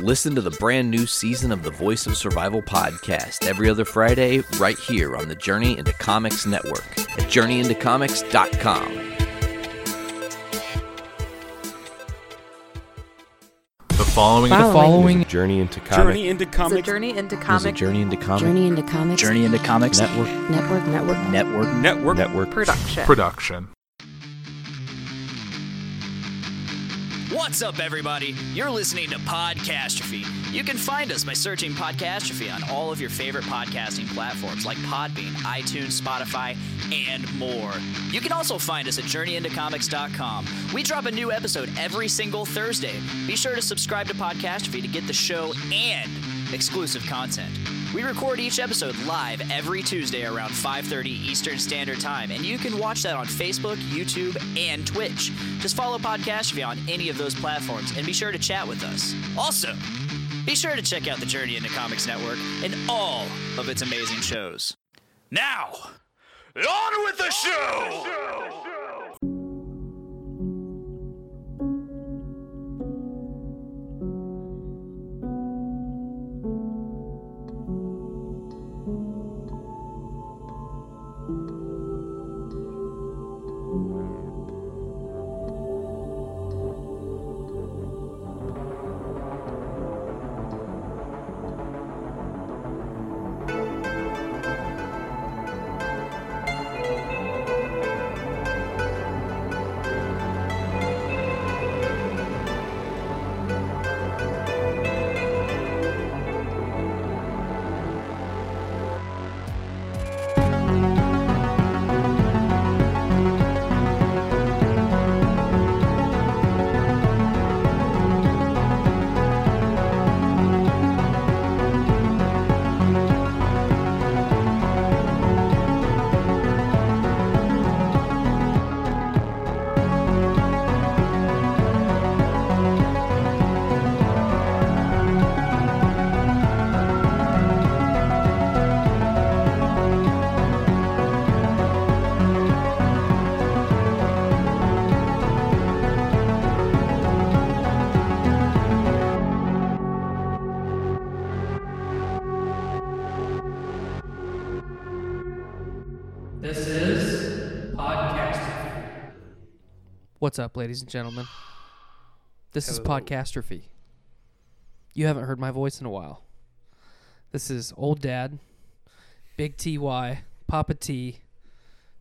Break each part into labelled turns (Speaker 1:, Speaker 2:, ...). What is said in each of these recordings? Speaker 1: listen to the brand new season of the Voice of Survival podcast every other Friday, right here on the Journey into Comics Network at journeyintocomics.com.
Speaker 2: The following
Speaker 3: The following
Speaker 4: Journey into Comic.
Speaker 5: Journey into
Speaker 6: It's a
Speaker 5: comics
Speaker 6: journey into
Speaker 1: Is it
Speaker 6: comic
Speaker 1: Journey into Comics
Speaker 7: Journey into Comics.
Speaker 8: Journey into Comics
Speaker 1: Network?
Speaker 7: Network. Network.
Speaker 8: Network.
Speaker 5: network.
Speaker 4: Network.
Speaker 6: production.
Speaker 2: production.
Speaker 8: What's up, everybody? You're listening to Podcastrophe. You can find us by searching Podcastrophe on all of your favorite podcasting platforms like Podbean, iTunes, Spotify, and more. You can also find us at JourneyIntoComics.com. We drop a new episode every single Thursday. Be sure to subscribe to Podcastrophe to get the show and exclusive content. We record each episode live every Tuesday around 5:30 Eastern Standard Time, and you can watch that on Facebook, YouTube, and Twitch. Just follow Podcastrophe on any of those platforms and be sure to chat with us. Also, be sure to check out the Journey into Comics Network and all of its amazing shows. Now, on with the show.
Speaker 9: This is podcasting.
Speaker 3: What's up, ladies and gentlemen? This is Podcastrophe. You haven't heard my voice in a while. This is Old Dad, Big TY, Papa T,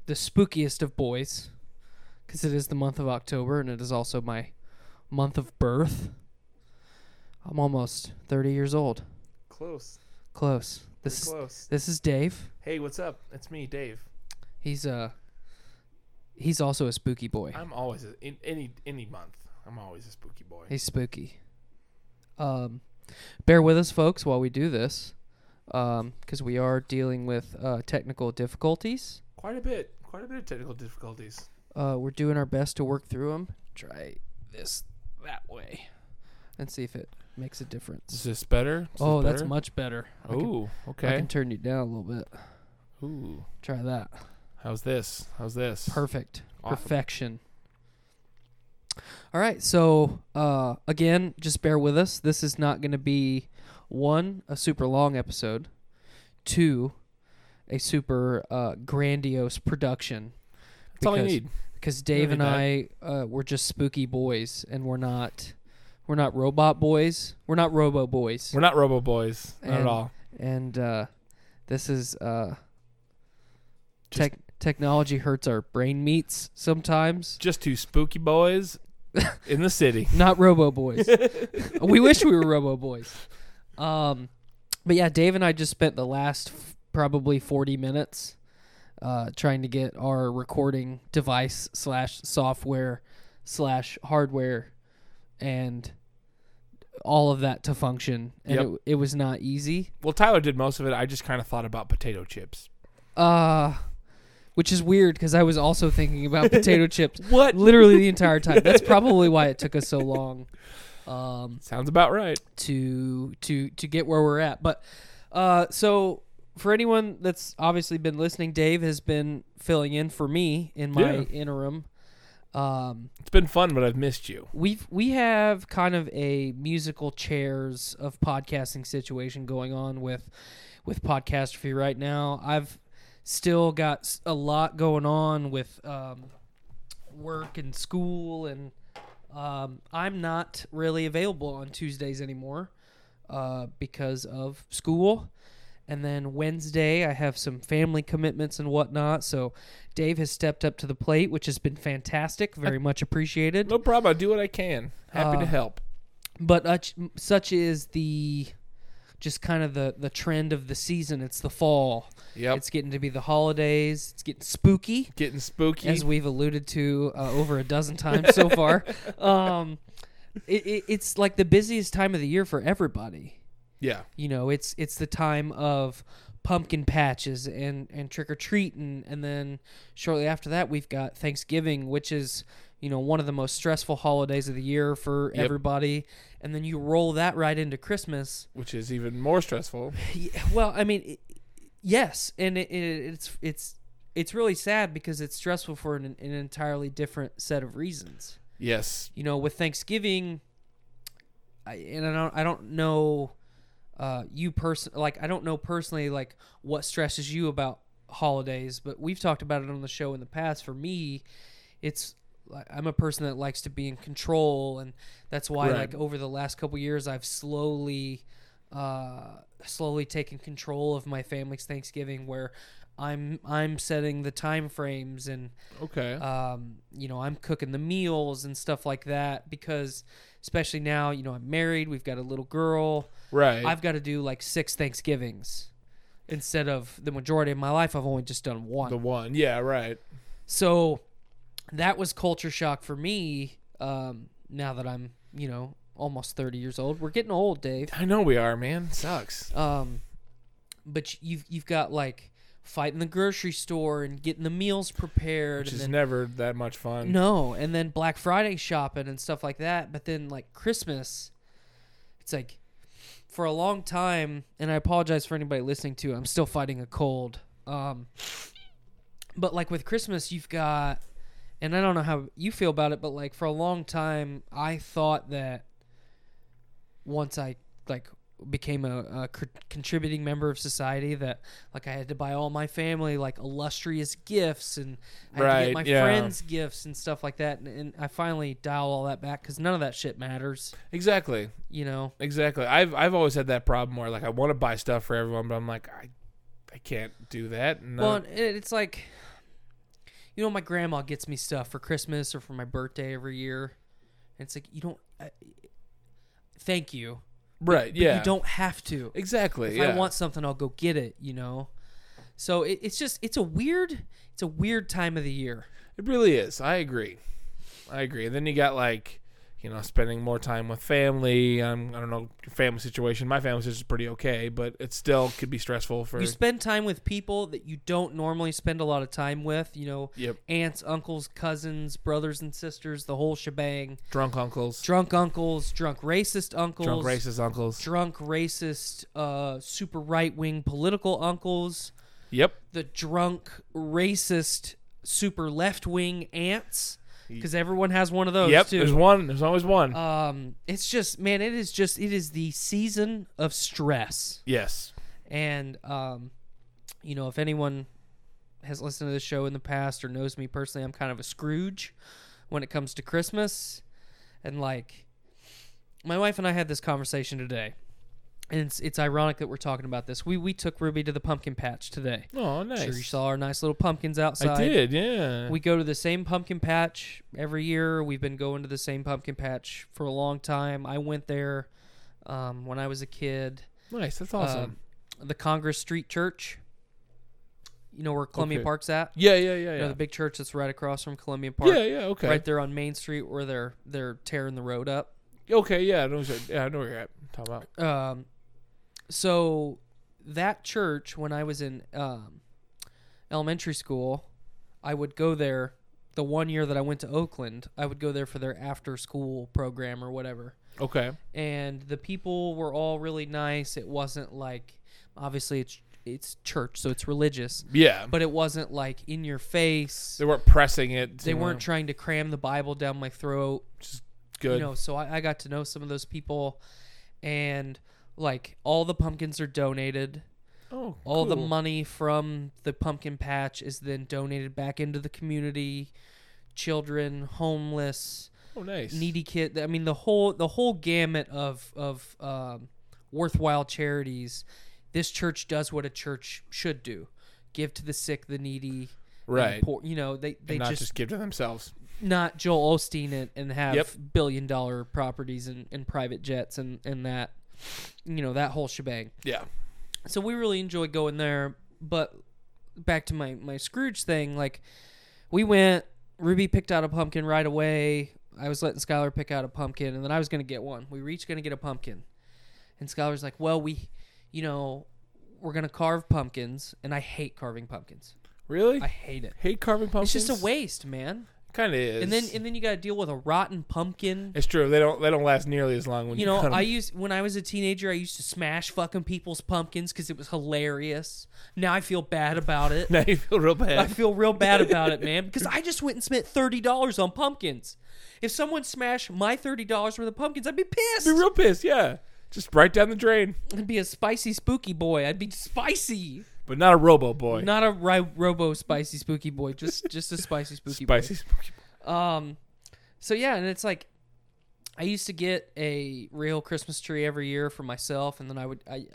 Speaker 3: the spookiest of boys, because it is the month of October and it is also my month of birth. I'm almost 30 years old.
Speaker 10: Close.
Speaker 3: Close. This,
Speaker 10: Pretty
Speaker 3: is-
Speaker 10: close.
Speaker 3: this is Dave.
Speaker 10: Hey, what's up? It's me, Dave.
Speaker 3: He's Uh, He's also a spooky boy.
Speaker 10: I'm always a, in any any month. I'm always a spooky boy.
Speaker 3: He's spooky. Um, bear with us, folks, while we do this, because we are dealing with uh, technical difficulties.
Speaker 10: Quite a bit, quite a bit of technical difficulties.
Speaker 3: Uh, we're doing our best to work through them. Try this that way, and see if it makes a difference.
Speaker 10: this better? Is
Speaker 3: oh,
Speaker 10: this
Speaker 3: that's
Speaker 10: better?
Speaker 3: much better. I can-
Speaker 10: Ooh,
Speaker 3: I
Speaker 10: okay.
Speaker 3: can turn you down a little bit.
Speaker 10: Ooh,
Speaker 3: Try that.
Speaker 10: how's this? How's this?
Speaker 3: Perfect.
Speaker 10: Awesome.
Speaker 3: Perfection. All right. So, uh, again, just bear with us. This is not going to be one, a super long episode, two, a super uh, grandiose production.
Speaker 10: That's all you
Speaker 3: because-
Speaker 10: need.
Speaker 3: Because Dave
Speaker 10: need
Speaker 3: and I, uh, we're just spooky boys, and we're not, we're not robot boys. We're not robo boys.
Speaker 10: We're not Robo Boys, not at
Speaker 3: And
Speaker 10: all.
Speaker 3: and uh, this is uh,
Speaker 10: Just-
Speaker 3: tech technology hurts our brain meats sometimes.
Speaker 10: Just two spooky boys in the city.
Speaker 3: not Robo Boys. we wish we were Robo Boys. Um, but yeah, Dave and I just spent the last f- probably forty minutes uh, trying to get our recording device slash software slash hardware and all of that to function, and
Speaker 10: Yep.
Speaker 3: it, it was not easy.
Speaker 10: Well, Tyler did most of it. I just kind of thought about potato chips.
Speaker 3: Uh which is weird because I was also thinking about potato chips.
Speaker 10: What?
Speaker 3: Literally the entire time. That's probably why it took us so long. Um,
Speaker 10: Sounds about right.
Speaker 3: to to to get where we're at. But uh, so for anyone that's obviously been listening, Dave has been filling in for me in my
Speaker 10: Yeah.
Speaker 3: interim. Um,
Speaker 10: It's been fun, but I've missed you.
Speaker 3: we've we have kind of a musical chairs of podcasting situation going on with with podcastry right now. I've still got s- a lot going on with um, work and school, and um, I'm not really available on Tuesdays anymore uh, because of school. And then Wednesday, I have some family commitments and whatnot. So Dave has stepped up to the plate, which has been fantastic. Very much appreciated.
Speaker 10: No problem. I do what I can. Happy to
Speaker 3: Uh,
Speaker 10: help.
Speaker 3: but such, such is the just kind of the the trend of the season it's the fall
Speaker 10: Yep.
Speaker 3: it's getting to be the holidays it's getting spooky
Speaker 10: Getting spooky.
Speaker 3: as we've alluded to uh, over a dozen times so far um it, it, it's like the busiest time of the year for everybody
Speaker 10: yeah.
Speaker 3: you know it's it's the time of pumpkin patches and and trick or treating and then shortly after that we've got Thanksgiving which is you know one of the most stressful holidays of the year for everybody and then you roll that right into Christmas
Speaker 10: Which is even more stressful.
Speaker 3: Y- well i mean i yes and it, it, it's it's it's really sad because it's stressful for an, an entirely different set of reasons
Speaker 10: Yes.
Speaker 3: you know, with Thanksgiving, I, and I don't, I don't know, uh, you person, like I don't know personally, like what stresses you about holidays, but we've talked about it on the show in the past. For me, it's like, I'm a person that likes to be in control, and that's why,
Speaker 10: Right.
Speaker 3: like over the last couple years, I've slowly, uh, slowly taken control of my family's Thanksgiving, where I'm I'm setting the time frames and
Speaker 10: Okay.
Speaker 3: um, you know, I'm cooking the meals and stuff like that because, especially now, you know, I'm married. We've got a little girl.
Speaker 10: right.
Speaker 3: I've got to do like six Thanksgivings instead of the majority of my life. I've only just done one.
Speaker 10: the one. Yeah, right.
Speaker 3: So that was culture shock for me. Um, now that I'm, you know, almost 30 years old, we're getting old, Dave.
Speaker 10: I know we are, man. Sucks.
Speaker 3: Um, but you've you've got like fighting the grocery store and getting the meals prepared,
Speaker 10: Which
Speaker 3: and
Speaker 10: is
Speaker 3: then
Speaker 10: never that much fun.
Speaker 3: No, and then Black Friday shopping and stuff like that. But then like Christmas, it's like for a long time. And I apologize for anybody listening to. I'm still fighting a cold. Um, but like with Christmas, you've got, and I don't know how you feel about it, but like for a long time, I thought that once I like became a, a cr- contributing member of society that like I had to buy all my family like illustrious gifts and I had to get
Speaker 10: Right,
Speaker 3: my
Speaker 10: yeah.
Speaker 3: friends gifts and stuff like that and, and I finally dial all that back because none of that shit matters
Speaker 10: Exactly.
Speaker 3: you know
Speaker 10: Exactly. I've I've always had that problem where like I want to buy stuff for everyone, but I'm like I I can't do that. No.
Speaker 3: well and it's like you know my grandma gets me stuff for Christmas or for my birthday every year and it's like you don't I, thank you
Speaker 10: right.
Speaker 3: but
Speaker 10: yeah.
Speaker 3: you don't have to
Speaker 10: Exactly.
Speaker 3: if
Speaker 10: yeah.
Speaker 3: I want something, I'll go get it. You know, so it, it's just it's a weird it's a weird time of the year.
Speaker 10: It really is. I agree. I agree. And then you got like, you know, spending more time with family. Um, I don't know your family situation. My family situation is pretty okay, but it still could be stressful for.
Speaker 3: You spend time with people that you don't normally spend a lot of time with. You know,
Speaker 10: Yep.
Speaker 3: aunts, uncles, cousins, brothers and sisters, the whole shebang.
Speaker 10: drunk uncles,
Speaker 3: Drunk uncles, drunk racist uncles,
Speaker 10: drunk racist uncles.
Speaker 3: drunk racist, uh, super right wing political uncles,
Speaker 10: yep.
Speaker 3: the drunk racist, super left wing aunts. Because everyone has one of those
Speaker 10: Yep.
Speaker 3: too.
Speaker 10: There's one. There's always one.
Speaker 3: um it's just man it is just it is the season of stress
Speaker 10: yes.
Speaker 3: and um you know if anyone has listened to this show in the past or knows me personally i'm kind of a scrooge when it comes to christmas and like my wife and i had this conversation today and it's, it's ironic that we're talking about this we we took ruby to the pumpkin patch today
Speaker 10: Oh,
Speaker 3: sure you
Speaker 10: nice.
Speaker 3: saw our nice little pumpkins outside
Speaker 10: I did. Yeah.
Speaker 3: we go to the same pumpkin patch every year. We've been going to the same pumpkin patch for a long time. I went there um, when I was a kid.
Speaker 10: nice. That's awesome.
Speaker 3: Um, the Congress Street Church. You know where Columbia
Speaker 10: Okay.
Speaker 3: Park's at?
Speaker 10: yeah. Yeah. Yeah.
Speaker 3: You know,
Speaker 10: Yeah.
Speaker 3: the big church that's right across from Columbia Park.
Speaker 10: Yeah. Yeah. Okay.
Speaker 3: Right there on Main Street where they're they're tearing the road up.
Speaker 10: Okay. Yeah. I know. what- Yeah. I know where you're at. Talking about.
Speaker 3: um, so that church when I was in um, elementary school, I would go there. The one year that I went to Oakland, I would go there for their after school program or whatever.
Speaker 10: Okay.
Speaker 3: And the people were all really nice. It wasn't like obviously it's it's church, so it's religious,
Speaker 10: Yeah, but
Speaker 3: but it wasn't like in your face.
Speaker 10: they weren't pressing it.
Speaker 3: They
Speaker 10: you know,
Speaker 3: weren't trying to cram the Bible down my throat.
Speaker 10: just good.
Speaker 3: You know, so I, I got to know some of those people, and like all the pumpkins are donated.
Speaker 10: oh,
Speaker 3: All the
Speaker 10: cool.
Speaker 3: money from the pumpkin patch is then donated back into the community, children, homeless,
Speaker 10: Oh, nice.
Speaker 3: needy kid. I mean, the whole the whole gamut of of um, worthwhile charities. This church does what a church should do: give to the sick, the needy, and the
Speaker 10: Right.
Speaker 3: poor. You know, they they
Speaker 10: and not
Speaker 3: just,
Speaker 10: just, give to themselves.
Speaker 3: not Joel Osteen it and have
Speaker 10: Yep.
Speaker 3: billion dollar properties and, and private jets and and that you know that whole shebang
Speaker 10: Yeah.
Speaker 3: so we really enjoyed going there but back to my my scrooge thing like we went ruby picked out a pumpkin right away i was letting skylar pick out a pumpkin and then i was gonna get one we were each gonna get a pumpkin and skylar's like well we you know we're gonna carve pumpkins and i hate carving pumpkins
Speaker 10: Really?
Speaker 3: i hate it
Speaker 10: hate carving pumpkins.
Speaker 3: it's just a waste man
Speaker 10: Kind of is.
Speaker 3: and then and then you gotta deal with a rotten pumpkin
Speaker 10: it's true. They don't. They don't last nearly as long when you,
Speaker 3: you know
Speaker 10: cut 'em.
Speaker 3: i used when i was a teenager i used to smash fucking people's pumpkins because it was hilarious now i feel bad about it
Speaker 10: now you feel real bad.
Speaker 3: I feel real bad about it, man, because I just went and spent thirty dollars on pumpkins. If someone smashed my thirty dollars worth of pumpkins, I'd be pissed.
Speaker 10: be real pissed. Yeah. Just right down the drain.
Speaker 3: I'd be a spicy spooky boy. I'd be spicy,
Speaker 10: But not a Robo Boy.
Speaker 3: not a ri- robo spicy spooky boy. Just just a spicy spooky boy.
Speaker 10: spicy. spooky boy.
Speaker 3: Um, so yeah, and it's like I used to get a real Christmas tree every year for myself, and then I would I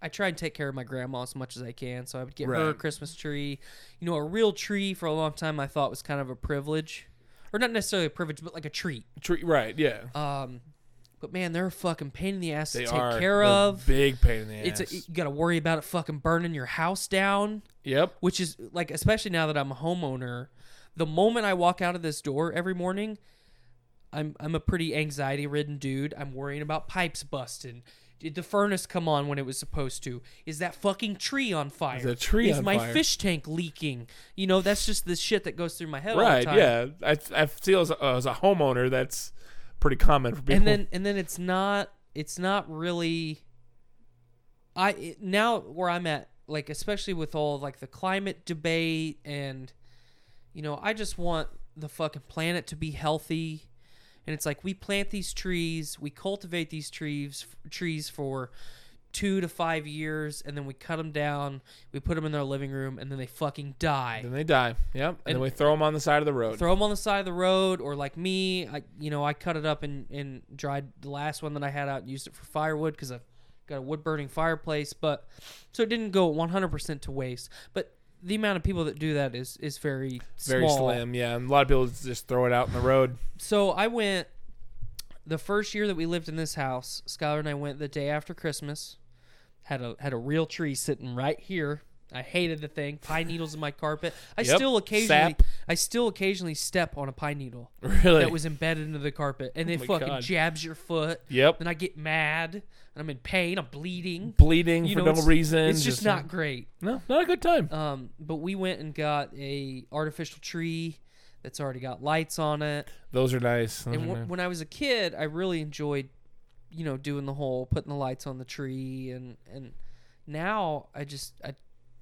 Speaker 3: I try and take care of my grandma as much as I can, so I would get her a
Speaker 10: Right.
Speaker 3: Christmas tree. You know, a real tree for a long time I thought was kind of a privilege, or not necessarily a privilege, but like a treat.
Speaker 10: Tree- right. Yeah.
Speaker 3: Um, but man, they're a fucking pain in the ass
Speaker 10: they
Speaker 3: to take
Speaker 10: are
Speaker 3: care
Speaker 10: a
Speaker 3: of.
Speaker 10: big pain in the
Speaker 3: It's
Speaker 10: ass.
Speaker 3: a, e you got to worry about it fucking burning your house down
Speaker 10: yep.
Speaker 3: which is like especially now that I'm a homeowner, the moment I walk out of this door every morning, I'm I'm a pretty anxiety ridden dude. I'm worrying about pipes busting. Did the furnace come on when it was supposed to? Is that fucking tree on fire?
Speaker 10: Is the tree
Speaker 3: Is
Speaker 10: on
Speaker 3: my
Speaker 10: fire?
Speaker 3: fish tank leaking? You know, that's just the shit that goes through my head all the
Speaker 10: Right.
Speaker 3: time.
Speaker 10: Yeah. I I feel as a, as a homeowner that's pretty common for people.
Speaker 3: and then and then it's not it's not really i it, now where i'm at like especially with all like the climate debate and you know i just want the fucking planet to be healthy and it's like we plant these trees we cultivate these trees trees for two to five years and then we cut them down we put them in their living room and then they fucking die
Speaker 10: Then they die. Yep. And,
Speaker 3: And-
Speaker 10: then we throw them on the side of the road.
Speaker 3: throw them on the side of the road or like me i you know i cut it up and and dried the last one that i had out and used it for firewood because i've got a wood burning fireplace but so it didn't go 100% to waste but the amount of people that do that is is very
Speaker 10: Very
Speaker 3: small.
Speaker 10: slim. Yeah. And a lot of people just throw it out in the road.
Speaker 3: so i went the first year that we lived in this house skylar and i went the day after christmas had a had a real tree sitting right here I hated the thing. Pine needles in my carpet. I
Speaker 10: Yep.
Speaker 3: still occasionally,
Speaker 10: Sap.
Speaker 3: I still occasionally step on a pine needle
Speaker 10: Really?
Speaker 3: that was embedded into the carpet, and it
Speaker 10: Oh my
Speaker 3: fucking
Speaker 10: God.
Speaker 3: jabs your foot.
Speaker 10: Yep.
Speaker 3: Then I get mad, and I'm in pain. I'm bleeding.
Speaker 10: bleeding
Speaker 3: You
Speaker 10: for
Speaker 3: know,
Speaker 10: no
Speaker 3: it's-
Speaker 10: reason.
Speaker 3: It's just not great.
Speaker 10: No, not a good time.
Speaker 3: Um, but we went and got a artificial tree that's already got lights on it.
Speaker 10: Those are nice. Those
Speaker 3: And
Speaker 10: are
Speaker 3: w-
Speaker 10: nice.
Speaker 3: when I was a kid, I really enjoyed, you know, doing the whole putting the lights on the tree, and and now I just I,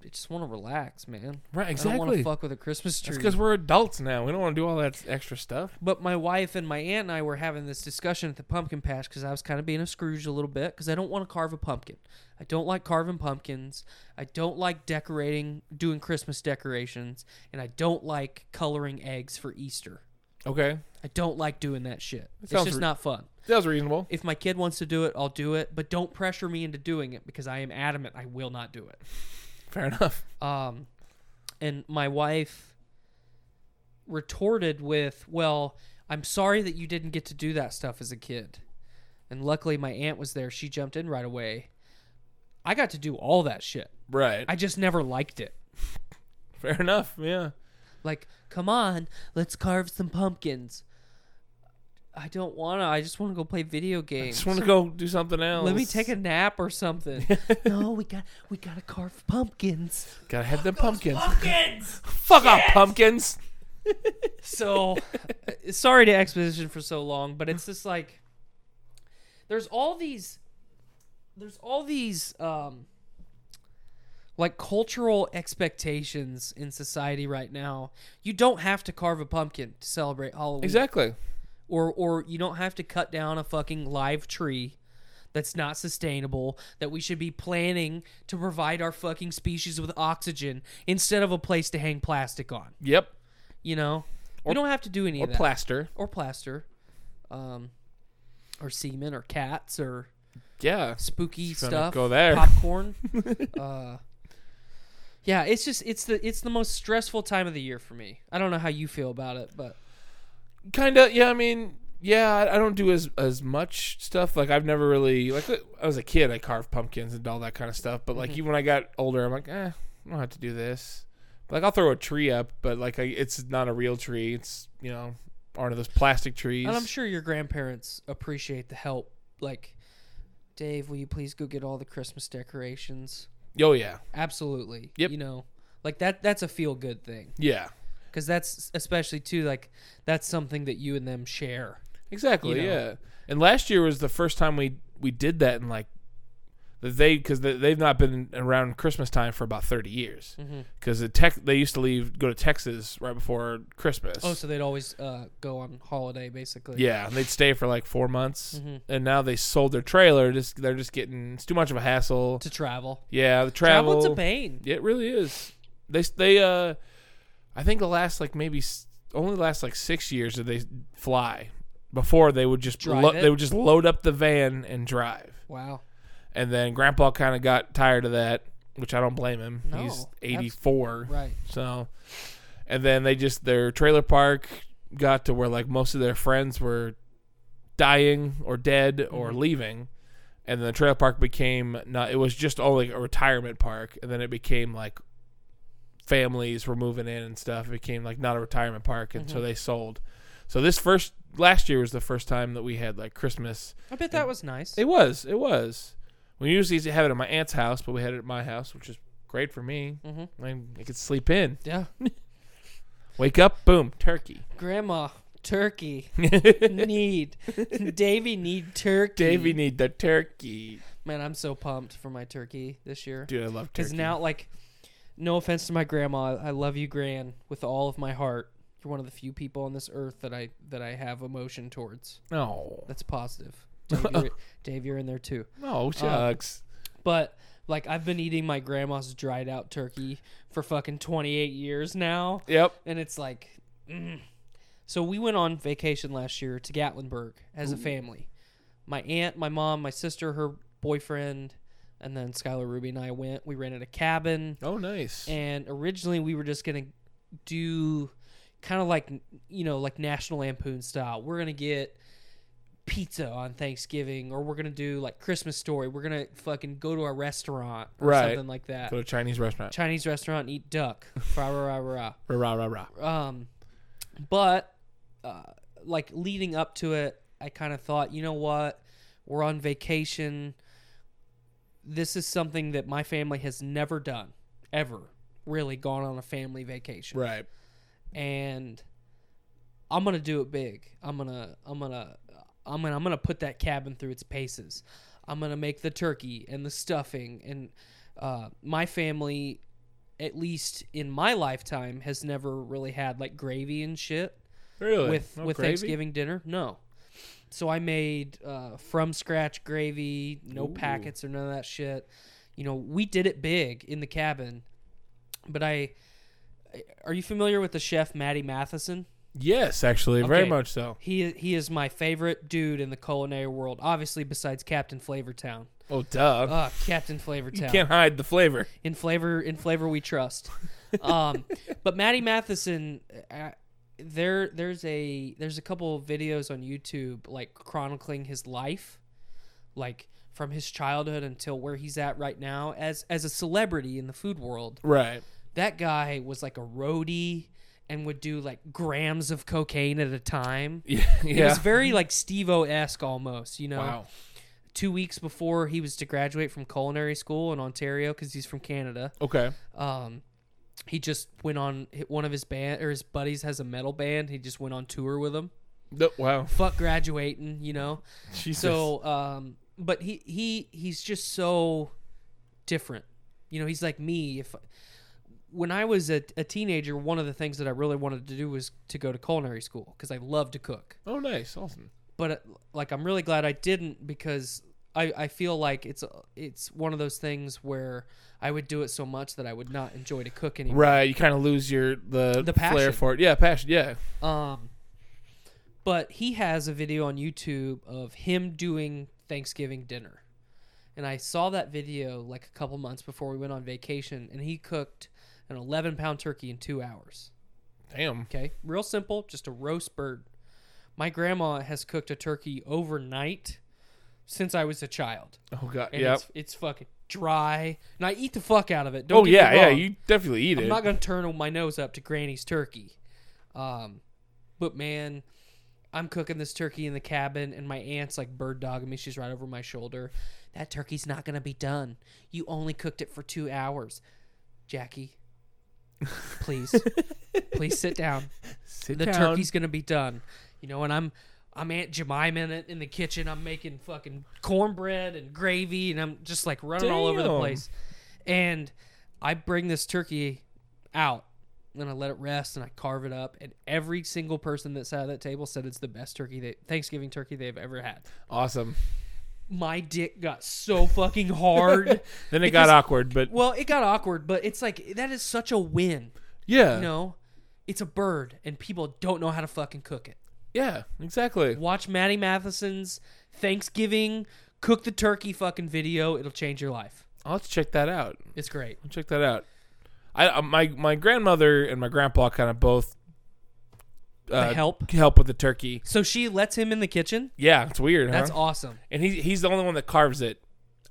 Speaker 3: I just want to relax, man.
Speaker 10: Right,
Speaker 3: I don't want to
Speaker 10: exactly.
Speaker 3: fuck with a Christmas tree.
Speaker 10: That's because we're adults now. We don't want to do all that extra stuff.
Speaker 3: But my wife and my aunt and I were having this discussion at the pumpkin patch because I was kind of being a Scrooge a little bit because I don't want to carve a pumpkin. I don't like carving pumpkins. I don't like decorating, doing Christmas decorations, and I don't like coloring eggs for Easter.
Speaker 10: Okay.
Speaker 3: I don't like doing that shit. it's
Speaker 10: sounds
Speaker 3: just
Speaker 10: re-
Speaker 3: not fun.
Speaker 10: That was reasonable.
Speaker 3: If my kid wants to do it, I'll do it, but don't pressure me into doing it because I am adamant I will not do it.
Speaker 10: Fair enough.
Speaker 3: Um, and my wife retorted with, "Well, I'm sorry that you didn't get to do that stuff as a kid." And luckily, my aunt was there. She jumped in right away. I got to do all that shit.
Speaker 10: Right.
Speaker 3: I just never liked it.
Speaker 10: Fair enough. Yeah.
Speaker 3: Like, come on, let's carve some pumpkins. I don't wanna. I just want to go play video games.
Speaker 10: Just want to go do something else.
Speaker 3: Let me take a nap or something. no, we got we gotta carve pumpkins.
Speaker 10: Gotta have them pumpkins. Pumpkins. Fuck off, pumpkins.
Speaker 3: So, uh, sorry to exposition for so long, but it's just like there's all these there's all these um like cultural expectations in society right now. You don't have to carve a pumpkin to celebrate Halloween,
Speaker 10: Exactly.
Speaker 3: or or you don't have to cut down a fucking live tree. That's not sustainable. That we should be planning to provide our fucking species with oxygen instead of a place to hang plastic on.
Speaker 10: Yep.
Speaker 3: You know, we don't have to do any
Speaker 10: Or
Speaker 3: of that
Speaker 10: plaster.
Speaker 3: or plaster, um, or semen or cats or
Speaker 10: Yeah.
Speaker 3: spooky
Speaker 10: gonna
Speaker 3: stuff.
Speaker 10: go there.
Speaker 3: Popcorn. uh, yeah, it's just it's the it's the most stressful time of the year for me. I don't know how you feel about it, but
Speaker 10: kind of yeah i mean yeah I- i don't do as as much stuff like i've never really like uh, i was a kid i carved pumpkins and all that kind of stuff but like
Speaker 3: Mm-hmm.
Speaker 10: even when i got older i'm like eh i don't have to do this like i'll throw a tree up but like I, it's not a real tree it's you know one of those plastic trees
Speaker 3: and I'm sure your grandparents appreciate the help. Like, Dave, will you please go get all the Christmas decorations?
Speaker 10: oh yeah
Speaker 3: Absolutely.
Speaker 10: Yep.
Speaker 3: You know, like that that's a feel good thing
Speaker 10: yeah
Speaker 3: because that's especially too like that's something that you and them share.
Speaker 10: exactly
Speaker 3: You know.
Speaker 10: yeah and last year was the first time we we did that in like that they because they, they've not been around christmas time for about 30 years
Speaker 3: Mm-hmm.
Speaker 10: because the tech they used to leave go to texas right before christmas
Speaker 3: Oh, so they'd always uh, go on holiday basically.
Speaker 10: Yeah, and they'd stay for like four months,
Speaker 3: Mm-hmm.
Speaker 10: and now they sold their trailer. Just they're just getting it's too much of a hassle.
Speaker 3: to travel.
Speaker 10: Yeah, the travel.
Speaker 3: Travel's a pain.
Speaker 10: Yeah, it really is. They they uh, I think the last like maybe s- only the last like six years did they fly. Before they would just
Speaker 3: Drive
Speaker 10: lo-
Speaker 3: it?
Speaker 10: they would just load up the van and drive,
Speaker 3: Wow.
Speaker 10: and then Grandpa kind of got tired of that, which I don't blame him.
Speaker 3: No,
Speaker 10: He's
Speaker 3: abs-
Speaker 10: eighty four,
Speaker 3: Right.
Speaker 10: so, and then they just their trailer park got to where like most of their friends were dying or dead or leaving, and the trailer park became not. It was just only a retirement park, and then it became like families were moving in and stuff. It became like not a retirement park, and so they sold. So this first last year was the first time that we had like Christmas.
Speaker 3: I bet that was nice.
Speaker 10: It was. It was. We usually used to have it at my aunt's house, but we had it at my house, which is great for me. Mm-hmm. I, I could sleep in.
Speaker 3: yeah.
Speaker 10: Wake up, boom, turkey.
Speaker 3: Grandma, turkey. need. Davy need turkey.
Speaker 10: Davey need the turkey.
Speaker 3: Man, I'm so pumped for my turkey this year.
Speaker 10: Dude, I love
Speaker 3: Because
Speaker 10: turkey.
Speaker 3: now, like, no offense to my grandma, I love you, Gran, with all of my heart. You're one of the few people on this earth that I that I have emotion towards.
Speaker 10: no,
Speaker 3: That's positive. Dave, you're, Dave, you're in there too.
Speaker 10: no Oh, shucks.
Speaker 3: But like, I've been eating my grandma's dried out turkey for fucking 28 years now.
Speaker 10: yep.
Speaker 3: and it's like mm. so we went on vacation last year to gatlinburg as a family my aunt my mom my sister her boyfriend and then skylar ruby and i went we rented a cabin
Speaker 10: Oh, nice.
Speaker 3: and originally we were just gonna do kind of like you know like national lampoon style we're gonna get pizza on thanksgiving or we're gonna do like christmas story we're gonna fucking go to a restaurant or
Speaker 10: Right.
Speaker 3: something like that
Speaker 10: Go to a Chinese restaurant.
Speaker 3: chinese restaurant and eat duck rah rah rah rah
Speaker 10: Rah rah rah.
Speaker 3: um, but uh, like leading up to it, I kind of thought, you know what, we're on vacation. This is something that my family has never done, ever really gone on a family vacation,
Speaker 10: Right.
Speaker 3: and I'm gonna do it big. I'm gonna, I'm gonna, I'm gonna, I'm gonna put that cabin through its paces. I'm gonna make the turkey and the stuffing, and uh, my family, at least in my lifetime, has never really had like gravy and shit
Speaker 10: Really.
Speaker 3: with
Speaker 10: No
Speaker 3: with
Speaker 10: Oh, gravy?
Speaker 3: Thanksgiving dinner. No. So I made uh, from scratch gravy, no packets or none of that shit. You know, we did it big in the cabin. But I, are you familiar with the chef Matty Matheson?
Speaker 10: Yes, actually, very
Speaker 3: Okay.
Speaker 10: much so.
Speaker 3: He he is my favorite dude in the culinary world. Obviously, besides Captain Flavortown.
Speaker 10: Oh, duh.
Speaker 3: Ah, Captain Flavortown.
Speaker 10: Can't hide the flavor.
Speaker 3: in flavor in flavor we trust um but maddie matheson uh, there there's a there's a couple of videos on youtube like chronicling his life like from his childhood until where he's at right now as as a celebrity in the food world
Speaker 10: Right.
Speaker 3: that guy was like a roadie and would do like grams of cocaine at a time
Speaker 10: Yeah.
Speaker 3: It was
Speaker 10: yeah.
Speaker 3: very uh, like Steve O esque almost, you know
Speaker 10: Wow.
Speaker 3: two weeks before he was to graduate from culinary school in Ontario because he's from Canada.
Speaker 10: Okay.
Speaker 3: Um, he just went on hit one of his band or his buddies has a metal band. He just went on tour with them.
Speaker 10: No, wow.
Speaker 3: Fuck graduating, you know.
Speaker 10: Jesus.
Speaker 3: So, um, but he he he's just so different. You know, he's like me. If when I was a, a teenager, one of the things that I really wanted to do was to go to culinary school because I love to cook.
Speaker 10: Oh, nice, awesome.
Speaker 3: But uh, like, I'm really glad I didn't because I, I feel like it's a- it's one of those things where I would do it so much that I would not enjoy to cook anymore.
Speaker 10: Right, you kind of lose your the,
Speaker 3: The
Speaker 10: flair
Speaker 3: passion.
Speaker 10: for it. Yeah, passion. Yeah,
Speaker 3: Um, but he has a video on YouTube of him doing Thanksgiving dinner. And I saw that video like a couple months before we went on vacation, and he cooked an 11 pound turkey in two hours.
Speaker 10: damn.
Speaker 3: Okay. Real simple, just a roast bird. My grandma has cooked a turkey overnight since I was a child.
Speaker 10: Oh god,
Speaker 3: And
Speaker 10: yeah.
Speaker 3: it's, it's fucking dry. And I eat the fuck out of it. Don't
Speaker 10: Oh
Speaker 3: get me
Speaker 10: yeah, yeah.
Speaker 3: wrong.
Speaker 10: You definitely eat
Speaker 3: I'm
Speaker 10: it.
Speaker 3: not gonna turn my nose up to Granny's turkey, um, but man, I'm cooking this turkey in the cabin, and my aunt's like bird dogging me. She's right over my shoulder. That turkey's not gonna be done. You only cooked it for two hours, Jackie. Please, please sit down.
Speaker 10: Sit
Speaker 3: The
Speaker 10: down.
Speaker 3: turkey's gonna be done. You know, and I'm. I'm Aunt Jemima in, it, in the kitchen. I'm making fucking cornbread and gravy, and I'm just like running all over the
Speaker 10: Damn.
Speaker 3: place and I bring this turkey out and I let it rest and I carve it up and every single person that sat at that table said it's the best turkey they Thanksgiving turkey they've ever had.
Speaker 10: Awesome.
Speaker 3: My dick got so fucking hard.
Speaker 10: Then it
Speaker 3: Because-
Speaker 10: got awkward, but
Speaker 3: well, it got awkward, but it's like that is such a win.
Speaker 10: yeah,
Speaker 3: You know, it's a bird and people don't know how to fucking cook it.
Speaker 10: yeah, exactly.
Speaker 3: Watch Maddie Matheson's Thanksgiving cook the turkey fucking video. It'll change your life.
Speaker 10: I'll have to check that out.
Speaker 3: It's great.
Speaker 10: I'll check that out. I uh, my my grandmother and my grandpa kind of both uh,
Speaker 3: help?
Speaker 10: help with the turkey.
Speaker 3: So she lets him in the kitchen.
Speaker 10: Yeah, it's weird.
Speaker 3: That's
Speaker 10: huh?
Speaker 3: awesome.
Speaker 10: And he he's the only one that carves it.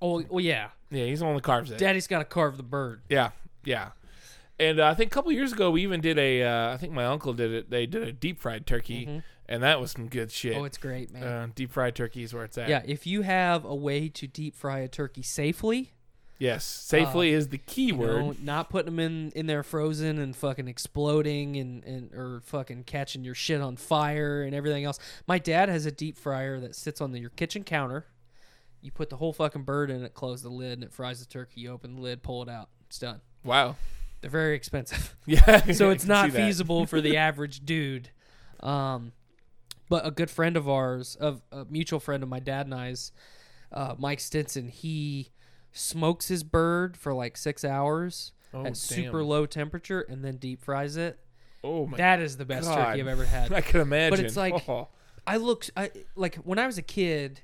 Speaker 3: Oh, well, yeah.
Speaker 10: Yeah, he's the one that carves it.
Speaker 3: Daddy's got to carve the bird.
Speaker 10: Yeah, yeah. And uh, I think a couple years ago we even did a. Uh, I think my uncle did it. They did a deep fried turkey, and that was some good shit.
Speaker 3: Mm-hmm. Oh, it's great, man.
Speaker 10: uh, deep fried turkey is where it's at.
Speaker 3: yeah, if you have a way to deep fry a turkey safely,
Speaker 10: Yes, safely is the key
Speaker 3: Uh, you
Speaker 10: word.
Speaker 3: know, not putting them in, in there frozen and fucking exploding and, and or fucking catching your shit on fire and everything else. My dad has a deep fryer that sits on the, your kitchen counter. You put the whole fucking bird in it, close the lid, and it fries the turkey. You open the lid, pull it out. It's done.
Speaker 10: Wow.
Speaker 3: They're very expensive.
Speaker 10: Yeah.
Speaker 3: so
Speaker 10: I
Speaker 3: it's
Speaker 10: can
Speaker 3: not
Speaker 10: see that.
Speaker 3: feasible for the average dude. Um, but a good friend of ours, of a mutual friend of my dad and I's, uh, Mike Stinson, he smokes his bird for like six hours
Speaker 10: Oh,
Speaker 3: at super
Speaker 10: damn.
Speaker 3: low temperature and then deep fries it.
Speaker 10: Oh my
Speaker 3: that is the best
Speaker 10: god.
Speaker 3: turkey I've ever had.
Speaker 10: I can imagine.
Speaker 3: like-
Speaker 10: Oh.
Speaker 3: I looked I like when I was a kid,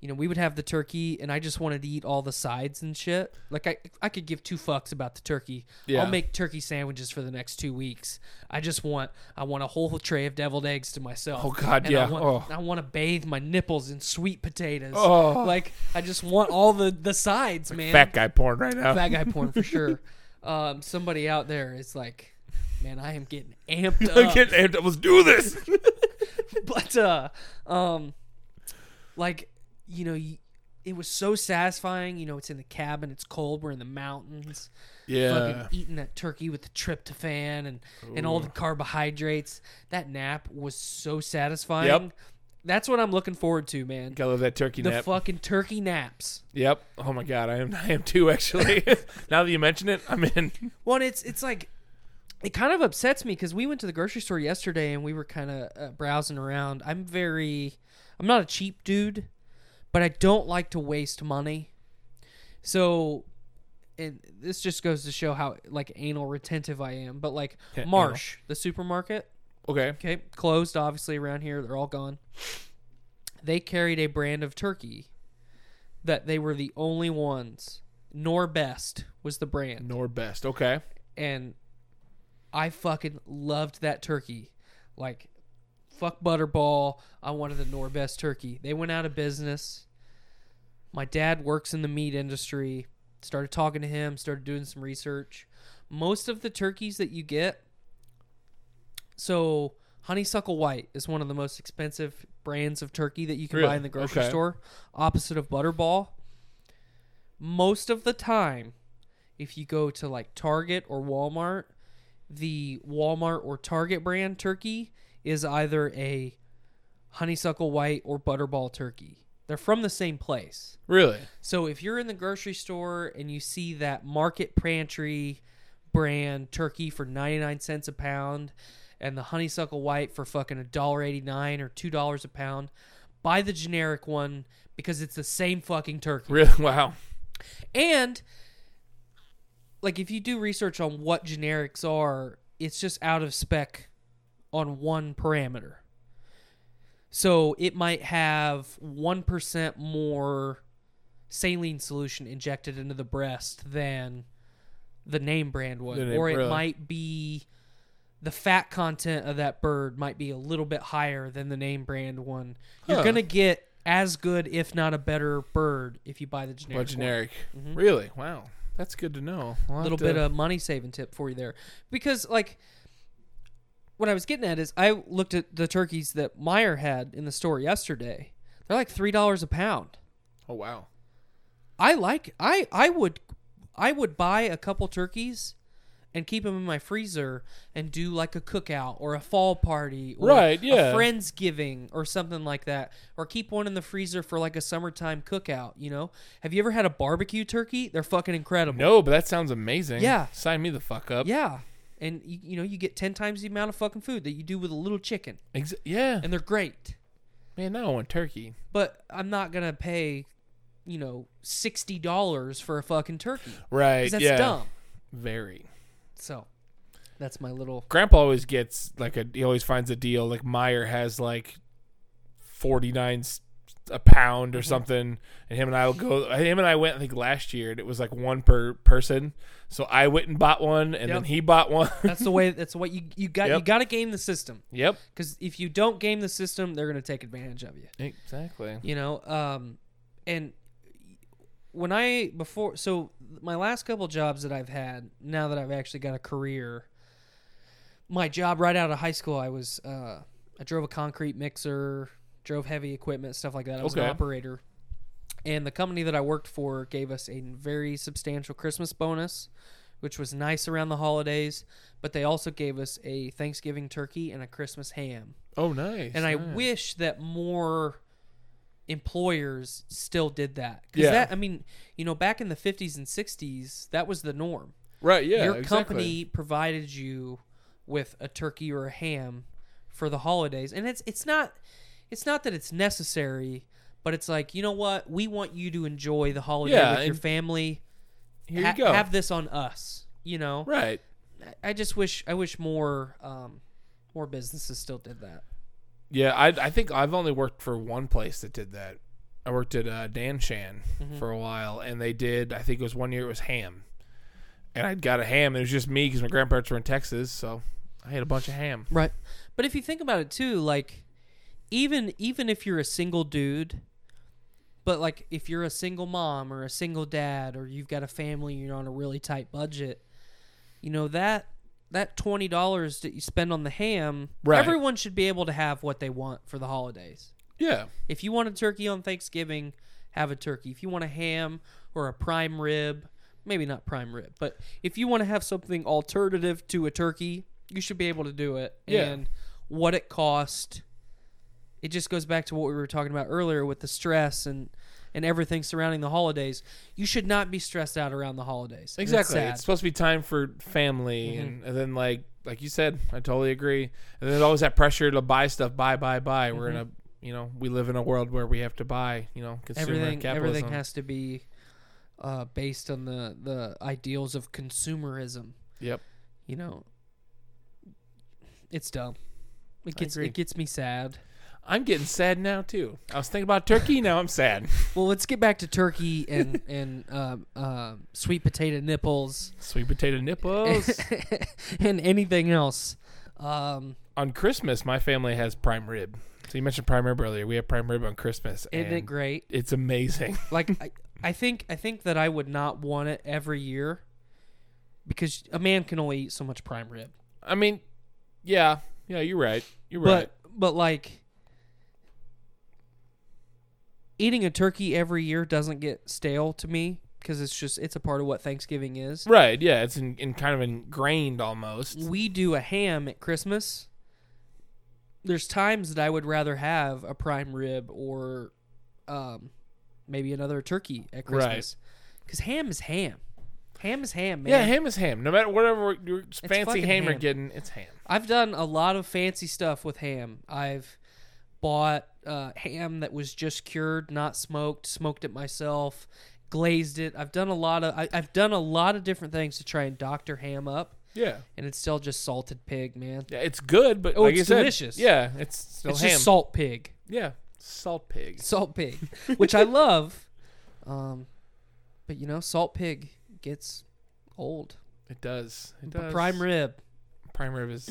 Speaker 3: you know, we would have the turkey and I just wanted to eat all the sides and shit. Like I I could give two fucks about the turkey.
Speaker 10: Yeah.
Speaker 3: I'll make turkey sandwiches for the next 2 weeks. I just want I want a whole tray of deviled eggs to myself.
Speaker 10: Oh, God,
Speaker 3: And
Speaker 10: yeah.
Speaker 3: I want,
Speaker 10: Oh.
Speaker 3: I want to bathe my nipples in sweet potatoes.
Speaker 10: Oh.
Speaker 3: Like I just want all the the sides, man.
Speaker 10: fat guy porn right now.
Speaker 3: Fat guy porn for sure. um somebody out there is like, man, I am getting amped up
Speaker 10: I'm getting amped up. Let's do this.
Speaker 3: but uh um like you know y it was so satisfying you know it's in the cabin it's cold we're in the mountains
Speaker 10: yeah.
Speaker 3: fucking eating that turkey with the tryptophan and and all the carbohydrates that nap was so satisfying
Speaker 10: Yep.
Speaker 3: that's what i'm looking forward to man
Speaker 10: Gotta love that turkey
Speaker 3: the
Speaker 10: nap.
Speaker 3: fucking turkey naps
Speaker 10: Yep. Oh my god, I am. I am too actually. now that you mention it, I'm in.
Speaker 3: Well, and it's it's like it kind of upsets me because we went to the grocery store yesterday and we were kind of uh, browsing around. I'm very, I'm not a cheap dude, but I don't like to waste money. So, and this just goes to show how like anal retentive I am. But like
Speaker 10: Yeah,
Speaker 3: Marsh, the supermarket,
Speaker 10: Okay.
Speaker 3: okay, closed obviously around here. They're all gone. They carried a brand of turkey that they were the only ones. Norbest was the brand
Speaker 10: Nor best. Okay.
Speaker 3: and I fucking loved that turkey. Like, fuck Butterball. I wanted the Norbest turkey. They went out of business. My dad works in the meat industry. Started talking to him, started doing some research. Most of the turkeys that you get, so honeysuckle white is one of the most expensive brands of turkey that you can
Speaker 10: Really?
Speaker 3: buy in the grocery
Speaker 10: Okay.
Speaker 3: store, opposite of Butterball. Most of the time, if you go to like Target or Walmart, the Walmart or Target brand turkey is either a honeysuckle white or butterball turkey. They're from the same place.
Speaker 10: Really?
Speaker 3: So if you're in the grocery store and you see that Market Pantry brand turkey for 99 cents a pound and the honeysuckle white for fucking $1.89 or $2 a pound, buy the generic one because it's the same fucking turkey.
Speaker 10: Really? Wow.
Speaker 3: And like if you do research on what generics are, it's just out of spec on one parameter. So it might have 1% more saline solution injected into the breast than the name brand would
Speaker 10: Than it-
Speaker 3: or it
Speaker 10: really?
Speaker 3: might be the fat content of that bird might be a little bit higher than the name brand one. You're
Speaker 10: Huh.
Speaker 3: going to get as good if not a better bird if you buy the generic.
Speaker 10: Or
Speaker 3: one
Speaker 10: generic. Really? Wow. That's good to know. A
Speaker 3: little bit of money saving tip for you there because like what i was getting at is i looked at the turkeys that meyer had in the store yesterday they're like three dollars a pound
Speaker 10: Oh wow.
Speaker 3: i like i i would i would buy a couple turkeys and keep them in my freezer and do like a cookout or a fall party or
Speaker 10: Right, yeah.
Speaker 3: a friendsgiving or something like that or keep one in the freezer for like a summertime cookout you know have you ever had a barbecue turkey they're fucking incredible
Speaker 10: No, but that sounds amazing.
Speaker 3: Yeah.
Speaker 10: Sign me the fuck up.
Speaker 3: Yeah. And you, you know, you get 10 times the amount of fucking food that you do with a little chicken.
Speaker 10: Ex- yeah.
Speaker 3: And they're great.
Speaker 10: Man, now I want turkey.
Speaker 3: But I'm not going to pay, you know, $60 for a fucking turkey. 'Cause
Speaker 10: Right.
Speaker 3: that's
Speaker 10: yeah.
Speaker 3: dumb.
Speaker 10: Very.
Speaker 3: So that's my little.
Speaker 10: Grandpa always gets like a. He always finds a deal. Like Meyer has like forty nine a pound or
Speaker 3: Mm-hmm.
Speaker 10: something, and him and I will go. Him and I went I think last year, and it was like one per person. So I went and bought one, and then
Speaker 3: Yep.
Speaker 10: he bought one.
Speaker 3: That's the way. That's what you you got. You
Speaker 10: Yep.
Speaker 3: got to game the system
Speaker 10: yep.
Speaker 3: because if you don't game the system, they're going to take advantage of you.
Speaker 10: Exactly.
Speaker 3: you know um and when i before so my last couple jobs that i've had now that i've actually got a career my job right out of high school i was uh i drove a concrete mixer drove heavy equipment stuff like that i was an
Speaker 10: Okay.
Speaker 3: operator and the company that i worked for gave us a very substantial christmas bonus which was nice around the holidays but they also gave us a thanksgiving turkey and a christmas ham
Speaker 10: Oh, nice.
Speaker 3: and I
Speaker 10: nice.
Speaker 3: wish that more employers still did that. 'Cause
Speaker 10: Yeah.
Speaker 3: that I mean, you know, back in the 50s and 60s, that was the norm.
Speaker 10: Right. Yeah.
Speaker 3: Your
Speaker 10: exactly.
Speaker 3: company provided you with a turkey or a ham for the holidays. And it's it's not it's not that it's necessary, but it's like, you know what? We want you to enjoy the holiday
Speaker 10: Yeah,
Speaker 3: with your
Speaker 10: and
Speaker 3: family.
Speaker 10: Here
Speaker 3: Ha-
Speaker 10: you go.
Speaker 3: Have this on us, you know.
Speaker 10: right.
Speaker 3: I just wish I wish more um more businesses still did that.
Speaker 10: Yeah, I I think I've only worked for one place that did that. I worked at uh, Dan Shan for a while, and they did. I think it was one year. It was ham, and I'd got a ham. And it was just me because my grandparents were in Texas, so I had a bunch of ham.
Speaker 3: Right. But if you think about it too, like even even if you're a single dude, but like if you're a single mom or a single dad or you've got a family, you're on a really tight budget, you know that that twenty dollars that you spend on the ham,
Speaker 10: Right.
Speaker 3: everyone should be able to have what they want for the holidays.
Speaker 10: Yeah,
Speaker 3: If you want a turkey on Thanksgiving, have a turkey. If you want a ham or a prime rib, maybe not prime rib, but if you want to have something alternative to a turkey, you should be able to do it.
Speaker 10: Yeah.
Speaker 3: And what it cost, it just goes back to what we were talking about earlier with the stress and and everything surrounding the holidays. You should not be stressed out around the holidays. And it's
Speaker 10: exactly.
Speaker 3: sad.
Speaker 10: It's Mm-hmm. supposed to be time for family, and, and then like like you said, I totally agree. And then always that pressure to buy stuff, buy, buy, buy. We're in a you know we live in a world where we have to buy. You know, consumer
Speaker 3: everything
Speaker 10: capitalism.
Speaker 3: everything has to be uh, based on the the ideals of consumerism.
Speaker 10: Yep.
Speaker 3: you know, it's dumb. It gets
Speaker 10: agree.
Speaker 3: it gets me sad.
Speaker 10: I'm getting sad now too. I was thinking about turkey. now I'm sad.
Speaker 3: Well, let's get back to turkey and and um, um, sweet potato nipples
Speaker 10: Sweet potato nipples.
Speaker 3: and anything else. Um,
Speaker 10: on Christmas, my family has prime rib. So you mentioned prime rib earlier. We have prime rib on Christmas.
Speaker 3: isn't it
Speaker 10: and
Speaker 3: great?
Speaker 10: It's amazing.
Speaker 3: Like I, I think I think that I would not want it every year because a man can only eat so much prime rib.
Speaker 10: I mean, yeah, yeah, you're right. You're right.
Speaker 3: But but like eating a turkey every year doesn't get stale to me because it's just it's a part of what Thanksgiving is.
Speaker 10: Right, yeah, it's in, in kind of ingrained almost.
Speaker 3: We do a ham at Christmas. There's times that I would rather have a prime rib or um, maybe another turkey at Christmas. Because ham is ham. Ham is ham, man.
Speaker 10: Yeah, ham is ham. No matter whatever your fancy
Speaker 3: fucking
Speaker 10: ham, you're
Speaker 3: ham.
Speaker 10: getting, it's ham.
Speaker 3: I've done a lot of fancy stuff with ham. I've bought uh, ham that was just cured, not smoked. Smoked it myself, glazed it. I've done a lot of I, I've done a lot of different things to try and doctor ham up,
Speaker 10: Yeah.
Speaker 3: and it's still just salted pig, man.
Speaker 10: Yeah, it's good, but
Speaker 3: Oh,
Speaker 10: like
Speaker 3: it's
Speaker 10: you said,
Speaker 3: delicious.
Speaker 10: Yeah, it's still
Speaker 3: it's
Speaker 10: ham.
Speaker 3: just salt pig,
Speaker 10: Yeah, salt pig.
Speaker 3: salt pig, which I love. Um, but you know, salt pig gets old.
Speaker 10: It does. It
Speaker 3: But
Speaker 10: does.
Speaker 3: prime rib.
Speaker 10: Prime rib is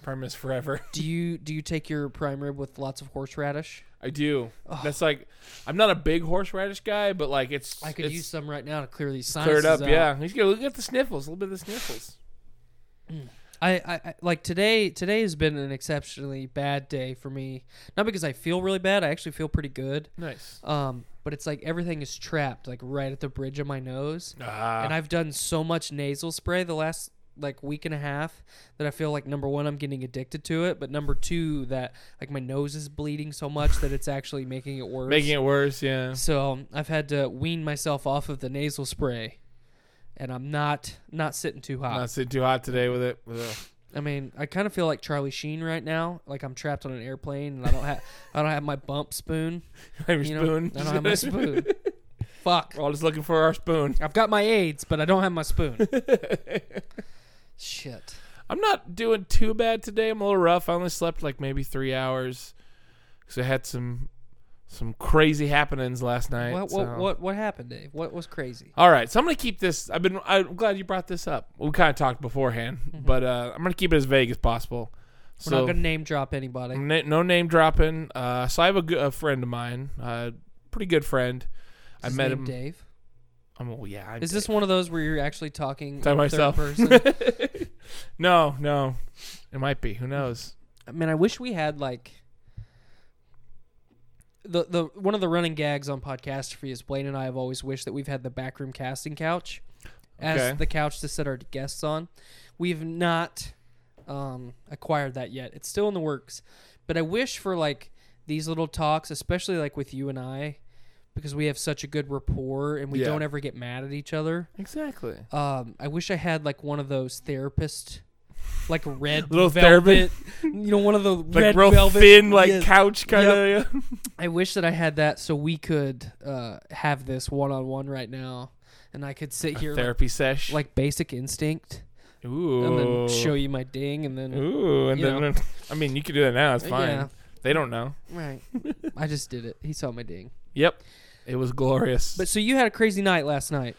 Speaker 10: prime rib is forever.
Speaker 3: Do you do you take your prime rib with lots of horseradish?
Speaker 10: I do. That's like, I'm not a big horseradish guy, but like it's
Speaker 3: I could
Speaker 10: it's
Speaker 3: use some right now to clear these sinuses
Speaker 10: cleared up.
Speaker 3: out.
Speaker 10: Yeah, he's gonna look at the sniffles. A little bit of the sniffles.
Speaker 3: I, I, I like today. Today has been an exceptionally bad day for me. Not because I feel really bad. I actually feel pretty good.
Speaker 10: Nice.
Speaker 3: Um, but it's like everything is trapped, like right at the bridge of my nose.
Speaker 10: Ah,
Speaker 3: And I've done so much nasal spray the last like week and a half that I feel like number one, I'm getting addicted to it, but number two, that like my nose is bleeding so much that it's actually making it worse.
Speaker 10: making it worse. Yeah.
Speaker 3: So um, I've had to wean myself off of the nasal spray, and I'm not not sitting too hot.
Speaker 10: Not sit too hot today with it. Ugh.
Speaker 3: I mean, I kind of feel like Charlie Sheen right now. Like I'm trapped on an airplane and I don't have I don't have my bump spoon.
Speaker 10: Have your
Speaker 3: You know,
Speaker 10: spoon.
Speaker 3: I don't have my spoon. Fuck.
Speaker 10: We're all just looking for our spoon.
Speaker 3: I've got my AIDS, but I don't have my spoon. Shit.
Speaker 10: I'm not doing too bad today. I'm a little rough. I only slept like maybe three hours because I had some some crazy happenings last night.
Speaker 3: what what
Speaker 10: so-
Speaker 3: what what happened, Dave? What was crazy?
Speaker 10: All right, so I'm gonna keep this. I've been. I'm glad you brought this up. We kind of talked beforehand, but uh, I'm gonna keep it as vague as possible.
Speaker 3: Mm-hmm. We're
Speaker 10: So
Speaker 3: not gonna name drop anybody.
Speaker 10: na- no name dropping. Uh, so I have a, good, a friend of mine, uh, pretty good friend. I
Speaker 3: Is his
Speaker 10: met
Speaker 3: name
Speaker 10: him.
Speaker 3: Dave.
Speaker 10: I'm, well, yeah. I'm
Speaker 3: Is this one of those where you're actually talking
Speaker 10: Talking
Speaker 3: in
Speaker 10: to
Speaker 3: third
Speaker 10: myself.
Speaker 3: person?
Speaker 10: no, no. It might be. Who knows?
Speaker 3: I mean, I wish we had like the the one of the running gags on Podcastrophy is Blaine and I have always wished that we've had the backroom casting couch as
Speaker 10: Okay.
Speaker 3: the couch to set our guests on. We've not um, acquired that yet. It's still in the works, but I wish for like these little talks, especially like with you and I, because we have such a good rapport and we
Speaker 10: Yeah.
Speaker 3: don't ever get mad at each other.
Speaker 10: Exactly.
Speaker 3: Um, I wish I had like one of those therapist, like red
Speaker 10: Little
Speaker 3: velvet, you know, one of the
Speaker 10: Like
Speaker 3: red
Speaker 10: real
Speaker 3: velvet.
Speaker 10: thin, like
Speaker 3: yes.
Speaker 10: couch kind of.
Speaker 3: I wish that I had that so we could uh, have this one on one right now, and I could sit here like,
Speaker 10: Therapy sesh.
Speaker 3: like Basic Instinct,
Speaker 10: ooh.
Speaker 3: and then show you my ding, and then
Speaker 10: Ooh, and
Speaker 3: you Uh,
Speaker 10: then I mean, you could do that now. It's fine.
Speaker 3: Yeah.
Speaker 10: They don't know.
Speaker 3: right. I just did it. He saw my ding.
Speaker 10: Yep. It was glorious.
Speaker 3: But so you had a crazy night last night.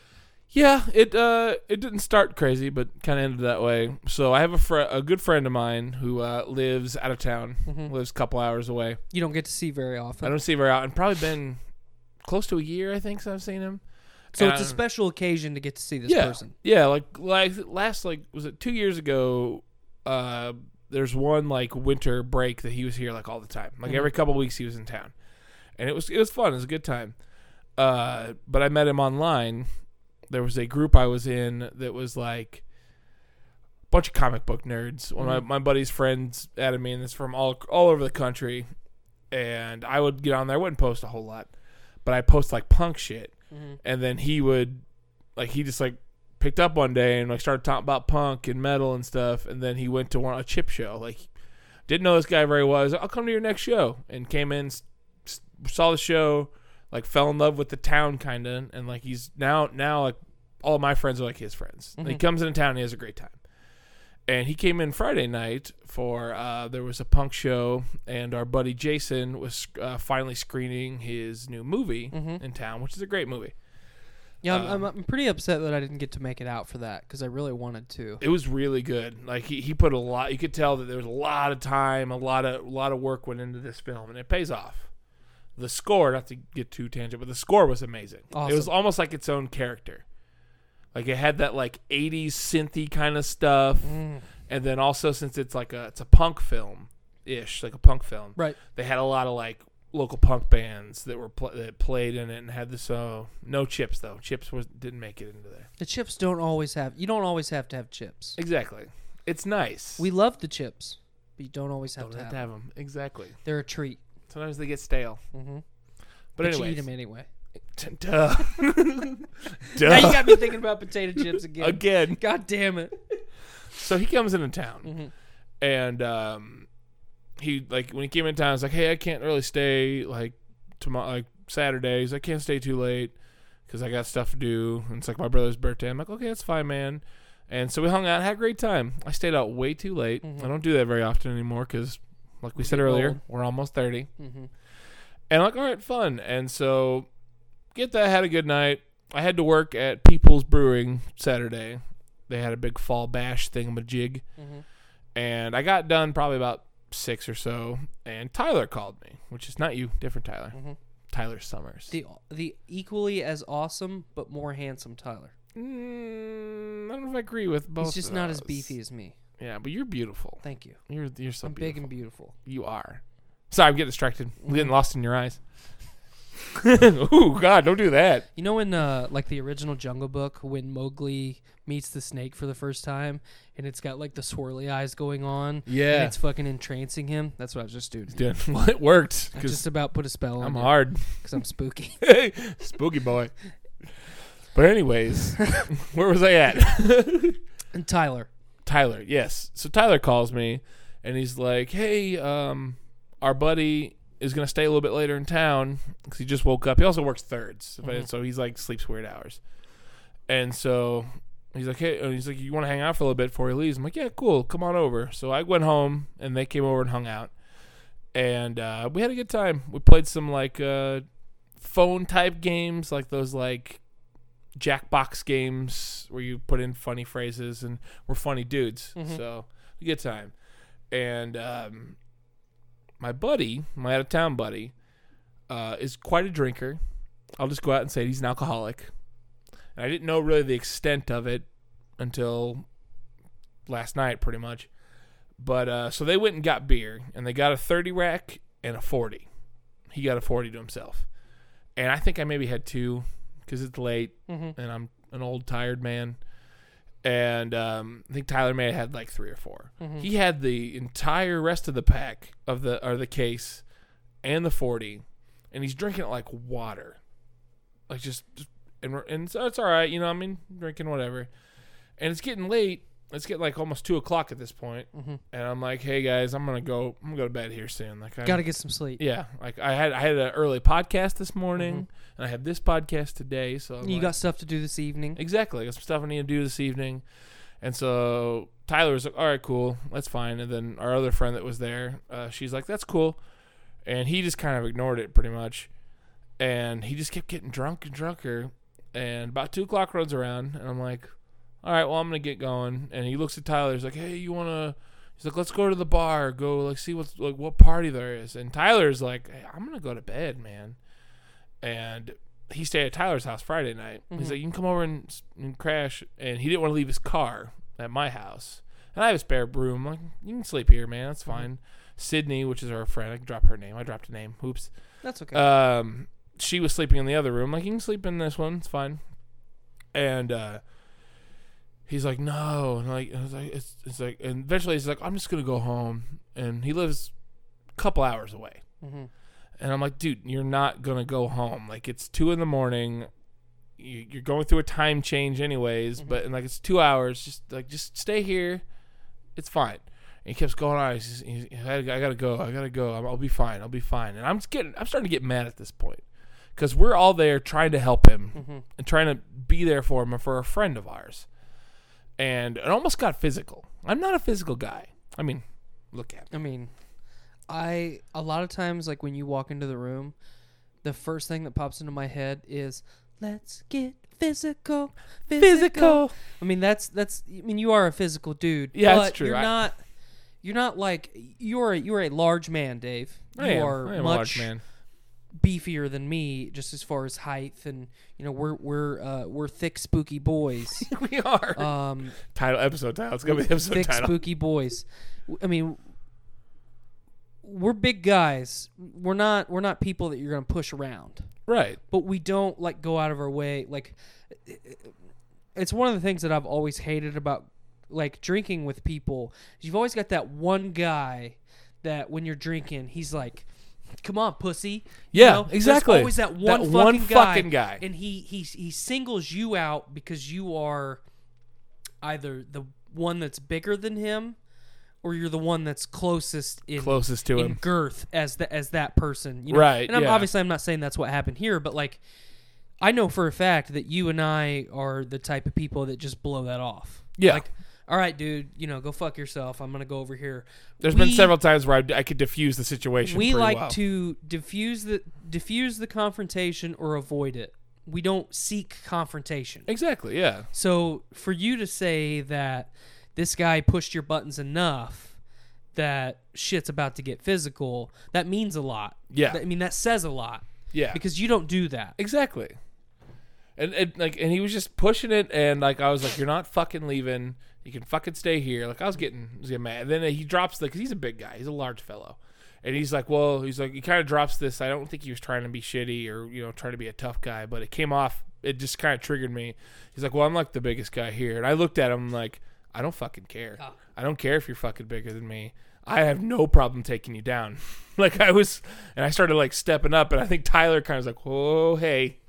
Speaker 10: yeah, it uh it didn't start crazy, but kind of ended that way. So I have a fr- a good friend of mine who uh, lives out of town,
Speaker 3: Mm-hmm.
Speaker 10: lives a couple hours away.
Speaker 3: You don't get to see very
Speaker 10: I
Speaker 3: often,
Speaker 10: don't see her out, and probably been close to a year, I think, since I've seen him.
Speaker 3: so
Speaker 10: And
Speaker 3: it's a
Speaker 10: I-
Speaker 3: special occasion to get to see this
Speaker 10: yeah,
Speaker 3: person.
Speaker 10: Yeah, like like last like was it two years ago? Uh, there's one like winter break that he was here like all the time. Like
Speaker 3: Mm-hmm.
Speaker 10: every couple weeks he was in town, and it was it was fun. It was a good time. Uh, but I met him online. There was a group I was in that was like a bunch of comic book nerds. One
Speaker 3: Mm-hmm.
Speaker 10: of my, my buddy's friends added me, and it's from all all over the country. And I would get on there. I wouldn't post a whole lot, but I post like punk shit.
Speaker 3: Mm-hmm.
Speaker 10: And then he would like he just like picked up one day and like started talking about punk and metal and stuff and then he went to one a chip show like didn't know this guy very well He's like, i'll come to your next show and came in s- s- saw the show like fell in love with the town kind of and like he's now now like all my friends are like his friends And he comes into town and he has a great time and he came in friday night for uh, there was a punk show and our buddy jason was uh, finally screening his new movie in town which is a great movie
Speaker 3: Yeah, I'm,
Speaker 10: Uh,
Speaker 3: I'm, I'm pretty upset that I didn't get to make it out for that because I really wanted to.
Speaker 10: it was really good. Like he, he put a lot. You could tell that there was a lot of time, a lot of a lot of work went into this film, and it pays off. The score, not to get too tangent, but the score was amazing. It was
Speaker 3: Awesome.
Speaker 10: almost like its own character. Like it had that like '80s synthy kind of stuff,
Speaker 3: Mm.
Speaker 10: and then also since it's like a it's a punk film ish, like a punk film,
Speaker 3: Right.
Speaker 10: They had a lot of like local punk bands that were pl- that played in it and had this. Uh, no chips though. Chips was didn't make it into there.
Speaker 3: The chips don't always have. You don't always have to have chips.
Speaker 10: Exactly. It's nice.
Speaker 3: We love the chips, but you don't always have,
Speaker 10: Don't
Speaker 3: to,
Speaker 10: have
Speaker 3: have
Speaker 10: to
Speaker 3: them.
Speaker 10: have them. Exactly.
Speaker 3: They're a treat.
Speaker 10: Sometimes they get stale. Mm-hmm. But,
Speaker 3: But
Speaker 10: anyway,
Speaker 3: you eat them anyway.
Speaker 10: duh, duh.
Speaker 3: Now you got me thinking about potato chips again.
Speaker 10: again.
Speaker 3: God damn it.
Speaker 10: So he comes into town,
Speaker 3: Mm-hmm.
Speaker 10: and um, he like when he came in town, he's like, "Hey, I can't really stay like tomorrow, like Saturdays. I can't stay too late because I got stuff to do." And it's like my brother's birthday. I'm like, "Okay, that's fine, man." And so we hung out, had a great time. I stayed out way too late. I don't do that very often anymore because, like we said
Speaker 3: get
Speaker 10: earlier,
Speaker 3: old.
Speaker 10: we're almost 30 And I'm like, all right, fun. And so, get that. Had a good night. I had to work at People's Brewing Saturday. They had a big fall bash thingamajig,
Speaker 3: Mm-hmm.
Speaker 10: and I got done probably about six or so. And Tyler called me, which is not you, different Tyler,
Speaker 3: Mm-hmm.
Speaker 10: Tyler Summers.
Speaker 3: The the equally as awesome but more handsome Tyler.
Speaker 10: Mm, I don't know if I agree with both.
Speaker 3: He's just
Speaker 10: of
Speaker 3: not as
Speaker 10: those.
Speaker 3: beefy as me.
Speaker 10: Yeah, but you're beautiful.
Speaker 3: Thank you.
Speaker 10: You're you're so
Speaker 3: I'm
Speaker 10: beautiful.
Speaker 3: big and beautiful. Mm-hmm.
Speaker 10: You are. Sorry, I'm getting distracted. I'm getting lost in your eyes. Ooh, God, don't do that.
Speaker 3: You know in uh, like the original Jungle Book when Mowgli meets the snake for the first time and it's got like the swirly eyes going on.
Speaker 10: Yeah.
Speaker 3: And it's fucking entrancing him. That's what I was just doing.
Speaker 10: Dude, well, it worked
Speaker 3: I
Speaker 10: because
Speaker 3: just about put a spell
Speaker 10: I'm
Speaker 3: on
Speaker 10: hard.
Speaker 3: because I'm spooky.
Speaker 10: Spooky boy. But anyways, where was I at?
Speaker 3: and Tyler.
Speaker 10: Tyler, yes. So Tyler calls me and he's like, "Hey, um, our buddy is gonna stay a little bit later in town because he just woke up. He also works thirds, but- so he's like sleeps weird hours. And so he's like, "Hey," and he's like, "You want to hang out for a little bit before he leaves?" I'm like, "Yeah, cool. Come on over." So I went home and they came over and hung out, and uh, we had a good time. We played some like uh, phone type games, like those like Jackbox games where you put in funny phrases and we're funny dudes. So we get time. And um, my buddy, my out of town buddy, uh, is quite a drinker. I'll just go out and say he's an alcoholic. And I didn't know really the extent of it until last night, pretty much. But uh, so they went and got beer, and they got a 30 rack and a 40. He got a 40 to himself. And I think I maybe had two because it's late and I'm an old, tired man. And um, I think Tyler may have had like three or 4 He had the entire rest of the pack of the or the case and the 40, and he's drinking it like water. Like just, just and, we're- and so it's all right, you know, I mean, drinking whatever. And it's getting late. It's getting like almost two o'clock at this point. And I'm like, hey guys, I'm gonna go. I'm gonna go to bed here soon. Like, I
Speaker 3: Gotta get some sleep.
Speaker 10: yeah, like I had I had an early podcast this morning, and I had this podcast today. So I'm
Speaker 3: Mm-hmm. You
Speaker 10: like-
Speaker 3: got stuff to do this evening.
Speaker 10: exactly I got some stuff I need to do this evening, and so Tyler was like, "All right, cool, that's fine." And then our other friend that was there, uh, she's like, "That's cool," and he just kind of ignored it pretty much, and he just kept getting drunk and drunker, and about two o'clock runs around, and I'm like, "All right, well I'm gonna get going," and he looks at Tyler, he's like, "Hey, you wanna?" He's like, let's go to the bar, go like see what's like what party there is. And Tyler's like, hey, I'm gonna go to bed, man. And he stayed at Tyler's house Friday night. He's like, you can come over and, s- and crash. And he didn't want to leave his car at my house. And I have a spare room. Like, you can sleep here, man. That's fine. Sydney, which is our friend, I can drop her name. I dropped a name. Oops.
Speaker 3: That's okay.
Speaker 10: Um, she was sleeping in the other room. Like, you can sleep in this one. It's fine. And uh, he's like, no. And like, and it's like, it's, it's like, and eventually he's like, I'm just gonna go home. And he lives a couple hours away.
Speaker 3: Mm-hmm.
Speaker 10: And I'm like, dude, you're not gonna go home. Like, it's two in the morning. You- You're going through a time change, anyways.
Speaker 3: Mm-hmm.
Speaker 10: But and like, it's two hours. Just like, just stay here. It's fine. And he keeps going on. He's, just, he's I gotta I gotta go. I gotta go. I'm, I'll be fine. I'll be fine. And I'm just getting. I'm starting to get mad at this point because we're all there trying to help him
Speaker 3: Mm-hmm.
Speaker 10: and trying to be there for him and for a friend of ours. And it almost got physical. I'm not a physical guy. I mean, look at me.
Speaker 3: I mean, I a lot of times like when you walk into the room, the first thing that pops into my head is let's get physical, physical.
Speaker 10: Physical.
Speaker 3: I mean, that's that's I mean, you are a physical dude.
Speaker 10: Yeah,
Speaker 3: but
Speaker 10: that's true.
Speaker 3: You're
Speaker 10: I-
Speaker 3: not you're not like you're a, you're a large man, Dave. You
Speaker 10: I am.
Speaker 3: are
Speaker 10: I am
Speaker 3: much
Speaker 10: a large man.
Speaker 3: beefier than me just as far as height and you know, we're we're uh, we're thick spooky boys.
Speaker 10: we are.
Speaker 3: um
Speaker 10: title episode title. It's gonna be the episode
Speaker 3: thick
Speaker 10: title.
Speaker 3: spooky boys. W- I mean, we're big guys. We're not we're not people that you're gonna push around.
Speaker 10: Right.
Speaker 3: But we don't like go out of our way. Like, it's one of the things that I've always hated about like drinking with people. Is you've always got that one guy that when you're drinking, he's like, come on, pussy.
Speaker 10: Yeah,
Speaker 3: know, there's
Speaker 10: exactly.
Speaker 3: always that one,
Speaker 10: That
Speaker 3: fucking,
Speaker 10: one
Speaker 3: guy,
Speaker 10: fucking guy.
Speaker 3: and he he he singles you out because you are either the one that's bigger than him, or you're the one that's closest in
Speaker 10: Closest to
Speaker 3: in
Speaker 10: him.
Speaker 3: girth as the as that person. You know?
Speaker 10: Right,
Speaker 3: And I'm,
Speaker 10: yeah.
Speaker 3: obviously, I'm not saying that's what happened here, but like, I know for a fact that you and I are the type of people that just blow that off.
Speaker 10: Yeah.
Speaker 3: Like, all right, dude, you know, go fuck yourself. I'm gonna go over here.
Speaker 10: There's
Speaker 3: There's
Speaker 10: been several times where I, I could diffuse the situation.
Speaker 3: we
Speaker 10: pretty
Speaker 3: like
Speaker 10: well.
Speaker 3: to diffuse the diffuse the confrontation or avoid it. We don't seek confrontation.
Speaker 10: Exactly. Yeah.
Speaker 3: So for you to say that this guy pushed your buttons enough that shit's about to get physical, that means a lot.
Speaker 10: Yeah.
Speaker 3: I mean that says a lot.
Speaker 10: Yeah.
Speaker 3: Because you don't do that.
Speaker 10: Exactly. And, and like and he was just pushing it and like I was like you're not fucking leaving. You can fucking stay here. Like I was getting, I was getting mad. And then he drops the cuz he's a big guy. He's a large fellow. And he's like, "Well, he's like he kind of drops this. I don't think he was trying to be shitty or, you know, trying to be a tough guy, but it came off it just kind of triggered me. He's like, "Well, I'm like the biggest guy here." And I looked at him like, "I don't fucking care. I don't care if you're fucking bigger than me. I have no problem taking you down." like I was and I started like stepping up and I think Tyler kind of was like, "Whoa, hey."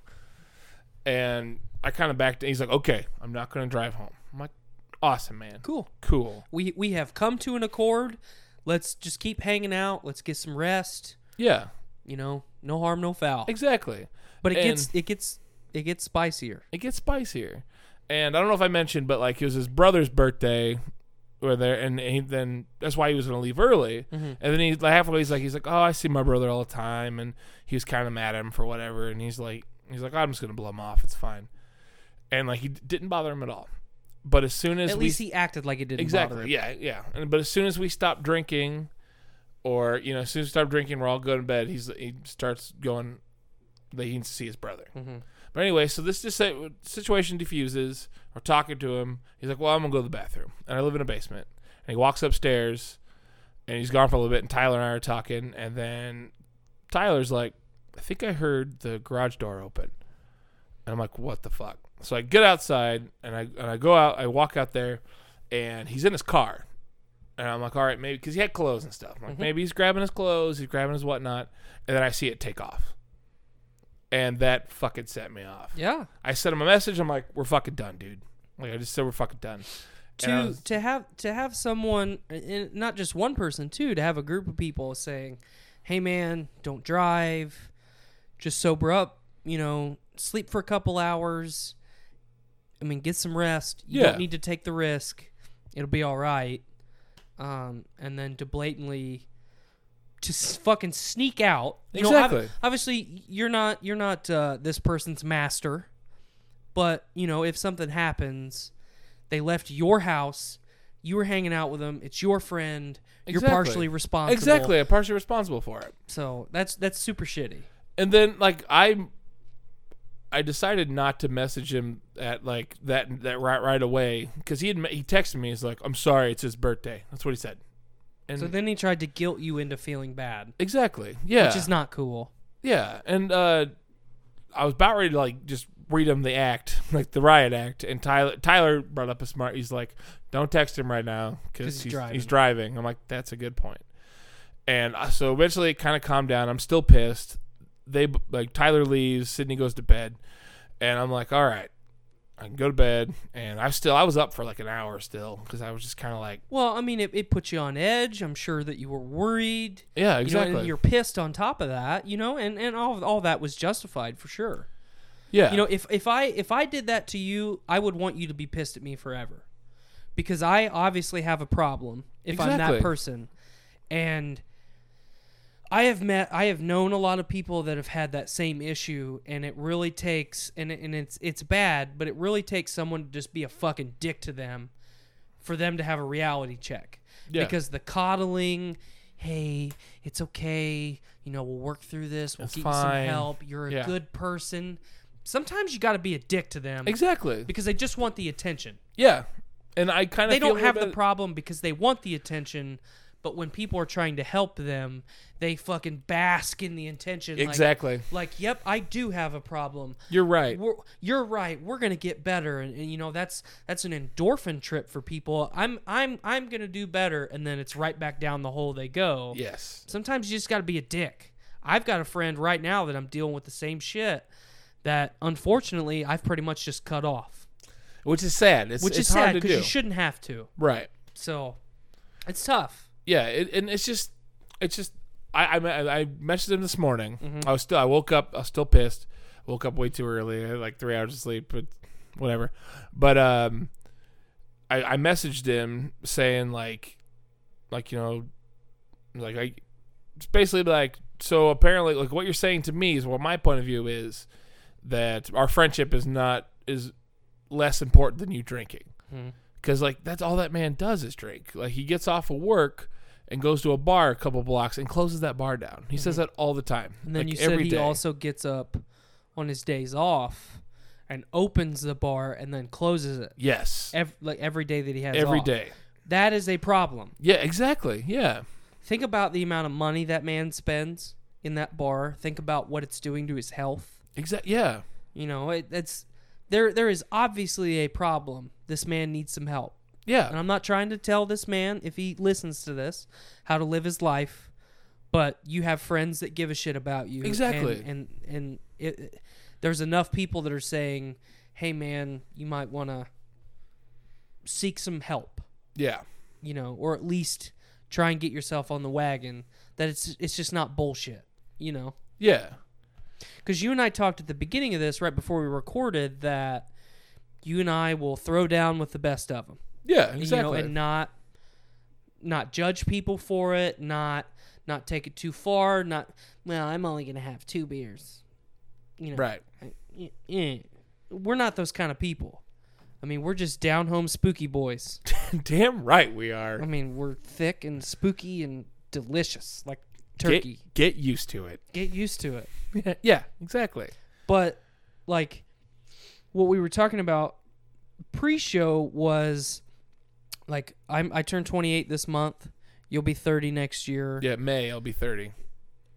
Speaker 10: and I kind of backed. He's like, "Okay, I'm not going to drive home." I'm like, "Awesome, man.
Speaker 3: Cool.
Speaker 10: cool.
Speaker 3: We we have come to an accord. Let's just keep hanging out. Let's get some rest.
Speaker 10: Yeah,
Speaker 3: You know, no harm, no foul.
Speaker 10: exactly."
Speaker 3: But it
Speaker 10: And-
Speaker 3: gets it gets it gets spicier.
Speaker 10: it gets spicier. And I don't know if I mentioned, but like it was his brother's birthday, where there, and he, then that's why he was gonna leave early.
Speaker 3: Mm-hmm.
Speaker 10: And then he like halfway, he's like, he's like, oh, I see my brother all the time, and he was kind of mad at him for whatever, and he's like, he's like, I'm just gonna blow him off, it's fine. And like he d- didn't bother him at all. But as soon as
Speaker 3: At
Speaker 10: we,
Speaker 3: least he acted like it didn't bother him.
Speaker 10: exactly, yeah, yeah. And, but as soon as we stopped drinking, or you know, as soon as we stopped drinking, we're all good in bed. He's he starts going that he needs to see his brother.
Speaker 3: Mm-hmm.
Speaker 10: But anyway, so this just situation diffuses. We're talking to him. He's like, "Well, I'm gonna go to the bathroom," and I live in a basement. And he walks upstairs, and he's gone for a little bit. And Tyler and I are talking, and then Tyler's like, "I think I heard the garage door open," and I'm like, "What the fuck?" So I get outside, and I and I go out. I walk out there, and he's in his car, and I'm like, "All right, maybe," because he had clothes and stuff. I'm
Speaker 3: Mm-hmm.
Speaker 10: like maybe he's grabbing his clothes, he's grabbing his whatnot, and then I see it take off and that fucking set me off.
Speaker 3: Yeah.
Speaker 10: I sent him a message. I'm like, we're fucking done, dude. Like I just said, we're fucking done. And I
Speaker 3: to
Speaker 10: was-
Speaker 3: to have to have someone and not just one person too to have a group of people saying hey man don't drive just sober up you know sleep for a couple hours i mean get some rest you
Speaker 10: Yeah.
Speaker 3: don't need to take the risk it'll be all right um, and then to blatantly to s- fucking sneak out you know, ob-
Speaker 10: Exactly.
Speaker 3: obviously you're not you're not uh, this person's master but you know if something happens they left your house. You were hanging out with them. It's your friend. You're
Speaker 10: Exactly.
Speaker 3: partially responsible.
Speaker 10: Exactly, I'm partially responsible for it.
Speaker 3: So that's that's super shitty.
Speaker 10: And then like I, I decided not to message him at like that that right right away because he had me- he texted me. He's like, I'm sorry, it's his birthday. That's what he said. And
Speaker 3: So then he tried to guilt you into feeling bad,
Speaker 10: exactly, yeah,
Speaker 3: which is not cool.
Speaker 10: Yeah, and uh, I was about ready to like just read him the act, like the riot act, and Tyler Tyler brought up a smart. He's like, "Don't text him right now
Speaker 3: 'Cause
Speaker 10: because
Speaker 3: he's
Speaker 10: he's,
Speaker 3: driving.
Speaker 10: he's driving." I'm like, "That's a good point." And uh, so eventually, it kind of calmed down. I'm still pissed. They b- like Tyler leaves, Sydney goes to bed, and I'm like, "All right." I can go to bed, and I still I was up for like an hour still because I was just kind of like,
Speaker 3: Well, I mean, it, it put you on edge. I'm sure that you were worried. You
Speaker 10: yeah,
Speaker 3: know,
Speaker 10: exactly,
Speaker 3: and you're pissed on top of that, you know, and, and all, all that was justified for sure.
Speaker 10: yeah,
Speaker 3: You know, if, if I if I did that to you, I would want you to be pissed at me forever. Because I obviously have a problem if I'm
Speaker 10: Exactly.
Speaker 3: that person. And I have met I have known a lot of people that have had that same issue and it really takes and it- and it's it's bad, but it really takes someone to just be a fucking dick to them for them to have a reality check.
Speaker 10: Yeah.
Speaker 3: Because the coddling, hey, it's okay, you know, we'll work through this, we'll
Speaker 10: It's
Speaker 3: get you some
Speaker 10: fine.
Speaker 3: help, you're a
Speaker 10: Yeah.
Speaker 3: good person. Sometimes you got to be a dick to them
Speaker 10: exactly,
Speaker 3: because they just want the attention.
Speaker 10: yeah. And I kind of
Speaker 3: They don't have the problem because they want the attention, but when people are trying to help them, they fucking bask in the attention. like-
Speaker 10: Exactly.
Speaker 3: Like, yep, I do have a problem.
Speaker 10: You're right.
Speaker 3: We're, you're right. We're gonna get better, and, and you know that's that's an endorphin trip for people. I'm I'm I'm gonna do better, and then it's right back down the hole they go.
Speaker 10: Yes.
Speaker 3: Sometimes you just got to be a dick. I've got a friend right now that I'm dealing with the same shit that unfortunately I've pretty much just cut off,
Speaker 10: which is sad. It's,
Speaker 3: which
Speaker 10: it's
Speaker 3: is
Speaker 10: hard
Speaker 3: sad
Speaker 10: to
Speaker 3: because
Speaker 10: do.
Speaker 3: you shouldn't have to.
Speaker 10: right.
Speaker 3: So it's tough.
Speaker 10: yeah it, and it's just it's just I, I me- I messaged him this morning
Speaker 3: Mm-hmm.
Speaker 10: i was still i woke up i was still pissed woke up way too early I had like three hours of sleep but whatever but um i i messaged him saying like like you know like i it's basically like so apparently like what you're saying to me is what my point of view is that our friendship is not is less important than you drinking
Speaker 3: Hmm.
Speaker 10: because like that's all that man does is drink. Like he gets off of work and goes to a bar a couple blocks and closes that bar down. He says that all the time.
Speaker 3: Hmm. And then
Speaker 10: like,
Speaker 3: you said
Speaker 10: every
Speaker 3: he
Speaker 10: day.
Speaker 3: also gets up on his days off and opens the bar and then closes it
Speaker 10: yes
Speaker 3: every, like every day that he has
Speaker 10: every
Speaker 3: off.
Speaker 10: day.
Speaker 3: That is a problem.
Speaker 10: Yeah, exactly. Yeah,
Speaker 3: Think about the amount of money that man spends in that bar. Think about what it's doing to his health.
Speaker 10: exactly. Yeah,
Speaker 3: You know, it, it's there. There is obviously a problem. This man needs some help,
Speaker 10: yeah.
Speaker 3: and I'm not trying to tell this man if he listens to this how to live his life. But you have friends that give a shit about you, and-
Speaker 10: Exactly.
Speaker 3: And and, it, it- there's enough people that are saying, "Hey, man, you might want to seek some help."
Speaker 10: yeah.
Speaker 3: you know, or at least try and get yourself on the wagon that it's it's just not bullshit, you know.
Speaker 10: Yeah.
Speaker 3: Cuz you and I talked at the beginning of this right before we recorded that you and I will throw down with the best of them,
Speaker 10: Yeah.
Speaker 3: you know,
Speaker 10: Exactly.
Speaker 3: and not not judge people for it, not not take it too far, not well, I'm only going to have two beers. You know.
Speaker 10: right.
Speaker 3: Eh, eh. We're not those kind of people. I mean, we're just down home spooky boys.
Speaker 10: Damn right we
Speaker 3: I
Speaker 10: are.
Speaker 3: mean, we're thick and spooky and delicious, like
Speaker 10: Get,
Speaker 3: turkey.
Speaker 10: get used to it.
Speaker 3: Get, used to it.
Speaker 10: Yeah, yeah, exactly.
Speaker 3: But like what we were talking about pre-show was like I'm I turned 28 this month. You'll be 30 next year.
Speaker 10: Yeah, May I'll be thirty.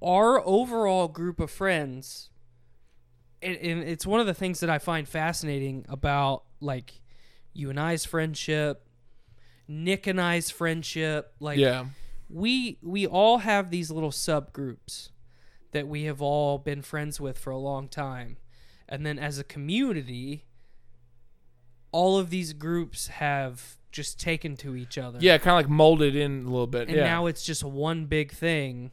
Speaker 3: Our overall group of friends and, and it's one of the things that I find fascinating about like you and I's friendship, Nick and I's friendship, like
Speaker 10: Yeah,
Speaker 3: we we all have these little subgroups that we have all been friends with for a long time and then as a community all of these groups have just taken to each other
Speaker 10: yeah, kind of like molded in a little bit.
Speaker 3: and
Speaker 10: yeah,
Speaker 3: now it's just one big thing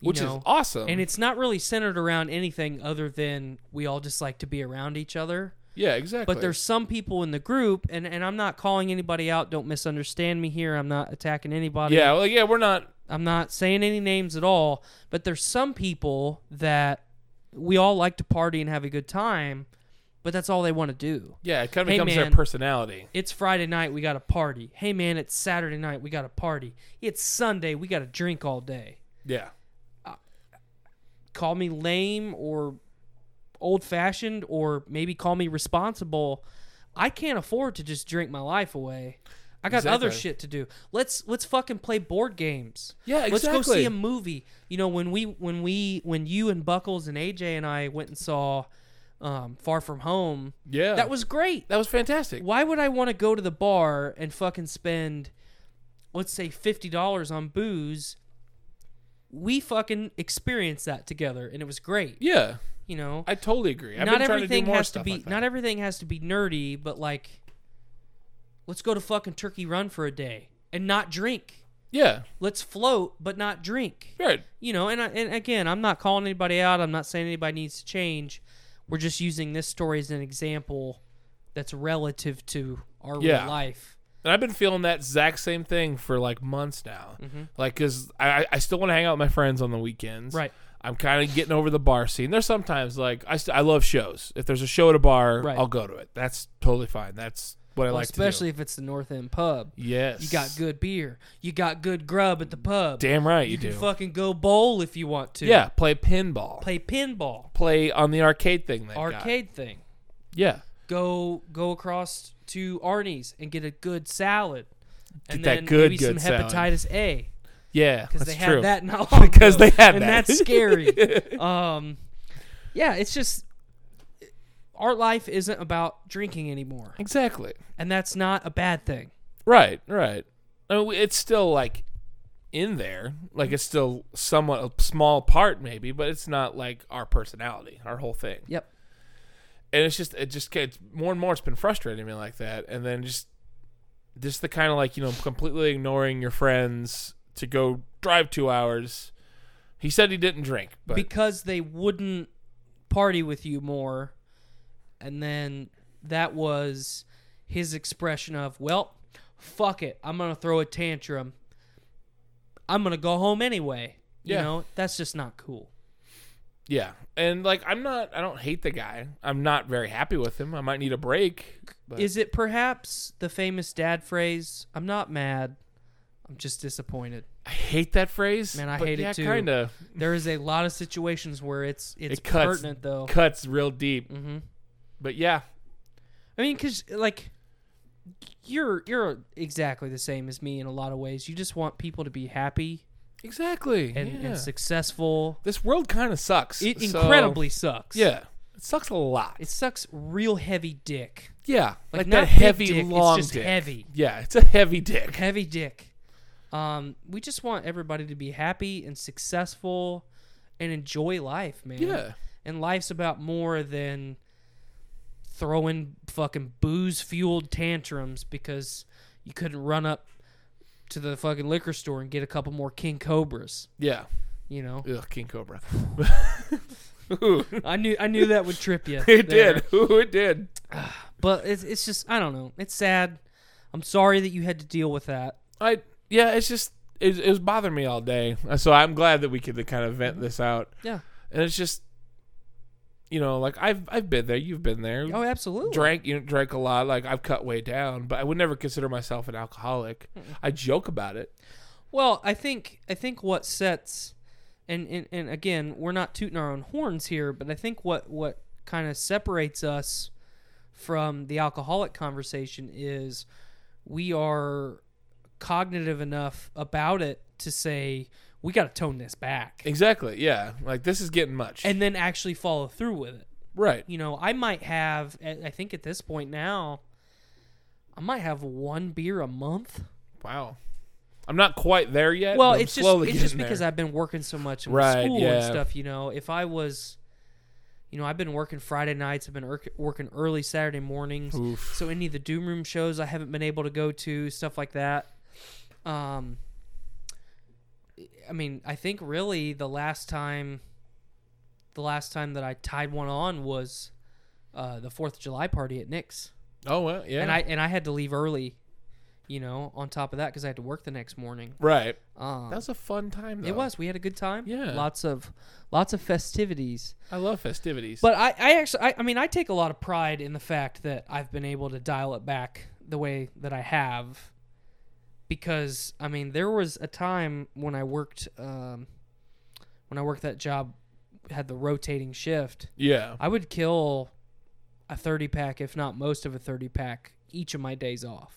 Speaker 3: you
Speaker 10: which
Speaker 3: know?
Speaker 10: is awesome.
Speaker 3: and it's not really centered around anything other than we all just like to be around each other
Speaker 10: yeah, exactly.
Speaker 3: but there's some people in the group and, and i'm not calling anybody out don't misunderstand me here i'm not attacking anybody
Speaker 10: yeah, well, yeah, we're not.
Speaker 3: I'm not saying any names at all, but there's some people that we all like to party and have a good time, but that's all they want to do.
Speaker 10: Yeah, it kind of
Speaker 3: Hey,
Speaker 10: becomes
Speaker 3: man.
Speaker 10: their personality.
Speaker 3: It's Friday night, we got to party. Hey man, it's Saturday night, we got to party. It's Sunday, we got to drink all day.
Speaker 10: Yeah,
Speaker 3: Call me lame or old fashioned or maybe call me responsible. I can't afford to just drink my life away. I got other
Speaker 10: Exactly.
Speaker 3: shit to do. Let's let's fucking play board games.
Speaker 10: yeah, exactly.
Speaker 3: Let's go see a movie. You know, when we when we when you and Buckles and AJ and I went and saw um, Far From Home,
Speaker 10: Yeah,
Speaker 3: that was great.
Speaker 10: That was fantastic.
Speaker 3: Why would I want to go to the bar and fucking spend let's say fifty dollars on booze? We fucking experienced that together and it was great.
Speaker 10: Yeah,
Speaker 3: You know?
Speaker 10: I totally agree. I've
Speaker 3: not
Speaker 10: been trying
Speaker 3: everything
Speaker 10: to do more
Speaker 3: has to
Speaker 10: stuff
Speaker 3: be
Speaker 10: like that.
Speaker 3: not everything has to be nerdy, but like let's go to fucking Turkey Run for a day and not drink.
Speaker 10: yeah,
Speaker 3: Let's float but not drink
Speaker 10: right.
Speaker 3: you know, and I, and again, I'm not calling anybody out. I'm not saying anybody needs to change. We're just using this story as an example that's relative to our
Speaker 10: Yeah.
Speaker 3: real life.
Speaker 10: And I've been feeling that exact same thing for like months now.
Speaker 3: Mm-hmm.
Speaker 10: Like, cause I I- I still want to hang out with my friends on the weekends.
Speaker 3: Right.
Speaker 10: I'm kind of getting over the bar scene. There's sometimes like I st- I love shows. If there's a show at a bar,
Speaker 3: Right.
Speaker 10: I'll go to it. That's totally fine. That's what I
Speaker 3: Well,
Speaker 10: like
Speaker 3: especially
Speaker 10: to
Speaker 3: if it's the North End pub.
Speaker 10: do. Yes.
Speaker 3: You got good beer. You got good grub at the pub.
Speaker 10: Damn right you,
Speaker 3: you
Speaker 10: do.
Speaker 3: can fucking go bowl if you want to.
Speaker 10: yeah, play pinball. Play,
Speaker 3: Play pinball,
Speaker 10: on the arcade thing. They
Speaker 3: arcade thing.
Speaker 10: Yeah.
Speaker 3: Go go across to Arnie's and get a good salad. And
Speaker 10: Get that
Speaker 3: then
Speaker 10: good,
Speaker 3: maybe some
Speaker 10: good salad.
Speaker 3: hepatitis A.
Speaker 10: Yeah.
Speaker 3: because
Speaker 10: that's
Speaker 3: they
Speaker 10: true.
Speaker 3: had that not long
Speaker 10: Because
Speaker 3: ago,
Speaker 10: they had
Speaker 3: and
Speaker 10: that.
Speaker 3: that's scary. um, yeah, it's just our life isn't about drinking anymore,
Speaker 10: Exactly.
Speaker 3: and that's not a bad thing.
Speaker 10: Right, right. I mean, it's still like in there. Like it's still somewhat a small part, maybe, but it's not like our personality, our whole thing.
Speaker 2: Yep.
Speaker 10: And it's just it just gets more and more. It's been frustrating me like that, and then just just the kind of like you know completely ignoring your friends to go drive two hours. He said he didn't drink, but
Speaker 3: because they wouldn't party with you more and then that was his expression of well fuck it i'm gonna throw a tantrum i'm gonna go home anyway you
Speaker 10: Yeah.
Speaker 3: know that's just not cool
Speaker 10: yeah, and like I'm not, I don't hate the guy. I'm not very happy with him. I might need a break. But
Speaker 3: is it perhaps the famous dad phrase i'm not mad i'm just disappointed
Speaker 10: I hate that phrase.
Speaker 3: Man, I
Speaker 10: but
Speaker 3: hate it
Speaker 10: yeah,
Speaker 3: too.
Speaker 10: Kind of.
Speaker 3: there is a lot of situations where it's it's
Speaker 10: It cuts
Speaker 3: pertinent though
Speaker 10: cuts real deep.
Speaker 3: Mhm.
Speaker 10: But yeah,
Speaker 3: I mean, because like you're you're exactly the same as me in a lot of ways. You just want people to be happy
Speaker 10: exactly.
Speaker 3: and,
Speaker 10: yeah.
Speaker 3: and successful.
Speaker 10: this world kind of sucks.
Speaker 3: It
Speaker 10: so-
Speaker 3: incredibly sucks.
Speaker 10: Yeah, it sucks a lot.
Speaker 3: it sucks real heavy dick,
Speaker 10: yeah, like,
Speaker 3: not
Speaker 10: that
Speaker 3: big
Speaker 10: heavy
Speaker 3: dick, it's
Speaker 10: long
Speaker 3: just
Speaker 10: dick.
Speaker 3: heavy.
Speaker 10: Yeah, it's a heavy dick.
Speaker 3: heavy dick. Um, we just want everybody to be happy and successful and enjoy life, man.
Speaker 10: Yeah.
Speaker 3: and life's about more than throwing fucking booze fueled tantrums because you couldn't run up to the fucking liquor store and get a couple more king cobras
Speaker 10: Yeah.
Speaker 3: you know
Speaker 10: Ugh, King Cobra.
Speaker 3: i knew i knew that would trip you
Speaker 10: It
Speaker 3: there.
Speaker 10: did. Ooh, it did.
Speaker 3: but it's, it's just i don't know it's sad i'm sorry that you had to deal with that
Speaker 10: I yeah, it's just it, it was bothering me all day. So I'm glad that we could kind of vent this out.
Speaker 3: yeah
Speaker 10: And it's just you know, like I've I've been there, you've been there.
Speaker 3: oh absolutely
Speaker 10: drank you know, drank a lot like i've cut way down but i would never consider myself an alcoholic i joke about it
Speaker 3: Well, I think I think what sets and, and and again, we're not tooting our own horns here, but I think what what kind of separates us from the alcoholic conversation is we are cognitive enough about it to say we got to tone this back
Speaker 10: exactly yeah like this is getting much
Speaker 3: and then actually follow through with it.
Speaker 10: right
Speaker 3: You know, I might have I I think at this point now I might have one beer a month.
Speaker 10: wow i'm not quite there yet
Speaker 3: well,
Speaker 10: but I'm
Speaker 3: it's just
Speaker 10: slowly
Speaker 3: it's just
Speaker 10: getting
Speaker 3: because
Speaker 10: there.
Speaker 3: I've been working so much in
Speaker 10: Right,
Speaker 3: school and
Speaker 10: yeah.
Speaker 3: stuff. You know, if I was, you know, I've been working Friday nights. I've been erk- working early Saturday mornings.
Speaker 10: Oof.
Speaker 3: So any of the Doom Room shows I haven't been able to go to, stuff like that. Um, I mean, I think really the last time, the last time that I tied one on was uh, the Fourth of July party at Nick's,
Speaker 10: oh well yeah
Speaker 3: and I and I had to leave early. You know, on top of that, because I had to work the next morning.
Speaker 10: right
Speaker 3: Um,
Speaker 10: that was a fun time though
Speaker 3: it was. We had a good time.
Speaker 10: Yeah.
Speaker 3: Lots of lots of festivities.
Speaker 10: i love festivities
Speaker 3: But I, I actually I, I mean I take a lot of pride in the fact that I've been able to dial it back the way that I have. Because I mean there was a time when I worked um, when I worked that job had the rotating shift.
Speaker 10: yeah
Speaker 3: I would kill a thirty pack, if not most of a thirty pack, each of my days off.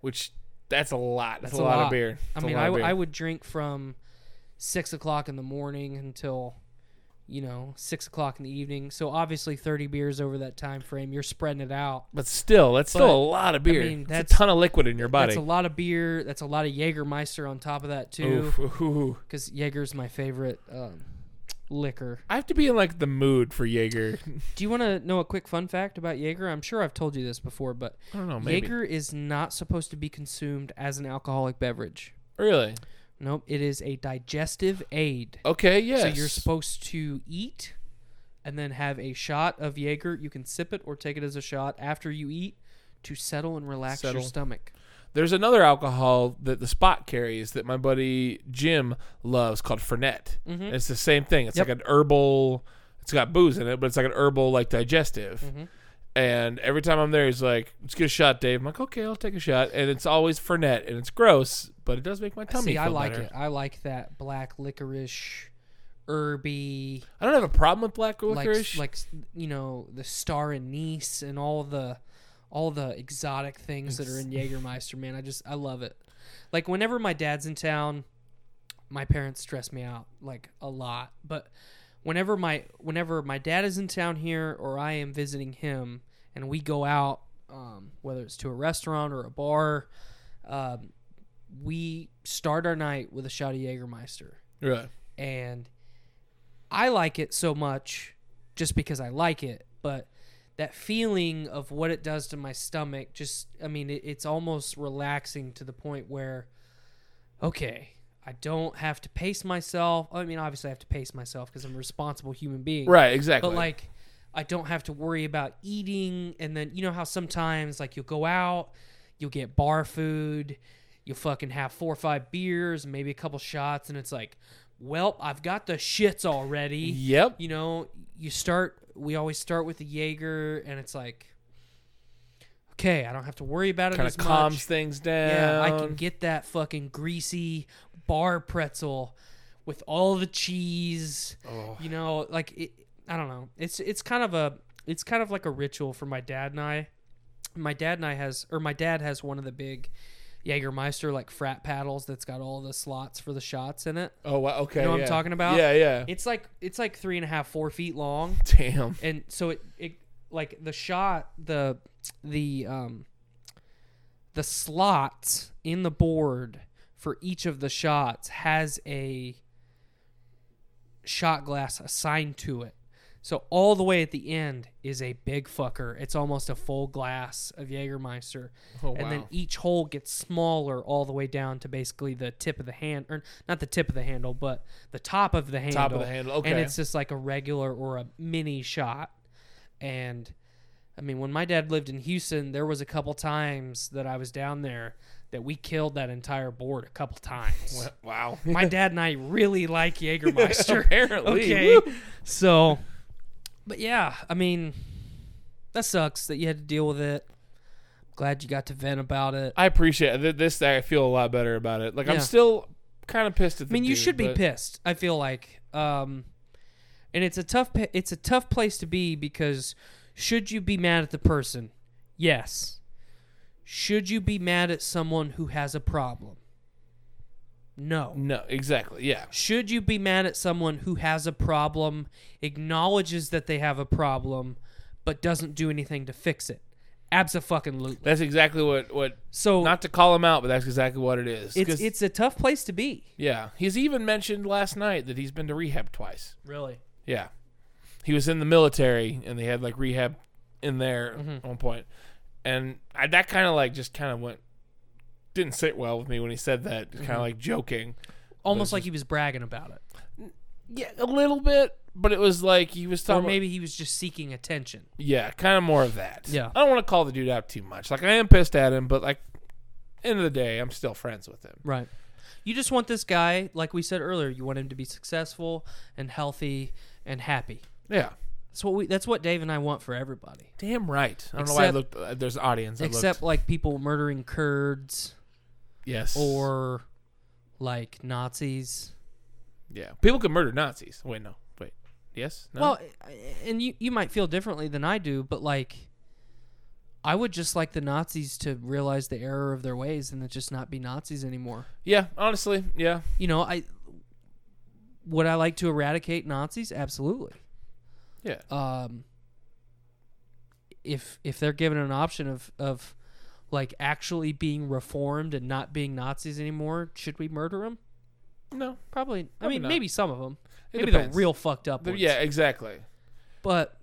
Speaker 10: which that's a lot that's, a, lot, of beer
Speaker 3: I
Speaker 10: That's a
Speaker 3: mean,
Speaker 10: lot
Speaker 3: I,
Speaker 10: of
Speaker 3: w-
Speaker 10: beer.
Speaker 3: I would drink from six o'clock in the morning until, you know, six o'clock in the evening. So obviously, thirty beers over that time frame. You're spreading it out.
Speaker 10: but still that's still
Speaker 3: but,
Speaker 10: a lot of beer
Speaker 3: mean,
Speaker 10: that's
Speaker 3: that's-
Speaker 10: a ton of liquid in your body
Speaker 3: That's a lot of beer. That's a lot of Jägermeister on top of that too,
Speaker 10: Oof, ooh, ooh, ooh.
Speaker 3: because Jaeger's my favorite um, liquor.
Speaker 10: i have to be in like the mood for jaeger
Speaker 3: Do you want to know a quick fun fact about Jaeger? I'm sure I've told you this before, but
Speaker 10: i don't know maybe
Speaker 3: Jaeger is not supposed to be consumed as an alcoholic beverage.
Speaker 10: really
Speaker 3: Nope, it is a digestive aid.
Speaker 10: okay yeah
Speaker 3: So you're supposed to eat and then have a shot of Jaeger. You can sip it or take it as a shot after you eat to settle and relax
Speaker 10: Settle.
Speaker 3: your stomach.
Speaker 10: There's another alcohol that the spot carries that my buddy Jim loves called Fernet. And It's the same thing. It's
Speaker 3: Mm-hmm. Yep.
Speaker 10: like an herbal. It's got booze in it, but it's like an herbal like digestive.
Speaker 3: Mm-hmm.
Speaker 10: And every time I'm there, he's like, "Let's get a shot, Dave." I'm like, "Okay, I'll take a shot." And it's always Fernet, and it's gross, but it does make my tummy.
Speaker 3: See, I
Speaker 10: feel
Speaker 3: like
Speaker 10: better.
Speaker 3: it. I like that black licorice, herby,
Speaker 10: I don't have a problem with black
Speaker 3: like
Speaker 10: licorice.
Speaker 3: like you know the star anise and all the all the exotic things that are in Jägermeister. Man, I just I love it. Like whenever my dad's in town, my parents stress me out like a lot. But whenever my whenever my dad is in town here or I am visiting him and we go out, um, whether it's to a restaurant or a bar, um, we start our night with a shot of Jägermeister.
Speaker 10: Really?
Speaker 3: and I like it so much just because I like it, but that feeling of what it does to my stomach just I mean it, it's almost relaxing to the point where okay, I don't have to pace myself. I mean obviously I have to pace myself because I'm a responsible human being.
Speaker 10: Right, exactly.
Speaker 3: But like I don't have to worry about eating and then you know how sometimes like you'll go out, you'll get bar food, you'll fucking have four or five beers, maybe a couple shots, and it's like, Well, I've got the shits already.
Speaker 10: Yep.
Speaker 3: You know, you start we always start with the Jaeger and it's like Okay, I don't have to worry about it
Speaker 10: Kind
Speaker 3: as
Speaker 10: of calms
Speaker 3: much.
Speaker 10: things down.
Speaker 3: Yeah, I
Speaker 10: Um,
Speaker 3: can get that fucking greasy bar pretzel with all the cheese.
Speaker 10: Oh.
Speaker 3: You know, like it, I don't know. It's it's kind of a it's kind of like a ritual for my dad and I. My dad and I has or my dad has one of the big Jägermeister like frat paddles that's got all the slots for the shots in it.
Speaker 10: Oh, wow, okay.
Speaker 3: You know what I'm
Speaker 10: yeah.
Speaker 3: talking about?
Speaker 10: Yeah, yeah.
Speaker 3: It's like it's like three and a half, four feet long
Speaker 10: Damn.
Speaker 3: and so it, it like the shot the the um the slots in the board for each of the shots has a shot glass assigned to it so all the way at the end is a big fucker it's almost a full glass of jägermeister
Speaker 10: Oh,
Speaker 3: and then
Speaker 10: wow.
Speaker 3: each hole gets smaller all the way down to basically the tip of the hand or not the tip of the handle but the top of the handle
Speaker 10: Top of the handle,
Speaker 3: and
Speaker 10: okay.
Speaker 3: it's just like a regular or a mini shot and i mean when my dad lived in houston there was a couple times that i was down there that we killed that entire board a couple times
Speaker 10: Wow.
Speaker 3: my dad and i really like jägermeister
Speaker 10: Apparently.
Speaker 3: okay
Speaker 10: Woo.
Speaker 3: so but yeah i mean that sucks that you had to deal with it glad you got to vent about it
Speaker 10: I appreciate it. this. I feel a lot better about it. Like I'm
Speaker 3: Yeah.
Speaker 10: still kind of pissed at.
Speaker 3: I mean, you should be pissed. I feel like, um, and it's a tough pa- it's a tough place to be because should you be mad at the person? Yes. Should you be mad at someone who has a problem? No.
Speaker 10: No, exactly. Yeah.
Speaker 3: Should you be mad at someone who has a problem, acknowledges that they have a problem, but doesn't do anything to fix it? Absolutely.
Speaker 10: That's exactly what what.
Speaker 3: So
Speaker 10: Not to call him out, but that's exactly what it is.
Speaker 3: it's
Speaker 10: 'Cause-
Speaker 3: it's a tough place to be.
Speaker 10: yeah. He's even mentioned last night that he's been to rehab twice.
Speaker 3: Really.
Speaker 10: Yeah. He was in the military and they had like rehab in there
Speaker 3: Mm-hmm.
Speaker 10: at one point. And I, that kind of like just kind of went didn't sit well with me when he said that, kind of like joking.
Speaker 3: Mm-hmm. Almost like he was bragging about it.
Speaker 10: Yeah, a little bit, but it was like he was
Speaker 3: Or
Speaker 10: talking
Speaker 3: maybe he was just seeking attention.
Speaker 10: Yeah, kind of more of that.
Speaker 3: Yeah.
Speaker 10: I don't want to call the dude out too much. Like I am pissed at him, but like end of the day, I'm still friends with him.
Speaker 3: Right. You just want this guy, like we said earlier, you want him to be successful and healthy and happy.
Speaker 10: Yeah.
Speaker 3: That's what we. That's what Dave and I want for everybody.
Speaker 10: Damn right. I don't know why I
Speaker 3: Except-
Speaker 10: looked. Uh, there's an audience. I looked.
Speaker 3: Except like people murdering Kurds
Speaker 10: yes.
Speaker 3: or like Nazis.
Speaker 10: yeah, people can murder Nazis. Wait, no. Wait. Yes. No.
Speaker 3: Well, and you you might feel differently than I do, but like, I would just like the Nazis to realize the error of their ways and to just not be Nazis anymore.
Speaker 10: yeah. Honestly, yeah.
Speaker 3: You know, I would I like to eradicate Nazis? Absolutely.
Speaker 10: Yeah.
Speaker 3: um, if if they're given an option of of like actually being reformed and not being Nazis anymore, should we murder them?
Speaker 10: no.
Speaker 3: Probably. I mean,
Speaker 10: not.
Speaker 3: maybe some of them.
Speaker 10: It
Speaker 3: maybe
Speaker 10: depends.
Speaker 3: the real fucked up ones.
Speaker 10: Yeah, exactly.
Speaker 3: but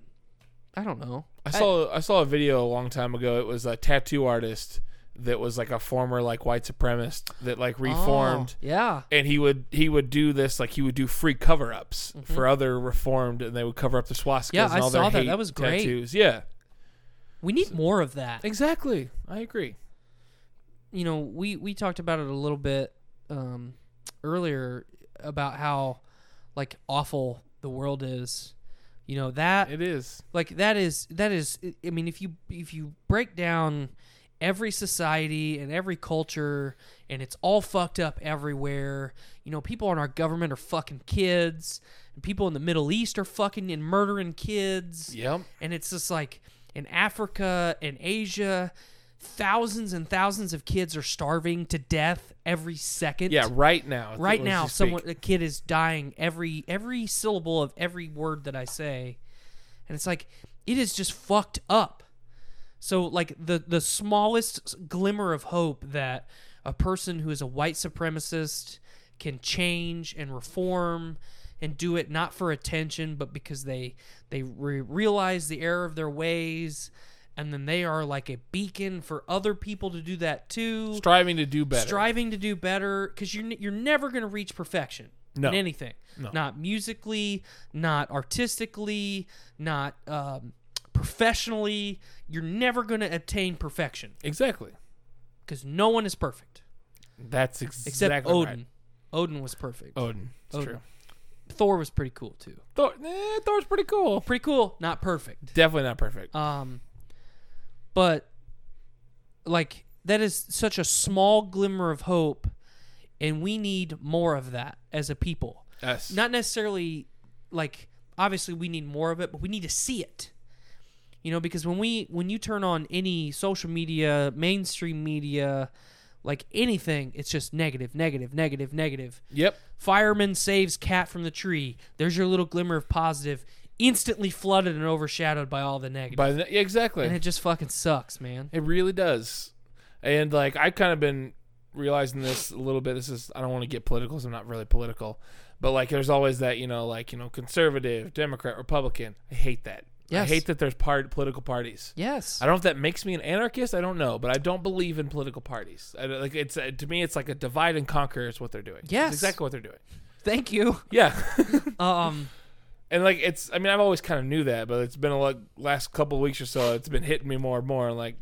Speaker 3: I don't know.
Speaker 10: I saw I, saw a video a long time ago. It was a tattoo artist that was like a former like white supremacist that
Speaker 3: Oh.
Speaker 10: like reformed.
Speaker 3: Yeah.
Speaker 10: And he would he would do this like he would do free cover ups for other reformed, and they would cover up the swastikas
Speaker 3: Mm-hmm. Yeah,
Speaker 10: and
Speaker 3: I
Speaker 10: all their
Speaker 3: saw that.
Speaker 10: hate
Speaker 3: That was great.
Speaker 10: tattoos. Yeah,
Speaker 3: We need more of that.
Speaker 10: exactly. I agree.
Speaker 3: you know, we we talked about it a little bit um, earlier about how like awful the world is. You know that
Speaker 10: It is.
Speaker 3: like that is that is i mean if you if you break down every society and every culture and it's all fucked up everywhere you know people in our government are fucking kids and people in the middle east are fucking and murdering kids
Speaker 10: Yep.
Speaker 3: and it's just like in Africa and Asia, thousands and thousands of kids are starving to death every second.
Speaker 10: Yeah. Right now. as-
Speaker 3: Right
Speaker 10: as
Speaker 3: now,
Speaker 10: you speak.
Speaker 3: someone a kid is dying every every syllable of every word that I say, and it's like it is just fucked up. So like the the smallest glimmer of hope that a person who is a white supremacist can change and reform and do it not for attention but because they they re- realize the error of their ways and then they are like a beacon for other people to do that too
Speaker 10: striving to do better.
Speaker 3: striving to do better because you're, n- you're never going to reach perfection
Speaker 10: No.
Speaker 3: in anything not musically not artistically not um, professionally you're never going to attain perfection
Speaker 10: exactly.
Speaker 3: because no one is perfect
Speaker 10: That's ex-
Speaker 3: except
Speaker 10: exactly
Speaker 3: odin
Speaker 10: Right.
Speaker 3: odin was perfect
Speaker 10: Odin. It's
Speaker 3: Odin.
Speaker 10: true.
Speaker 3: thor was pretty cool too
Speaker 10: Thor, eh, Thor's pretty cool.
Speaker 3: pretty cool not perfect
Speaker 10: Definitely not perfect.
Speaker 3: Um, but like that is such a small glimmer of hope, and we need more of that as a people.
Speaker 10: yes.
Speaker 3: Not necessarily like obviously we need more of it, but we need to see it. You know, because when we when you turn on any social media, mainstream media, like anything, it's just negative, negative, negative, negative.
Speaker 10: yep.
Speaker 3: Fireman saves cat from the tree. There's your little glimmer of positive, instantly flooded and overshadowed by all the negative.
Speaker 10: By the, yeah, exactly.
Speaker 3: And it just fucking sucks, man.
Speaker 10: It really does. And like I've kind of been realizing this a little bit. This is I don't want to get political. 'cause I'm not really political, but like there's always that you know like you know conservative, Democrat, Republican. I hate that. I
Speaker 3: Yes.
Speaker 10: hate that there's part political parties.
Speaker 3: Yes.
Speaker 10: I don't know if that makes me an anarchist. I don't know, but I don't believe in political parties. I, don't- like it's uh, to me, it's like a divide and conquer is what they're doing. It's
Speaker 3: Yes.
Speaker 10: exactly what they're doing.
Speaker 3: Thank you.
Speaker 10: Yeah,
Speaker 3: Um,
Speaker 10: and like it's. I mean, I've always kind of knew that, but it's been a lot, last couple of weeks or so. It's been hitting me more and more. and, Like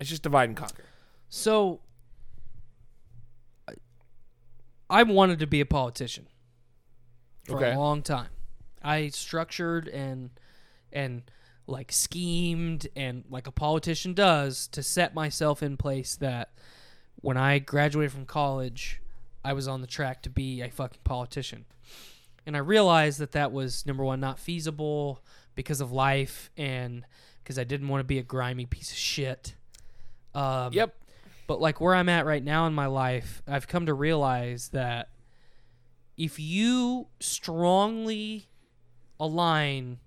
Speaker 10: it's just divide and conquer.
Speaker 3: so I- I wanted to be a politician for
Speaker 10: Okay.
Speaker 3: a long time. I structured and and like schemed and like a politician does to set myself in place that when I graduated from college, I was on the track to be a fucking politician. And I realized that that was number one not feasible because of life and because I didn't want to be a grimy piece of shit. Um,
Speaker 10: Yep.
Speaker 3: but like where I'm at right now in my life, I've come to realize that if you strongly align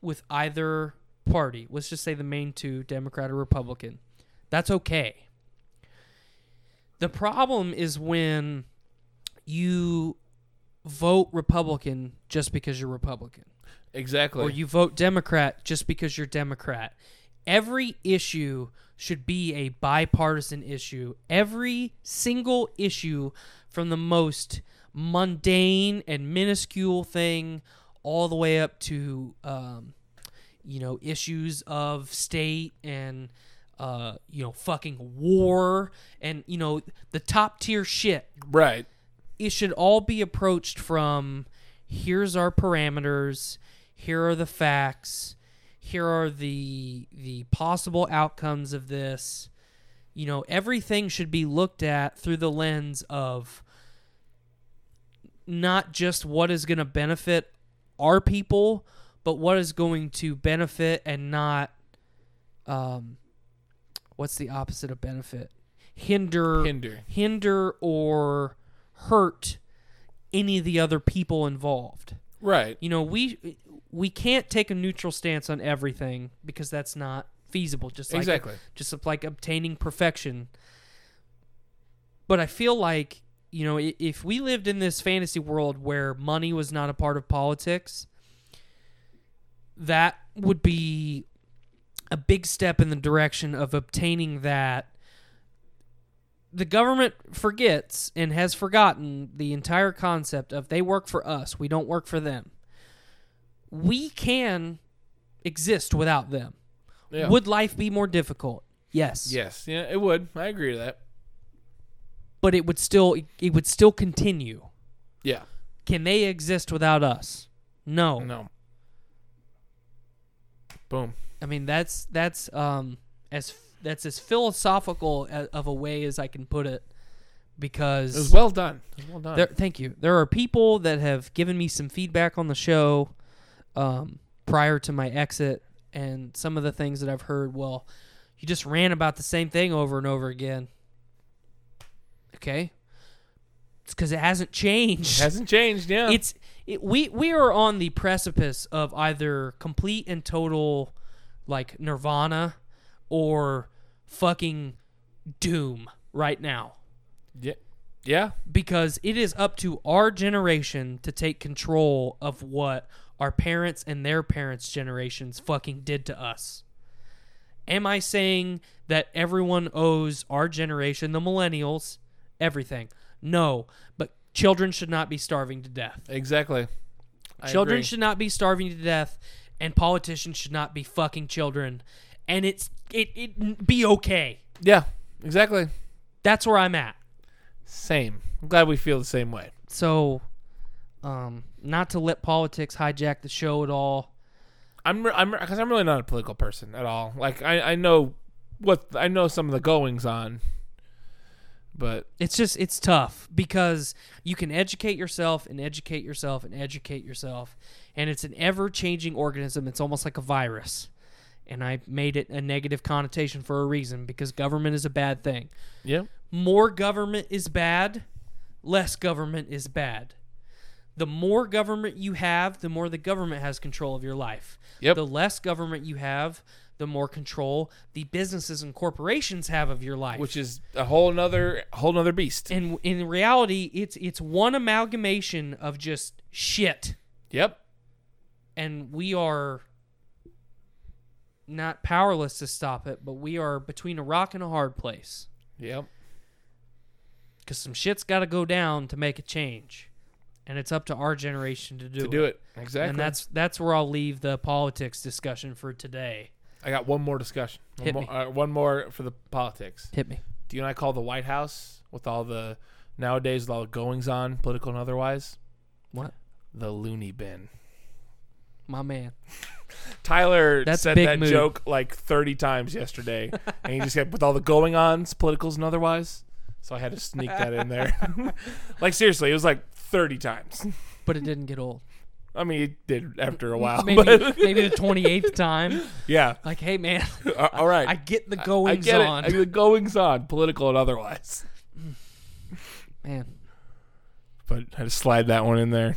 Speaker 3: with either party, let's just say the main two, Democrat or Republican, that's okay. The problem is when you vote Republican just because you're Republican
Speaker 10: Exactly.
Speaker 3: or you vote Democrat just because you're Democrat. Every issue should be a bipartisan issue. Every single issue, from the most mundane and minuscule thing, all the way up to, um, you know, issues of state and, uh, you know, fucking war and, you know, the top tier shit
Speaker 10: right.
Speaker 3: it should all be approached from here's our parameters here are the facts here are the the possible outcomes of this you know everything should be looked at through the lens of not just what is going to benefit our people but what is going to benefit and not um what's the opposite of benefit hinder
Speaker 10: Hinder.
Speaker 3: hinder or hurt any of the other people involved.
Speaker 10: Right.
Speaker 3: You know, we we can't take a neutral stance on everything because that's not feasible. Just like
Speaker 10: Exactly.
Speaker 3: just like obtaining perfection. But I feel like you know i- if we lived in this fantasy world where money was not a part of politics, that would be a big step in the direction of obtaining that the government forgets and has forgotten the entire concept of they work for us, we don't work for them. We can exist without them.
Speaker 10: Yeah.
Speaker 3: Would life be more difficult? Yes.
Speaker 10: Yes. Yeah, it would. I agree to that.
Speaker 3: But it would still it would still continue.
Speaker 10: Yeah.
Speaker 3: Can they exist without us? No.
Speaker 10: No. Boom.
Speaker 3: I mean that's that's um as that's as philosophical a- of a way as I can put it because
Speaker 10: It was well done. It was well done.
Speaker 3: There, thank you. There are people that have given me some feedback on the show um, prior to my exit, and some of the things that I've heard. Well, you just ran about the same thing over and over again. Okay, it's because it hasn't changed.
Speaker 10: Hasn't changed. Yeah.
Speaker 3: it's it, we we are on the precipice of either complete and total like nirvana or fucking doom right now.
Speaker 10: Yeah. Yeah.
Speaker 3: because it is up to our generation to take control of what our parents and their parents' generations fucking did to us. Am I saying that everyone owes our generation, the millennials, everything? No, but children should not be starving to death.
Speaker 10: Exactly. I
Speaker 3: Children
Speaker 10: agree.
Speaker 3: should not be starving to death, and politicians should not be fucking children. And it's it it be okay.
Speaker 10: Yeah. Exactly.
Speaker 3: That's where I'm at.
Speaker 10: Same. I'm glad we feel the same way.
Speaker 3: So, um, not to let politics hijack the show at all.
Speaker 10: I'm re- I'm because I'm really not a political person at all. Like I I know what I know some of the goings on, but
Speaker 3: It's just it's tough because you can educate yourself and educate yourself and educate yourself, and it's an ever changing organism. It's almost like a virus. And I made it a negative connotation for a reason because government is a bad thing.
Speaker 10: yeah,
Speaker 3: more government is bad, less government is bad. The more government you have, the more the government has control of your life.
Speaker 10: Yep.
Speaker 3: The less government you have, the more control the businesses and corporations have of your life.
Speaker 10: which is a whole nother whole nother beast.
Speaker 3: and in reality, it's it's one amalgamation of just shit,
Speaker 10: yep.
Speaker 3: and we are not powerless to stop it, but we are between a rock and a hard place.
Speaker 10: Yep.
Speaker 3: because some shit's got to go down to make a change, and it's up to our generation to do
Speaker 10: To
Speaker 3: it.
Speaker 10: do it exactly.
Speaker 3: And that's that's where I'll leave the politics discussion for today.
Speaker 10: I got one more discussion. One
Speaker 3: Hit
Speaker 10: more,
Speaker 3: me.
Speaker 10: uh, one more for the politics.
Speaker 3: Hit me.
Speaker 10: Do you and I call the White House with all the nowadays with all the goings on, political and otherwise,
Speaker 3: What,
Speaker 10: the loony bin?
Speaker 3: my man?
Speaker 10: Tyler
Speaker 3: That's
Speaker 10: said
Speaker 3: big
Speaker 10: that
Speaker 3: move.
Speaker 10: joke like 30 times yesterday, and he just kept with all the going ons, politicals and otherwise. So I had to sneak that in there. like seriously, it was like 30 times.
Speaker 3: But it didn't get old.
Speaker 10: I mean, it did after a while,
Speaker 3: Maybe
Speaker 10: Oh, but
Speaker 3: maybe the twenty eighth time.
Speaker 10: yeah.
Speaker 3: Like, hey man,
Speaker 10: Uh, all right,
Speaker 3: I get the
Speaker 10: I
Speaker 3: goings
Speaker 10: get
Speaker 3: on.
Speaker 10: it. I get the goings on, political and otherwise.
Speaker 3: man,
Speaker 10: But I had to slide that one in there.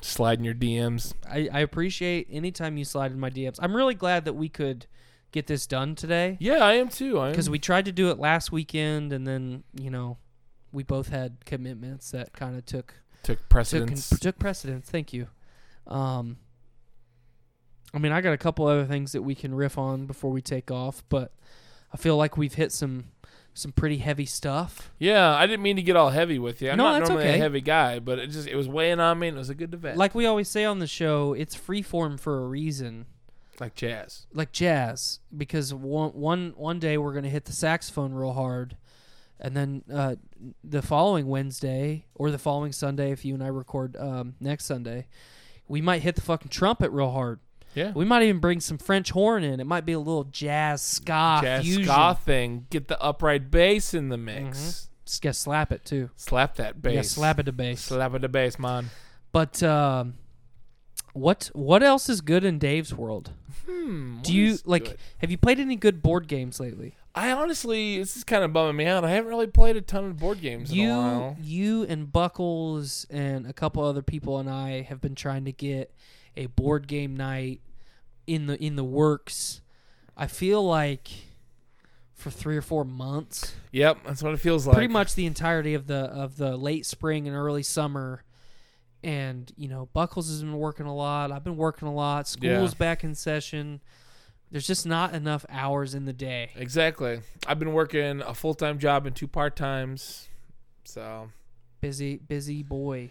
Speaker 10: Slide in your DMs.
Speaker 3: I, I appreciate anytime you slide in my DMs. I'm really glad that we could get this done today
Speaker 10: Yeah, I am too. I am.
Speaker 3: because we tried to do it last weekend, and then you know, we both had commitments that kind of took
Speaker 10: took
Speaker 3: took,
Speaker 10: precedence.
Speaker 3: took precedence. Thank you. Um, I mean, I got a couple other things that we can riff on before we take off, but I feel like we've hit some some pretty heavy stuff.
Speaker 10: yeah, I didn't mean to get all heavy with you. I'm
Speaker 3: No,
Speaker 10: not
Speaker 3: that's
Speaker 10: normally
Speaker 3: okay.
Speaker 10: a heavy guy, but it just it was weighing on me, and it was a good debate.
Speaker 3: Like we always say on the show, it's freeform for a reason,
Speaker 10: like jazz.
Speaker 3: like jazz, because one one one day we're gonna hit the saxophone real hard. And then uh, the following Wednesday or the following Sunday, if you and I record um, next Sunday, we might hit the fucking trumpet real hard.
Speaker 10: Yeah.
Speaker 3: We might even bring some French horn in. It might be a little jazz ska
Speaker 10: jazz
Speaker 3: fusion.
Speaker 10: ska thing. Get the upright bass in the mix.
Speaker 3: Just gotta slap it too.
Speaker 10: Slap that bass.
Speaker 3: Yeah, slap it to bass.
Speaker 10: Slap it the bass, man.
Speaker 3: But um, what what else is good in Dave's world? Do you
Speaker 10: is
Speaker 3: like?
Speaker 10: good?
Speaker 3: Have you played any good board games lately?
Speaker 10: I honestly, this is kind of bumming me out. I haven't really played a ton of board games in a
Speaker 3: You
Speaker 10: while.
Speaker 3: you and Buckles and a couple other people and I have been trying to get a board game night in the in the works. I feel like for three or four months.
Speaker 10: Yep, that's what it feels like.
Speaker 3: pretty much the entirety of the of the late spring and early summer. And you know, Buckles has been working a lot. I've been working a lot. School's
Speaker 10: Yeah.
Speaker 3: back in session. There's just not enough hours in the day.
Speaker 10: Exactly. I've been working a full time job and two part times. So
Speaker 3: Busy, busy boy.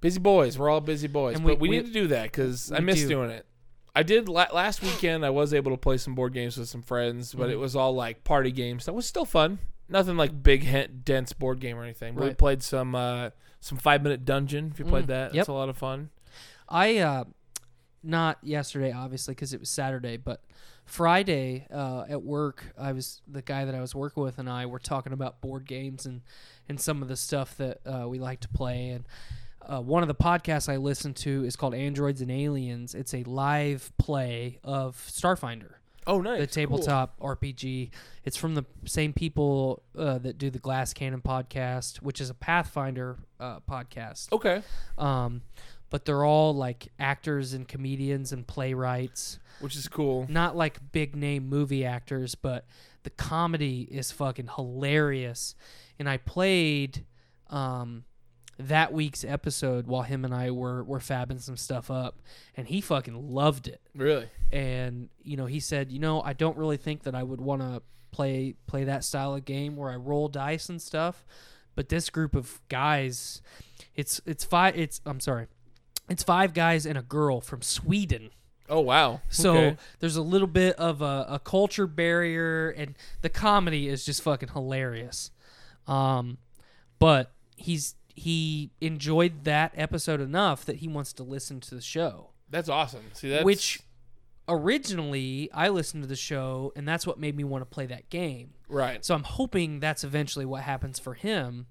Speaker 10: busy boys. We're all busy boys,
Speaker 3: And we-
Speaker 10: but we,
Speaker 3: we-
Speaker 10: need to do that because I
Speaker 3: we
Speaker 10: miss
Speaker 3: do.
Speaker 10: doing it. I did la- last weekend. I was able to play some board games with some friends,
Speaker 3: Mm-hmm.
Speaker 10: but it was all like party games. That was still fun. Nothing like big he- dense board game or anything. But we
Speaker 3: Right. Mm,
Speaker 10: played some uh, some five minute dungeon. If you played that, that's
Speaker 3: yep.
Speaker 10: a lot of fun.
Speaker 3: I uh not yesterday obviously cuz it was Saturday, but Friday uh at work, I was the guy that I was working with and I were talking about board games and and some of the stuff that uh we like to play and uh, one of the podcasts I listen to is called Androids and Aliens. It's a live play of Starfinder
Speaker 10: Oh, nice.
Speaker 3: the tabletop RPG. It's from the same people uh, that do the Glass Cannon podcast, which is a Pathfinder uh, podcast.
Speaker 10: Cool. Okay,
Speaker 3: Um, but they're all like actors and comedians and playwrights.
Speaker 10: which is cool.
Speaker 3: Not like big name movie actors, but the comedy is fucking hilarious. and I played um, that week's episode while him and I were were fabbing some stuff up, and he fucking loved it.
Speaker 10: Really?
Speaker 3: And you know, he said, you know, I don't really think that I would want to play play that style of game where I roll dice and stuff, but this group of guys, it's it's five. It's I'm sorry. It's five guys and a girl from Sweden.
Speaker 10: Oh wow.
Speaker 3: So
Speaker 10: Okay.
Speaker 3: there's a little bit of a, a culture barrier, and the comedy is just fucking hilarious. Um, but he's he enjoyed that episode enough that he wants to listen to the show,
Speaker 10: that's awesome. See that's
Speaker 3: which originally I listened to the show, and that's what made me want to play that game.
Speaker 10: right.
Speaker 3: So I'm hoping that's eventually what happens for him.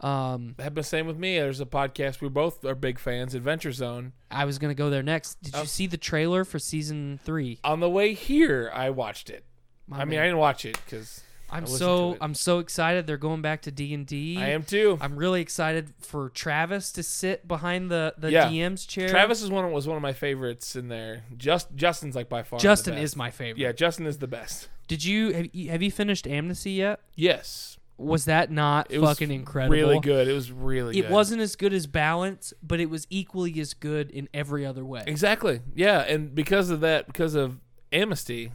Speaker 3: Um,
Speaker 10: That happened the same with me. There's a podcast we both are big fans, Adventure Zone.
Speaker 3: I was gonna go there next.
Speaker 10: Oh.
Speaker 3: Did you see the trailer for season three?
Speaker 10: On the way here, I watched it. I mean, I didn't watch it because
Speaker 3: I'm
Speaker 10: listened
Speaker 3: so
Speaker 10: to it.
Speaker 3: I'm so excited. They're going back to D and D.
Speaker 10: I am too.
Speaker 3: I'm really excited for Travis to sit behind the the
Speaker 10: Yeah.
Speaker 3: DM's chair.
Speaker 10: Travis is one was one of my favorites in there. Just Justin's like by far.
Speaker 3: Justin
Speaker 10: the best.
Speaker 3: is my favorite.
Speaker 10: Yeah, Justin is the best.
Speaker 3: Did you have, you have you finished Amnesty yet?
Speaker 10: Yes,
Speaker 3: Was that not
Speaker 10: it was
Speaker 3: fucking incredible?
Speaker 10: Really good. It was really.
Speaker 3: It
Speaker 10: good.
Speaker 3: wasn't as good as Balance, but it was equally as good in every other way.
Speaker 10: Exactly. Yeah, and because of that, because of Amnesty,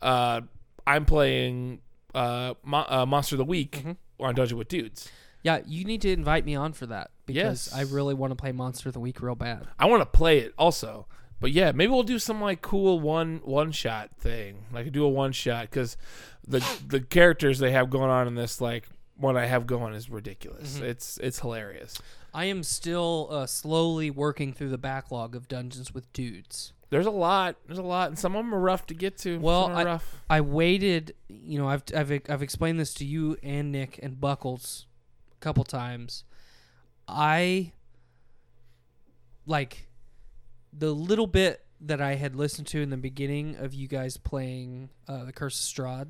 Speaker 10: uh, I'm playing uh, Mo- uh, Monster of the Week
Speaker 3: Mm-hmm.
Speaker 10: on Dungeon with Dudes.
Speaker 3: Yeah, you need to invite me on for that because
Speaker 10: Yes.
Speaker 3: I really want to play Monster of the Week real bad.
Speaker 10: I want to play it also, but yeah, maybe we'll do some like cool one one shot thing. Like do a one shot because the the characters they have going on in this like what I have going is ridiculous.
Speaker 3: Mm-hmm.
Speaker 10: It's it's hilarious.
Speaker 3: I am still uh, slowly working through the backlog of Dungeons with Dudes.
Speaker 10: There's a lot. There's a lot, and some of them are rough to get to.
Speaker 3: Well,
Speaker 10: some are
Speaker 3: I-
Speaker 10: rough.
Speaker 3: I waited. You know, I've I've I've explained this to you and Nick and Buckles a couple times. I like the little bit that I had listened to in the beginning of you guys playing uh, the Curse of Strahd.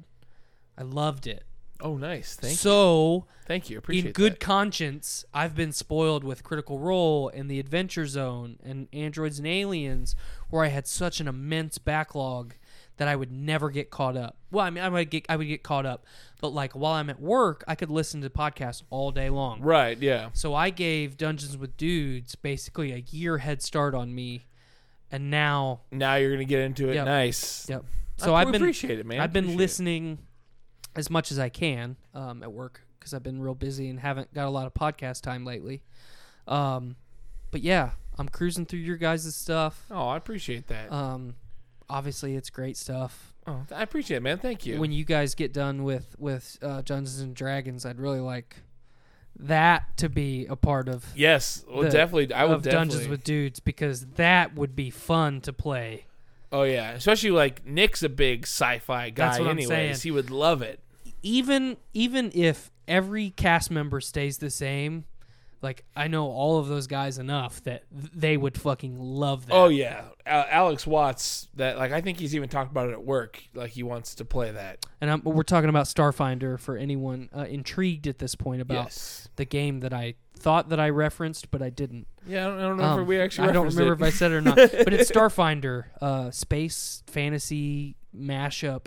Speaker 3: I loved it.
Speaker 10: Oh, nice. Thank you.
Speaker 3: so,
Speaker 10: Thank you. Appreciate
Speaker 3: in good
Speaker 10: that.
Speaker 3: conscience, I've been spoiled with Critical Role and The Adventure Zone and Androids and Aliens, where I had such an immense backlog that I would never get caught up. Well, I mean, I might get, I would get caught up, but like while I'm at work, I could listen to podcasts all day long.
Speaker 10: Right. Yeah.
Speaker 3: So I gave Dungeons with Dudes basically a year head start on me, and now,
Speaker 10: Now you're gonna get into it.
Speaker 3: Yep.
Speaker 10: Nice.
Speaker 3: yep. So
Speaker 10: I
Speaker 3: I've been
Speaker 10: appreciate it, man.
Speaker 3: I've been
Speaker 10: Appreciate it.
Speaker 3: listening as much as I can um, at work because I've been real busy and haven't got a lot of podcast time lately. Um, but yeah, I'm cruising through your guys' stuff.
Speaker 10: Oh, I appreciate that.
Speaker 3: Um, obviously, it's great stuff.
Speaker 10: oh, I appreciate it, man. Thank you.
Speaker 3: When you guys get done with with uh, Dungeons and Dragons, I'd really like that to be a part of
Speaker 10: yes, well,
Speaker 3: the-
Speaker 10: definitely. I would
Speaker 3: of
Speaker 10: definitely.
Speaker 3: Dungeons with Dudes because that would be fun to play.
Speaker 10: oh yeah, especially like Nick's a big sci-fi guy.
Speaker 3: That's what I'm
Speaker 10: anyways,
Speaker 3: saying.
Speaker 10: he would love it.
Speaker 3: even even if every cast member stays the same, like I know all of those guys enough that th- they would fucking love that.
Speaker 10: Oh yeah, Al Alex Watts. That like I think he's even talked about it at work. Like he wants to play that.
Speaker 3: And I'm, we're talking about Starfinder for anyone uh, intrigued at this point about
Speaker 10: Yes.
Speaker 3: the game that I thought that I referenced, but I didn't.
Speaker 10: Yeah, I don't, I don't know
Speaker 3: Um,
Speaker 10: if we actually.
Speaker 3: I don't
Speaker 10: referenced
Speaker 3: remember
Speaker 10: it.
Speaker 3: if I said it or not, but it's Starfinder, uh, space fantasy mashup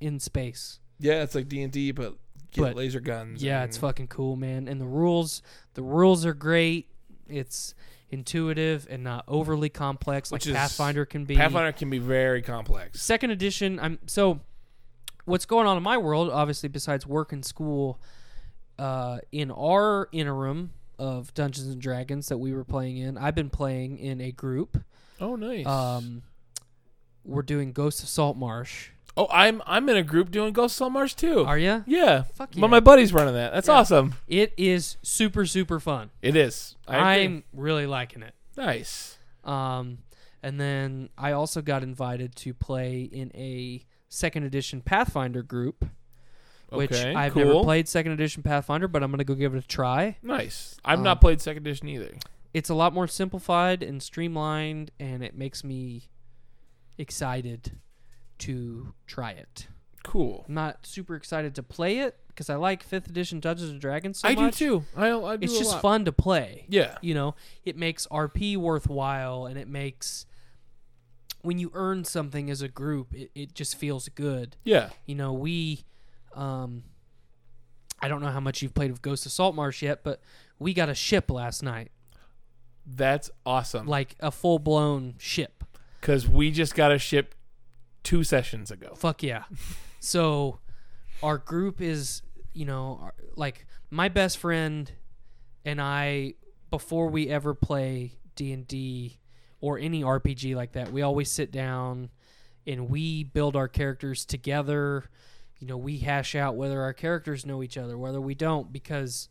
Speaker 3: in space.
Speaker 10: yeah, it's like D and D, but get
Speaker 3: But-
Speaker 10: laser guns.
Speaker 3: Yeah,
Speaker 10: and-
Speaker 3: it's fucking cool, man. And the rules, the rules are great. It's intuitive and not overly complex like
Speaker 10: Which is-
Speaker 3: Pathfinder can be.
Speaker 10: Pathfinder can be very complex.
Speaker 3: Second edition, I'm so what's going on in my world, obviously besides work and school, uh, in our interim of Dungeons and Dragons that we were playing in, I've been playing in a group.
Speaker 10: Oh, nice.
Speaker 3: Um we're doing Ghosts of Salt Marsh.
Speaker 10: oh, I'm I'm in a group doing Ghost Soul Marsh too.
Speaker 3: Are you?
Speaker 10: Yeah.
Speaker 3: Fuck yeah.
Speaker 10: But my buddy's running that. That's awesome.
Speaker 3: It is super super fun.
Speaker 10: It is. I agree.
Speaker 3: I'm really liking it.
Speaker 10: nice.
Speaker 3: Um, and then I also got invited to play in a second edition Pathfinder group, which
Speaker 10: Okay,
Speaker 3: I've
Speaker 10: cool.
Speaker 3: never played second edition Pathfinder, but I'm going to go give it a try.
Speaker 10: Nice. I've
Speaker 3: Um,
Speaker 10: not played second edition either.
Speaker 3: It's a lot more simplified and streamlined, and it makes me excited to try it.
Speaker 10: Cool.
Speaker 3: I'm not super excited to play it because I like fifth edition Dungeons and Dragons so
Speaker 10: I
Speaker 3: much.
Speaker 10: do too. I, I do
Speaker 3: It's
Speaker 10: a
Speaker 3: just
Speaker 10: lot.
Speaker 3: fun to play.
Speaker 10: Yeah.
Speaker 3: you know it makes rp worthwhile and it makes when you earn something as a group it, it just feels good
Speaker 10: Yeah.
Speaker 3: you know we um I don't know how much you've played with Ghost of Saltmarsh yet, but we got a ship last night,
Speaker 10: That's awesome.
Speaker 3: like a full blown ship.
Speaker 10: Because we just got a ship two sessions ago.
Speaker 3: Fuck yeah. so our group is, you know, our- like my best friend and I before we ever play D&D or any RPG like that, we always sit down and we build our characters together. You know, we hash out whether our characters know each other, whether we don't because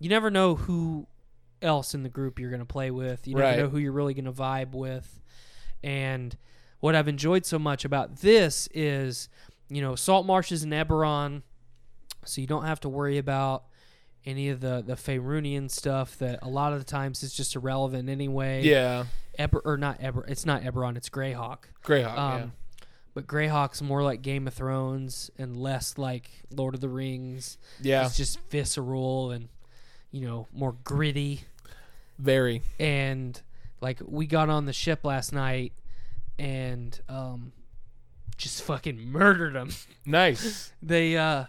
Speaker 3: you never know who else in the group you're going to play with. You never
Speaker 10: Right.
Speaker 3: know who you're really going to vibe with. And what I've enjoyed so much about this is, you know, salt marshes in Eberron, so you don't have to worry about any of the the Faerunian stuff that a lot of the times is just irrelevant anyway.
Speaker 10: Yeah.
Speaker 3: Eber or not Eber, it's not Eberron, it's Greyhawk.
Speaker 10: Greyhawk.
Speaker 3: Um,
Speaker 10: yeah.
Speaker 3: But Greyhawk's more like Game of Thrones and less like Lord of the Rings.
Speaker 10: Yeah.
Speaker 3: It's just visceral and you know more gritty
Speaker 10: Very.
Speaker 3: and like we got on the ship last night and um just fucking murdered them
Speaker 10: Nice.
Speaker 3: they uh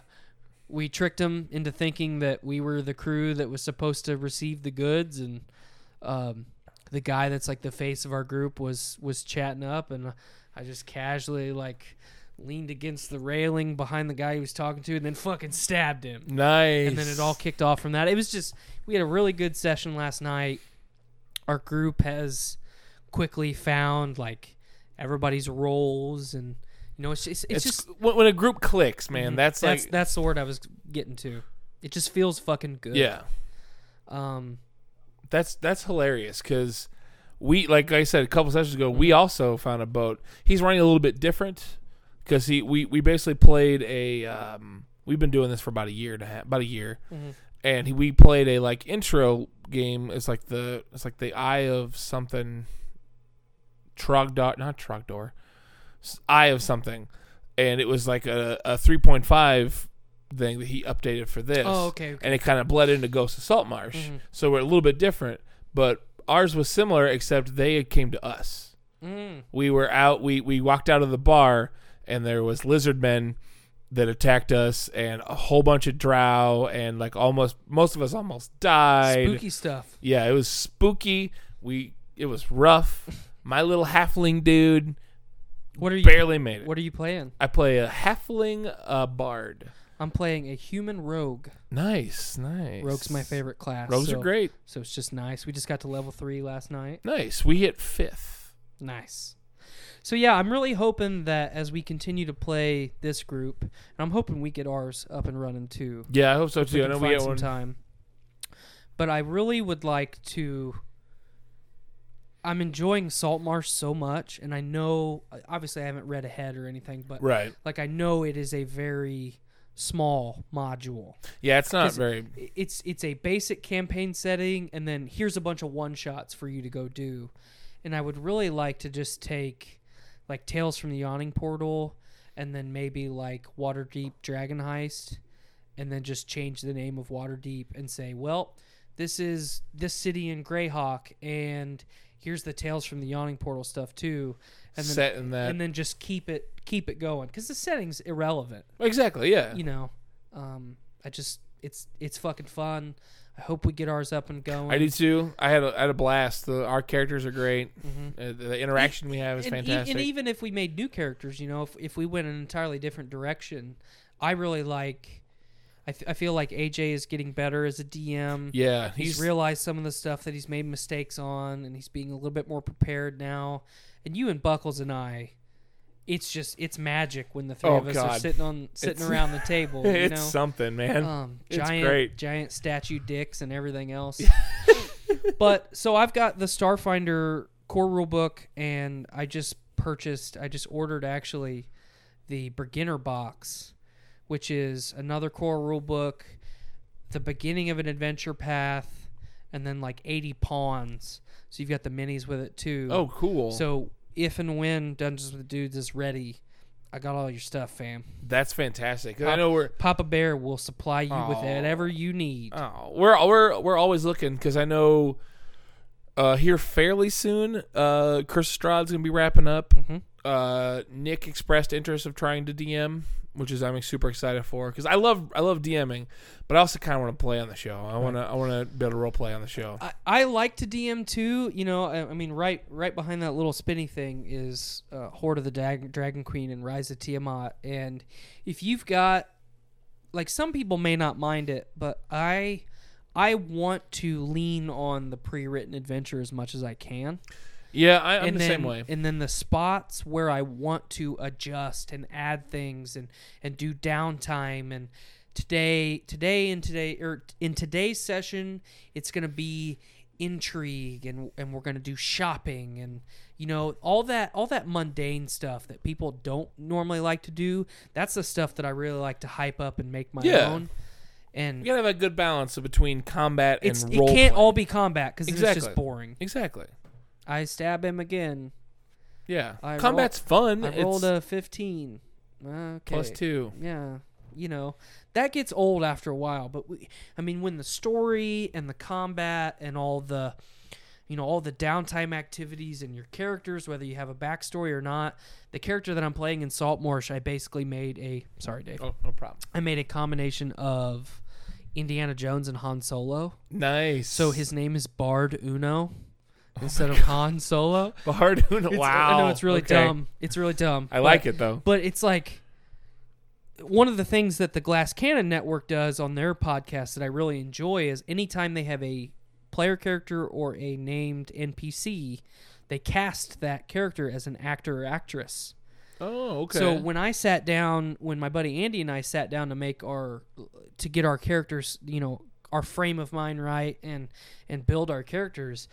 Speaker 3: we tricked them into thinking that we were the crew that was supposed to receive the goods and um the guy that's like the face of our group was was chatting up and i just casually like leaned against the railing behind the guy he was talking to and then fucking stabbed him
Speaker 10: nice.
Speaker 3: and then it all kicked off from that. It was just we had a really good session last night. Our group has quickly found like everybody's roles, and you know, it's just, it's,
Speaker 10: It's,
Speaker 3: just Mm-hmm.
Speaker 10: when when a group clicks, man. That's like.
Speaker 3: that's that's the word I was getting to. It just feels fucking good.
Speaker 10: yeah.
Speaker 3: Um.
Speaker 10: That's that's hilarious because we, like I said a couple sessions ago, we
Speaker 3: Mm-hmm.
Speaker 10: also found a boat. He's running a little bit different because he we we basically played a. Um, we've been doing this for about a year and a half, about a year,
Speaker 3: Mm-hmm.
Speaker 10: and he, we played a like intro game. It's like the it's like the Eye of something. Trogdor, not Trogdor, s- Eye of something, and it was like a a three point five thing that he updated for this
Speaker 3: Oh, okay, okay.
Speaker 10: and it kind of bled into Ghost of Saltmarsh.
Speaker 3: Mm-hmm.
Speaker 10: So we're a little bit different, but ours was similar except they came to us.
Speaker 3: Mm.
Speaker 10: We were out. We we walked out of the bar, and there was lizard men that attacked us, and a whole bunch of drow, and like almost most of us almost died.
Speaker 3: Spooky stuff.
Speaker 10: Yeah, it was spooky. We it was rough. My little halfling dude
Speaker 3: What are you?
Speaker 10: barely made it.
Speaker 3: What are you playing?
Speaker 10: I play a halfling uh, bard.
Speaker 3: I'm playing a human rogue.
Speaker 10: Nice, nice.
Speaker 3: Rogue's my favorite class.
Speaker 10: Rogues
Speaker 3: so,
Speaker 10: are great.
Speaker 3: So it's just nice. We just got to level three last night.
Speaker 10: Nice. We hit fifth.
Speaker 3: Nice. So yeah, I'm really hoping that as we continue to play this group, and I'm hoping we get ours up and running too.
Speaker 10: Yeah, I hope so
Speaker 3: We
Speaker 10: too. I
Speaker 3: can
Speaker 10: know we
Speaker 3: find
Speaker 10: got
Speaker 3: some
Speaker 10: one.
Speaker 3: time. But I really would like to. I'm enjoying Saltmarsh so much, and I know obviously I haven't read ahead or anything, but
Speaker 10: Right.
Speaker 3: like I know it is a very small module.
Speaker 10: Yeah, it's not
Speaker 3: 'Cause
Speaker 10: very.
Speaker 3: i- it's it's a basic campaign setting and then here's a bunch of one shots for you to go do and i would really like to just take like tales from the yawning portal and then maybe like waterdeep dragon heist and then just change the name of waterdeep and say well this is this city in greyhawk and here's the tales from the yawning portal stuff too and then
Speaker 10: Set in that-
Speaker 3: and then just keep it keep it going because the setting's irrelevant
Speaker 10: Exactly. Yeah.
Speaker 3: you know, um, I just it's it's fucking fun. I hope we get ours up and going.
Speaker 10: I do too. I had a, I had a blast. The, our characters are great. Uh, the, the interaction we have is
Speaker 3: Mm-hmm. and, e-
Speaker 10: fantastic.
Speaker 3: and even if we made new characters, you know, if if we went an entirely different direction, I really like. I, f- I feel like AJ is getting better as a DM.
Speaker 10: yeah,
Speaker 3: he's,
Speaker 10: he's,
Speaker 3: realized some of the stuff that he's made mistakes on, and he's being a little bit more prepared now. And you and Buckles and I, it's just it's magic when the three
Speaker 10: Oh,
Speaker 3: of us are
Speaker 10: God.
Speaker 3: sitting on sitting
Speaker 10: It's-
Speaker 3: around the table. You
Speaker 10: it's
Speaker 3: know?
Speaker 10: something, man.
Speaker 3: um,
Speaker 10: It's
Speaker 3: giant,
Speaker 10: great.
Speaker 3: giant statue dicks and everything else. but so I've got the Starfinder core rule book, and I just purchased, I just ordered actually the beginner box, which is another core rule book, the beginning of an adventure path, and then like 80 pawns. So you've got the minis with it too.
Speaker 10: oh, cool. So
Speaker 3: So if and when Dungeons with Dudes is ready, I got all your stuff, fam.
Speaker 10: that's fantastic. 'Cause I know we're
Speaker 3: Papa Bear will supply you with
Speaker 10: Aw.
Speaker 3: whatever you need.
Speaker 10: oh, we're we're we're always looking because I
Speaker 3: Mm-hmm.
Speaker 10: know uh, here fairly soon, uh, Chris Strahd's gonna be wrapping up. uh, Nick expressed interest of trying to DM, which is I'm super excited for because I love I love DMing, but I also kind of want to play on the show. I want to I want to be able to role play on the show.
Speaker 3: I, I like to DM too. You know, I, I mean, right right behind that little spinny thing is uh, Horde of the Dag- Dragon Queen and Rise of Tiamat. And if you've got, like, some people may not mind it, but I I want to lean on the pre-written adventure as much as I can.
Speaker 10: yeah, I, I'm
Speaker 3: and
Speaker 10: the
Speaker 3: then,
Speaker 10: same way.
Speaker 3: And then the spots where I want to adjust and add things and and do downtime and today today and today or in today's session it's going to be intrigue and and we're going to do shopping and you know all that all that mundane stuff that people don't normally like to do that's the stuff that I really like to hype up and make my
Speaker 10: Yeah.
Speaker 3: own and
Speaker 10: You gotta have a good balance between combat
Speaker 3: it's
Speaker 10: and
Speaker 3: it
Speaker 10: role.
Speaker 3: can't
Speaker 10: play.
Speaker 3: all be combat cuz it's
Speaker 10: Exactly.
Speaker 3: just boring.
Speaker 10: exactly.
Speaker 3: I stab him again.
Speaker 10: Yeah,
Speaker 3: I
Speaker 10: combat's fun.
Speaker 3: I
Speaker 10: it's
Speaker 3: rolled a 15. Okay.
Speaker 10: plus two.
Speaker 3: Yeah. You know, that gets old after a while, but we, I mean, when the story and the combat and all the, you know, all the downtime activities and your characters, whether you have a backstory or not, the character that I'm playing in Saltmarsh, I basically made a, sorry, Dave,
Speaker 10: Oh, no problem.
Speaker 3: I made a combination of Indiana Jones and Han Solo.
Speaker 10: Nice.
Speaker 3: So his name is Bard
Speaker 10: Oh
Speaker 3: Uno instead of Han Solo.
Speaker 10: hard.
Speaker 3: It's-
Speaker 10: wow.
Speaker 3: I know it's really
Speaker 10: Okay.
Speaker 3: dumb. It's really dumb.
Speaker 10: I like it though.
Speaker 3: But it's like one of the things that the Glass Cannon Network does on their podcast that I really enjoy is anytime they have a player character or a named NPC, they cast that character as an actor or actress.
Speaker 10: Oh, okay.
Speaker 3: So when I sat down, when my buddy Andy and I sat down to make our, to get our characters, you know, our frame of mind right and and build our characters.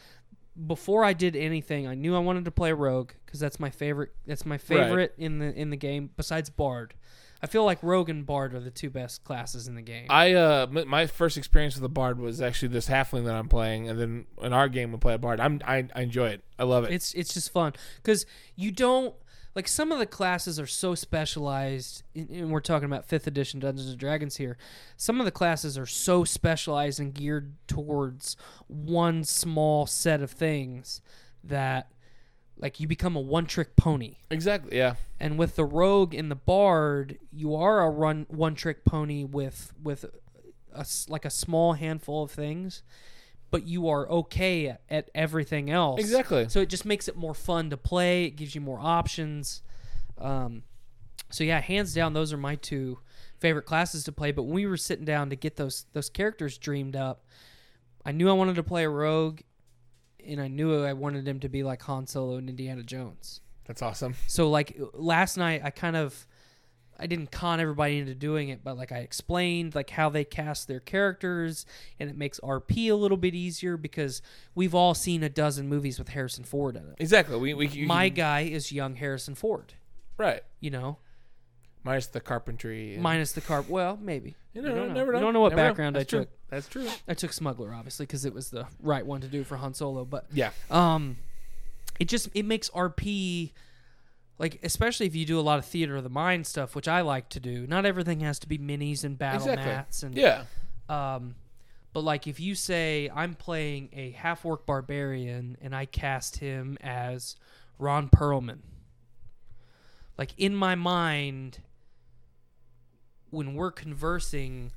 Speaker 3: Before I did anything, I knew I wanted to play rogue because that's my favorite. That's my favorite in the in the game besides bard. I feel like rogue and bard are the two best classes in the game.
Speaker 10: I uh m- my first experience with the bard was actually this halfling that I'm playing, and then in our game we play a bard. I'm I, I enjoy it. I love it.
Speaker 3: It's it's just fun because you don't like some of the classes are so specialized, and- and we're talking about fifth edition Dungeons and Dragons here. Some of the classes are so specialized and geared towards one small set of things that like you become a one trick pony.
Speaker 10: exactly. Yeah.
Speaker 3: And with the rogue and the bard, you are a run one trick pony with with a s like a small handful of things, but you are okay at, at everything else.
Speaker 10: Exactly.
Speaker 3: So it just makes it more fun to play. It gives you more options. Um, so yeah, hands down, those are my two favorite classes to play. But when we were sitting down to get those those characters dreamed up, I knew I wanted to play a rogue, and I knew I wanted him to be like Han Solo and Indiana Jones.
Speaker 10: That's awesome.
Speaker 3: So like last night, I kind of I didn't con everybody into doing it, but like I explained like how they cast their characters, and it makes RP a little bit easier because we've all seen a dozen movies with Harrison Ford in it.
Speaker 10: Exactly. We we you
Speaker 3: My
Speaker 10: can-
Speaker 3: guy is young Harrison Ford,
Speaker 10: right
Speaker 3: you know,
Speaker 10: minus the carpentry. And,
Speaker 3: minus the carp. Well, maybe You
Speaker 10: you know,
Speaker 3: don't know.
Speaker 10: never
Speaker 3: You
Speaker 10: know.
Speaker 3: don't know what
Speaker 10: Never
Speaker 3: background
Speaker 10: That's
Speaker 3: I
Speaker 10: true.
Speaker 3: took.
Speaker 10: That's true.
Speaker 3: I took Smuggler obviously because it was the right one to do for Han Solo, but
Speaker 10: Yeah.
Speaker 3: um it just it makes rp like especially if you do a lot of theater of the mind stuff which i like to do not everything has to be minis and battle
Speaker 10: Exactly.
Speaker 3: mats and
Speaker 10: Yeah.
Speaker 3: um but like if you say i'm playing a half orc barbarian and i cast him as ron perlman like in my mind when we're conversing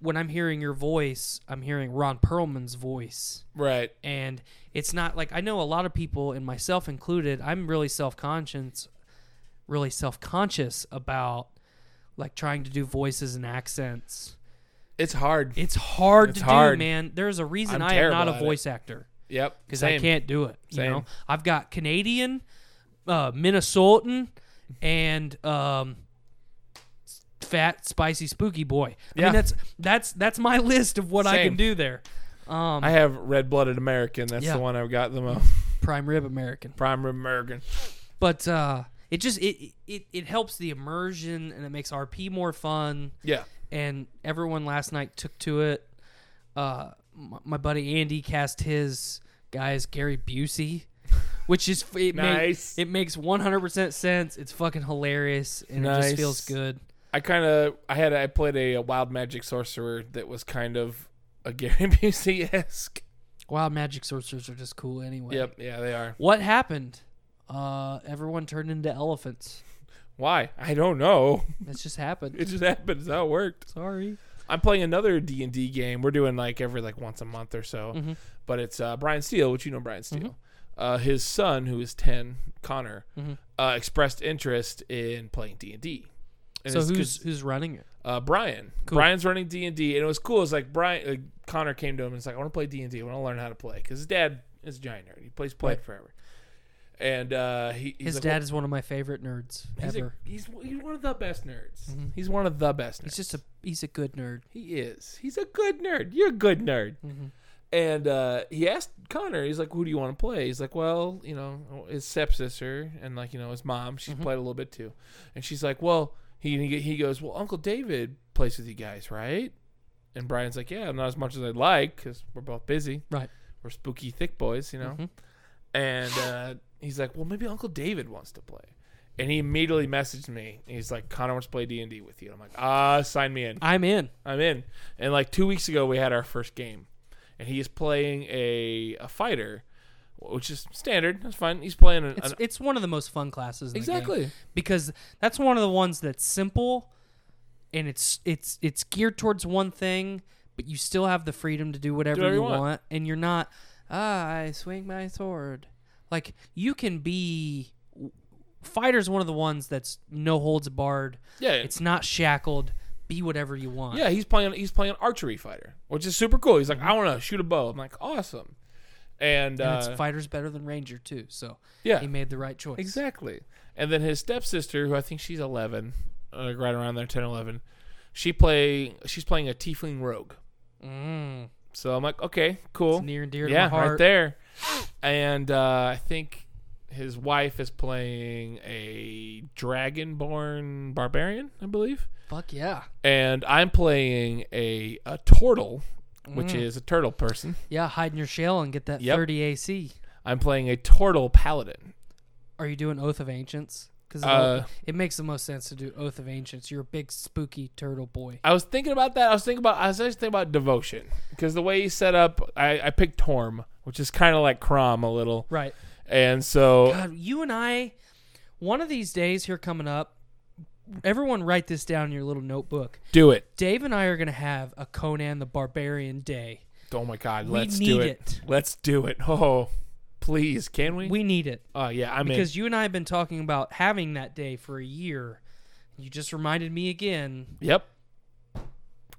Speaker 3: when i'm hearing your voice i'm hearing ron perlman's voice
Speaker 10: Right.
Speaker 3: and it's not like I know a lot of people and myself included, I'm really self-conscious really self-conscious about like trying to do voices and accents.
Speaker 10: It's hard.
Speaker 3: It's hard
Speaker 10: It's
Speaker 3: to
Speaker 10: hard.
Speaker 3: do, man. There's a reason
Speaker 10: I'm
Speaker 3: I am not
Speaker 10: terrible
Speaker 3: a
Speaker 10: at it.
Speaker 3: voice actor
Speaker 10: yep.
Speaker 3: cuz I
Speaker 10: Same.
Speaker 3: can't do it, you
Speaker 10: Same.
Speaker 3: know. I've got Canadian, uh Minnesotan and um fat spicy spooky boy. I
Speaker 10: Yeah.
Speaker 3: mean that's that's that's my list of what I
Speaker 10: Same.
Speaker 3: can do there. Um
Speaker 10: I have red blooded American. That's
Speaker 3: Yeah.
Speaker 10: the one I've got the most.
Speaker 3: prime rib American.
Speaker 10: Prime rib American.
Speaker 3: but uh, it just it, it it helps the immersion and it makes RP more fun.
Speaker 10: Yeah.
Speaker 3: And everyone last night took to it. Uh, my, my buddy Andy cast his guy as Gary Busey, which is it
Speaker 10: Nice.
Speaker 3: Make, it makes one hundred percent sense. It's fucking hilarious and it
Speaker 10: Nice.
Speaker 3: just feels good.
Speaker 10: I kind of I had I played a, a wild magic sorcerer that was kind of a Gary Busey esque.
Speaker 3: Wild magic sorcerers are just cool anyway.
Speaker 10: Yep, yeah, they are.
Speaker 3: What happened Uh, everyone turned into elephants.
Speaker 10: Why? I don't know.
Speaker 3: That's just happened.
Speaker 10: It just happens. How it worked.
Speaker 3: Sorry.
Speaker 10: I'm playing another D and D game. We're doing like every like once a month or so, but it's uh, Brian Steele, which you know Brian Steele. Uh, his son, who is ten, Connor, uh, expressed interest in playing D and D.
Speaker 3: So who's who's running it?
Speaker 10: uh, Brian? Brian's running D and D, and it was cool. It's like Brian uh, Connor came to him and it's like, I want to play D and D. I want to learn how to play because his dad is a giant nerd. He plays played forever, and uh, he, he's
Speaker 3: His
Speaker 10: like,
Speaker 3: dad is one of my favorite nerds
Speaker 10: He's, a-
Speaker 3: ever. Mm-hmm.
Speaker 10: he's he's one of the best nerds. He's one of the best nerds.
Speaker 3: He's just a he's a good nerd.
Speaker 10: He is. He's a good nerd. You're a good nerd. And uh, he asked Connor, he's like, who do you want to play? He's like, well, you know, his stepsister and like, you know, his mom. She's played a little bit too. And she's like, well, he, he goes, well, Uncle David plays with you guys, right? And Brian's like, yeah, not as much as I'd like because we're both busy.
Speaker 3: Right.
Speaker 10: We're spooky thick boys, you know? And uh, he's like, well, maybe Uncle David wants to play. And he immediately messaged me. He's like, Connor wants to play D&D with you. And I'm like, ah, sign me in.
Speaker 3: I'm in.
Speaker 10: I'm in. And like two weeks ago, we had our first game, and he is playing a a fighter, which is standard. That's fine. He's playing an,
Speaker 3: It's
Speaker 10: an-
Speaker 3: it's one of the most fun classes. In The
Speaker 10: Exactly.
Speaker 3: game because that's one of the ones that's simple, and it's it's it's geared towards one thing, but you still have the freedom to do whatever
Speaker 10: whatever
Speaker 3: you
Speaker 10: you want.
Speaker 3: want. and you're not. Ah, I swing my sword. Like you can be. Fighter's one of the ones that's no holds barred.
Speaker 10: yeah.
Speaker 3: It's not shackled. Be whatever you want.
Speaker 10: yeah, he's playing he's playing archery fighter, which is super cool. He's like, I want to shoot a bow. I'm like, awesome. And,
Speaker 3: And it's
Speaker 10: uh,
Speaker 3: fighter's better than ranger too. So
Speaker 10: Yeah.
Speaker 3: he made the right choice.
Speaker 10: Exactly. And then his stepsister, who I think she's 11, uh, right around there, 10, 11, she play she's playing a tiefling rogue.
Speaker 3: Mm,
Speaker 10: So I'm like, okay, cool.
Speaker 3: It's near and dear to
Speaker 10: yeah,
Speaker 3: my heart.
Speaker 10: right there. And uh, I think his wife is playing a dragonborn barbarian, I believe.
Speaker 3: fuck yeah.
Speaker 10: And I'm playing a a turtle, which
Speaker 3: Mm.
Speaker 10: is a turtle person.
Speaker 3: Yeah, hide in your shell and get that
Speaker 10: Yep.
Speaker 3: 30 AC.
Speaker 10: I'm playing a turtle paladin.
Speaker 3: Are you doing Oath of Ancients? Because
Speaker 10: Uh,
Speaker 3: it makes the most sense to do Oath of Ancients. You're a big spooky turtle boy.
Speaker 10: I was thinking about that. I was thinking about I was just thinking about devotion because the way he's set up, I, I picked Torm, which is kind of like Crom a little,
Speaker 3: Right.
Speaker 10: and so
Speaker 3: God, you and I, one of these days here coming up, everyone write this down in your little notebook.
Speaker 10: do it.
Speaker 3: Dave and I are going to have a Conan the Barbarian day.
Speaker 10: Oh my God, let's
Speaker 3: need
Speaker 10: do
Speaker 3: it.
Speaker 10: it. Let's do it. Oh, please, can we?
Speaker 3: We need it.
Speaker 10: Oh yeah, I'm in.
Speaker 3: Because you and I have been talking about having that day for a year. You just reminded me again.
Speaker 10: Yep.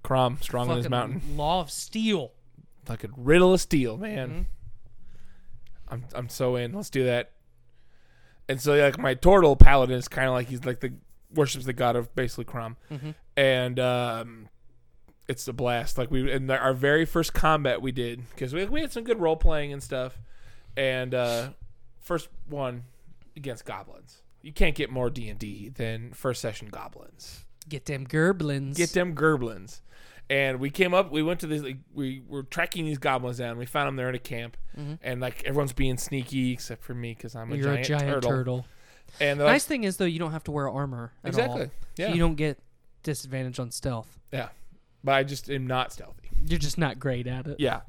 Speaker 10: Crom, strong on his
Speaker 3: fucking
Speaker 10: mountain.
Speaker 3: Law of Steel.
Speaker 10: Like a riddle of steel, man. I'm I'm so in. Let's do that. And so like my turtle paladin is kind of like he's like the worships the god of basically Crom, and um, it's a blast. Like we in our very first combat we did because we we had some good role playing and stuff, and uh, first one against goblins. You can't get more D and D than first session goblins.
Speaker 3: Get them gerblins.
Speaker 10: Get them gerblins. And we came up, we went to this, like, we were tracking these goblins down. We found them there in a camp. And, like, everyone's being sneaky except for me because I'm a,
Speaker 3: Mm-hmm. You're
Speaker 10: giant
Speaker 3: a giant
Speaker 10: turtle.
Speaker 3: turtle.
Speaker 10: And they're
Speaker 3: nice thing is though you don't have to wear armor at
Speaker 10: Exactly.
Speaker 3: all.
Speaker 10: Yeah.
Speaker 3: So you don't get disadvantage on stealth.
Speaker 10: like, yeah. But I just am not stealthy.
Speaker 3: You're just not great at it.
Speaker 10: Yeah.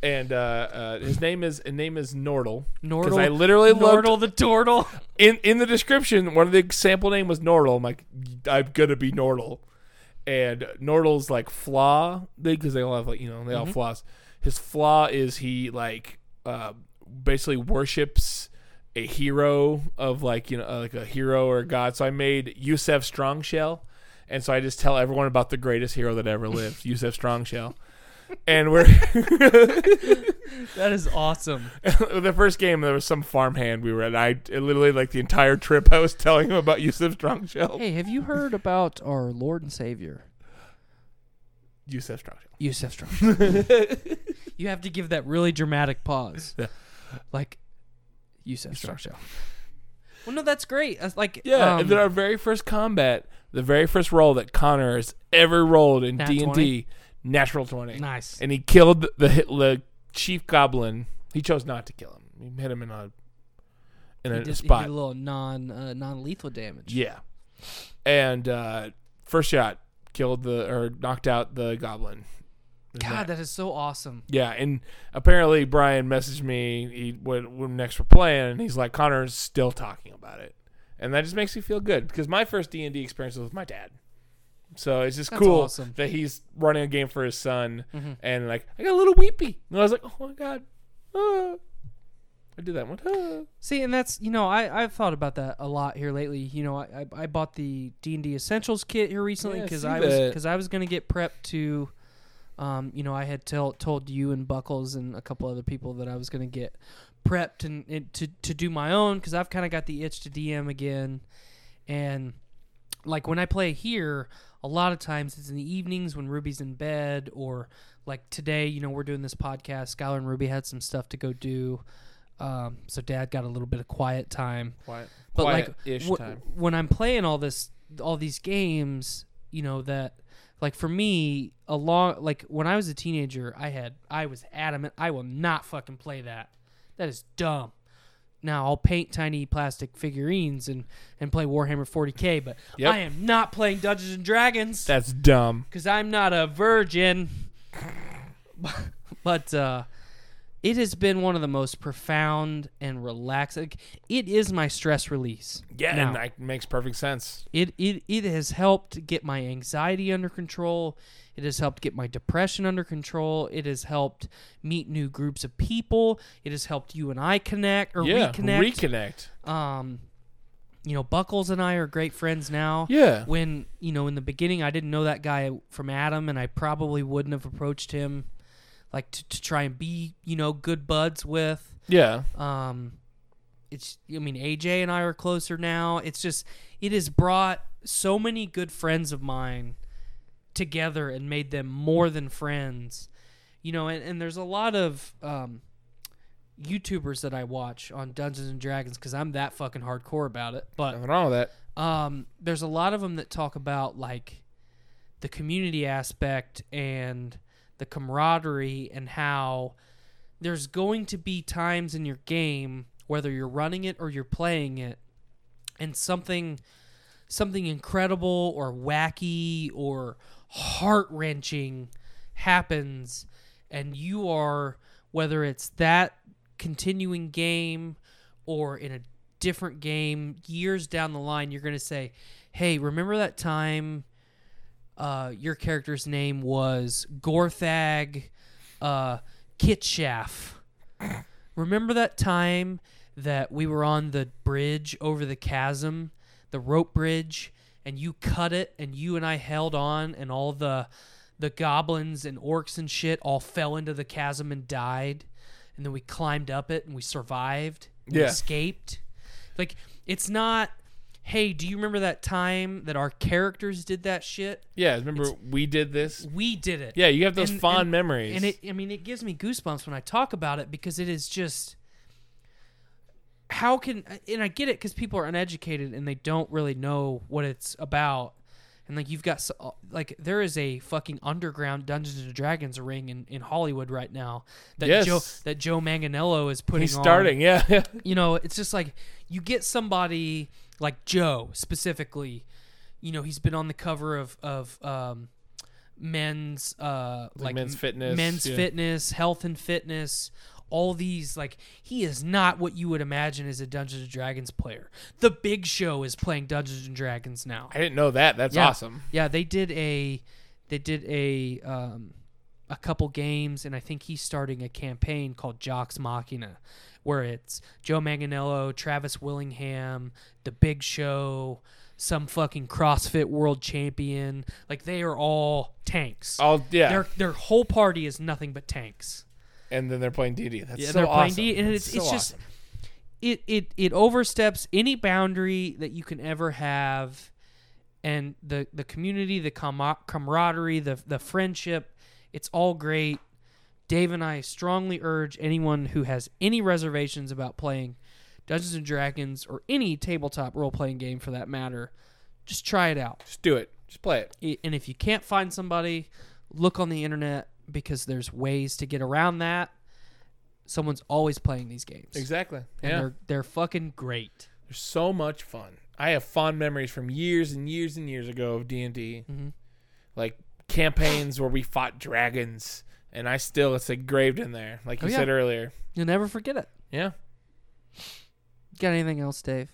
Speaker 10: And uh, uh, his name is his name is Nordle. Because
Speaker 3: Nordle
Speaker 10: I literally looked
Speaker 3: Nordle the turtle.
Speaker 10: in in the description, one of the sample name was Nordle. I'm like, I'm gonna be Nordle, and Nordle's like flaw because they all have like you know they all have flaws. His flaw is he like uh, basically worships a hero of like you know uh, like a hero or a god. So I made Yusef Strongshell, and so I just tell everyone about the greatest hero that ever lived, Yusef Strongshell. And we're
Speaker 3: that is awesome.
Speaker 10: the first game there was some farmhand we were at. I literally like the entire trip I was telling him about Yusef Strongshell.
Speaker 2: Hey, have you heard about our Lord and Savior?
Speaker 10: Yusef Strongshell.
Speaker 2: Yusef Strong.
Speaker 3: You have to give that really dramatic pause.
Speaker 2: like Yusef Strong.
Speaker 3: Well, no, that's great. That's like
Speaker 10: Yeah,
Speaker 3: um,
Speaker 10: and then our very first combat, the very first roll that Connor has ever rolled in
Speaker 3: Nat
Speaker 10: D and D,
Speaker 3: 20?
Speaker 10: natural twenty.
Speaker 3: nice.
Speaker 10: And he killed the Hitler chief goblin. He chose not to kill him. He hit him in a in
Speaker 3: You
Speaker 10: a,
Speaker 3: did,
Speaker 10: a
Speaker 3: you
Speaker 10: spot.
Speaker 3: did a little non uh, non lethal damage.
Speaker 10: Yeah. And uh, first shot killed the or knocked out the goblin. than
Speaker 3: God,
Speaker 10: that.
Speaker 3: that is so awesome.
Speaker 10: Yeah, and apparently Brian messaged me he, when, when next we're playing, and he's like, "Connor's still talking about it," and that just makes me feel good because my first D and D experience was with my dad, so it's just
Speaker 3: That's
Speaker 10: cool
Speaker 3: awesome. Mm-hmm.
Speaker 10: that he's running a game for his son, and like I got a little weepy, and I was like, "Oh my god, ah." I did that one." ah."
Speaker 3: See, and that's you know I I've thought about that a lot here lately. You know I I, I bought the D and D Essentials kit here recently
Speaker 10: Yeah, I
Speaker 3: because
Speaker 10: see
Speaker 3: I was
Speaker 10: that.
Speaker 3: because I was gonna get prepped to, um you know I had tell, told you and Buckles and a couple other people that I was gonna get prepped and, and to to do my own because I've kind of got the itch to DM again, and like when I play here, a lot of times it's in the evenings when Ruby's in bed, or like today, you know, we're doing this podcast. Skylar and Ruby had some stuff to go do. Um, so dad got a little bit of quiet time.
Speaker 10: Quiet,
Speaker 3: But like
Speaker 10: Quiet-ish
Speaker 3: wh-
Speaker 10: time.
Speaker 3: when I'm playing all this, all these games, you know, that like for me, a long, like when I was a teenager, I had, I was adamant, I will not fucking play that. That is dumb now I'll paint tiny plastic figurines and and play Warhammer 40k, but
Speaker 10: Yep.
Speaker 3: I am not playing Dungeons and Dragons
Speaker 10: That's dumb.
Speaker 3: because I'm not a virgin. but uh, it has been one of the most profound and relaxing. like, It is my stress release.
Speaker 10: Yeah,
Speaker 3: now.
Speaker 10: and that makes perfect sense.
Speaker 3: It, it it has helped get my anxiety under control. It has helped get my depression under control. It has helped meet new groups of people. It has helped you and I connect or
Speaker 10: Yeah,
Speaker 3: reconnect
Speaker 10: reconnect.
Speaker 3: um you know buckles and i are great friends now
Speaker 10: Yeah.
Speaker 3: when you know in the beginning i didn't know that guy from adam and i probably wouldn't have approached him like to, to try and be you know good buds with
Speaker 10: Yeah,
Speaker 3: um it's i mean aj and i are closer now it's just it has brought so many good friends of mine together and made them more than friends you know and, and there's a lot of um youtubers that i watch on dungeons and dragons because i'm that fucking hardcore about it but
Speaker 10: nothing wrong with that.
Speaker 3: um, there's a lot of them that talk about like the community aspect and the camaraderie and how there's going to be times in your game whether you're running it or you're playing it and something something incredible or wacky or heart-wrenching happens and you are whether it's that continuing game or in a different game years down the line you're going to say hey remember that time uh, your character's name was gorthag uh, kitchaff remember that time that we were on the bridge over the chasm, the rope bridge, and you cut it and you and I held on and all the the goblins and orcs and shit all fell into the chasm and died and then we climbed up it and we survived and
Speaker 10: Yeah.
Speaker 3: escaped like it's not hey do you remember that time that our characters did that shit
Speaker 10: Yeah, remember we did this.
Speaker 3: we did it
Speaker 10: Yeah, you have those fond memories.
Speaker 3: and it, I mean, it gives me goosebumps when I talk about it because it is just how can and I get it because people are uneducated and they don't really know what it's about. And like you've got so, like there is a fucking underground Dungeons and Dragons ring in, in Hollywood right now that
Speaker 10: Yes.
Speaker 3: Joe that Joe Manganello is putting.
Speaker 10: He's
Speaker 3: on
Speaker 10: starting, yeah.
Speaker 3: you know, it's just like you get somebody like Joe specifically. You know, he's been on the cover of of um, men's uh, like
Speaker 10: Men's
Speaker 3: m-
Speaker 10: Fitness,
Speaker 3: men's
Speaker 10: yeah.
Speaker 3: fitness, health and fitness. All these like he is not what you would imagine as a Dungeons and Dragons player. The Big Show is playing Dungeons and Dragons now.
Speaker 10: I didn't know that. That's
Speaker 3: Yeah.
Speaker 10: awesome.
Speaker 3: Yeah, they did a they did a um, a couple games, and I think he's starting a campaign called Jocks Machina, where it's Joe Manganello, Travis Willingham, The Big Show, some fucking CrossFit World Champion. Like they are all tanks.
Speaker 10: All yeah,
Speaker 3: Their their whole party is nothing but tanks.
Speaker 10: and then they're playing DD. That's
Speaker 3: Yeah,
Speaker 10: so
Speaker 3: they're playing
Speaker 10: awesome.
Speaker 3: D, and it's,
Speaker 10: That's
Speaker 3: it's
Speaker 10: so
Speaker 3: just
Speaker 10: awesome.
Speaker 3: it, it it oversteps any boundary that you can ever have, and the the community, the com- camaraderie, the the friendship, it's all great. Dave and I strongly urge anyone who has any reservations about playing Dungeons and Dragons or any tabletop role playing game for that matter, just try it out.
Speaker 10: just do it. Just play it.
Speaker 3: I- and if you can't find somebody, look on the internet because there's ways to get around that. Someone's always playing these games.
Speaker 10: Exactly.
Speaker 3: And
Speaker 10: yeah,
Speaker 3: they're they're fucking great.
Speaker 10: they're so much
Speaker 3: Mm-hmm.
Speaker 10: fun. I have fond memories from years and years and years ago of D and D, like campaigns where we fought dragons, and I still it's engraved in there, like you
Speaker 3: Oh, yeah.
Speaker 10: said earlier.
Speaker 3: You'll never forget it.
Speaker 10: Yeah,
Speaker 3: Got anything else, Dave?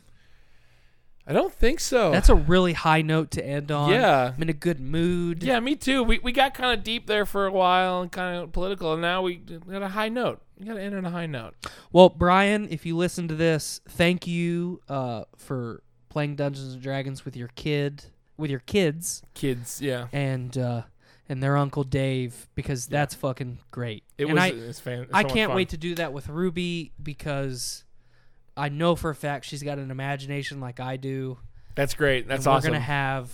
Speaker 10: I don't think so.
Speaker 3: That's a really high note to end on.
Speaker 10: Oh. Yeah.
Speaker 3: I'm in a good mood.
Speaker 10: yeah, me too. We we got kind of deep there for a while and kind of political, and now we got a high note. We got to end on a high note.
Speaker 3: Well, Brian, if you listen to this, thank you uh, for playing Dungeons and Dragons with your kid, with your kids,
Speaker 10: Kids, yeah,
Speaker 3: and uh, and their uncle Dave because that's fucking great.
Speaker 10: it
Speaker 3: And
Speaker 10: was.
Speaker 3: I,
Speaker 10: it's fan, it's
Speaker 3: I
Speaker 10: so much
Speaker 3: can't
Speaker 10: fun.
Speaker 3: wait to do that with Ruby because I know for a fact she's got an imagination like I do.
Speaker 10: That's great. That's
Speaker 3: and
Speaker 10: awesome.
Speaker 3: We're gonna have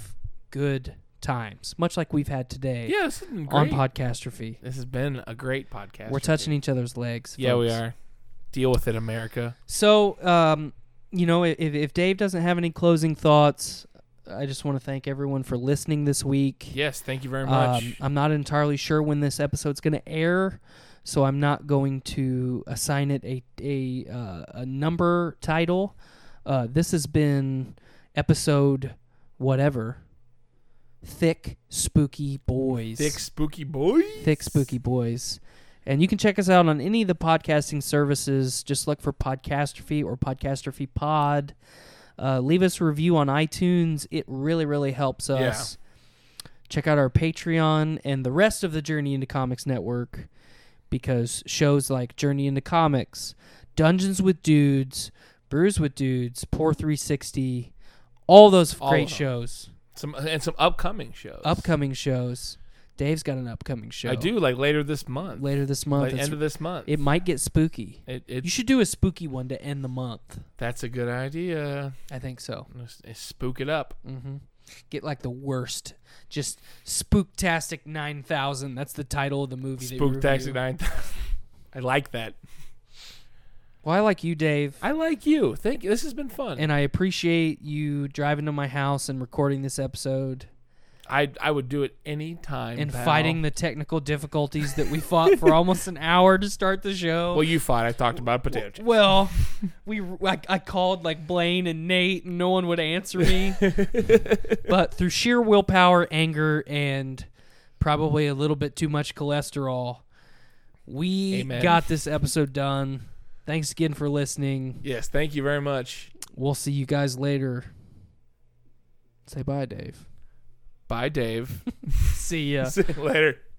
Speaker 3: good times, much like we've had today
Speaker 10: yeah, this has been
Speaker 3: on
Speaker 10: great.
Speaker 3: Podcastrophy.
Speaker 10: this has been a great podcast.
Speaker 3: We're touching each other's legs.
Speaker 10: Yeah, we
Speaker 3: folks.
Speaker 10: are. Deal with it, America.
Speaker 3: So, um, you know, if, if Dave doesn't have any closing thoughts, I just want to thank everyone for listening this week.
Speaker 10: Yes, thank you very much.
Speaker 3: Um, I'm not entirely sure when this episode's going to air, so I'm not going to assign it a a, uh, a number title. Uh, this has been episode whatever. Thick spooky boys.
Speaker 10: Thick spooky boy.
Speaker 3: Thick Spooky Boys. And you can check us out on any of the podcasting services. Just look for Podcastrophy or Podcastrophy Pod. Uh, leave us a review on iTunes. It really, really helps us. Check out our Patreon and the rest of the Journey into Comics network because shows like Journey into Comics, Dungeons with Dudes, Brews with Dudes, Pour 360, all those
Speaker 10: All
Speaker 3: great
Speaker 10: of them.
Speaker 3: shows,
Speaker 10: Some and some upcoming shows.
Speaker 3: upcoming shows. Dave's got an upcoming show
Speaker 10: I do like later this month.
Speaker 3: later this month.
Speaker 10: like
Speaker 3: It's-
Speaker 10: end of this month.
Speaker 3: it might get spooky.
Speaker 10: It,
Speaker 3: You
Speaker 10: it,
Speaker 3: should do a spooky one to end the month.
Speaker 10: that's a good idea.
Speaker 3: I think so.
Speaker 10: Let's- let's spook it up.
Speaker 3: Mm-hmm. Get like the worst, just spooktastic nine thousand. That's the title of the movie. that we
Speaker 10: Spook Taxi
Speaker 3: review.
Speaker 10: Nine. I like that.
Speaker 3: Well, I like you, Dave,
Speaker 10: I like you. Thank you. This has been fun.
Speaker 3: and I appreciate you driving to my house and recording this episode
Speaker 10: I I would do it any time.
Speaker 3: and
Speaker 10: pal.
Speaker 3: fighting the technical difficulties that we fought for almost an hour to start the show.
Speaker 10: Well, you fought. I talked about potato chips.
Speaker 3: Well, we I, I called like Blaine and Nate, and no one would answer me. but through sheer willpower, anger, and probably a little bit too much cholesterol, we
Speaker 10: Amen.
Speaker 3: got this episode done. Thanks again for listening.
Speaker 10: Yes. Thank you very much.
Speaker 3: We'll see you guys later. Say bye, Dave.
Speaker 10: Bye, Dave.
Speaker 3: See ya.
Speaker 10: See you later.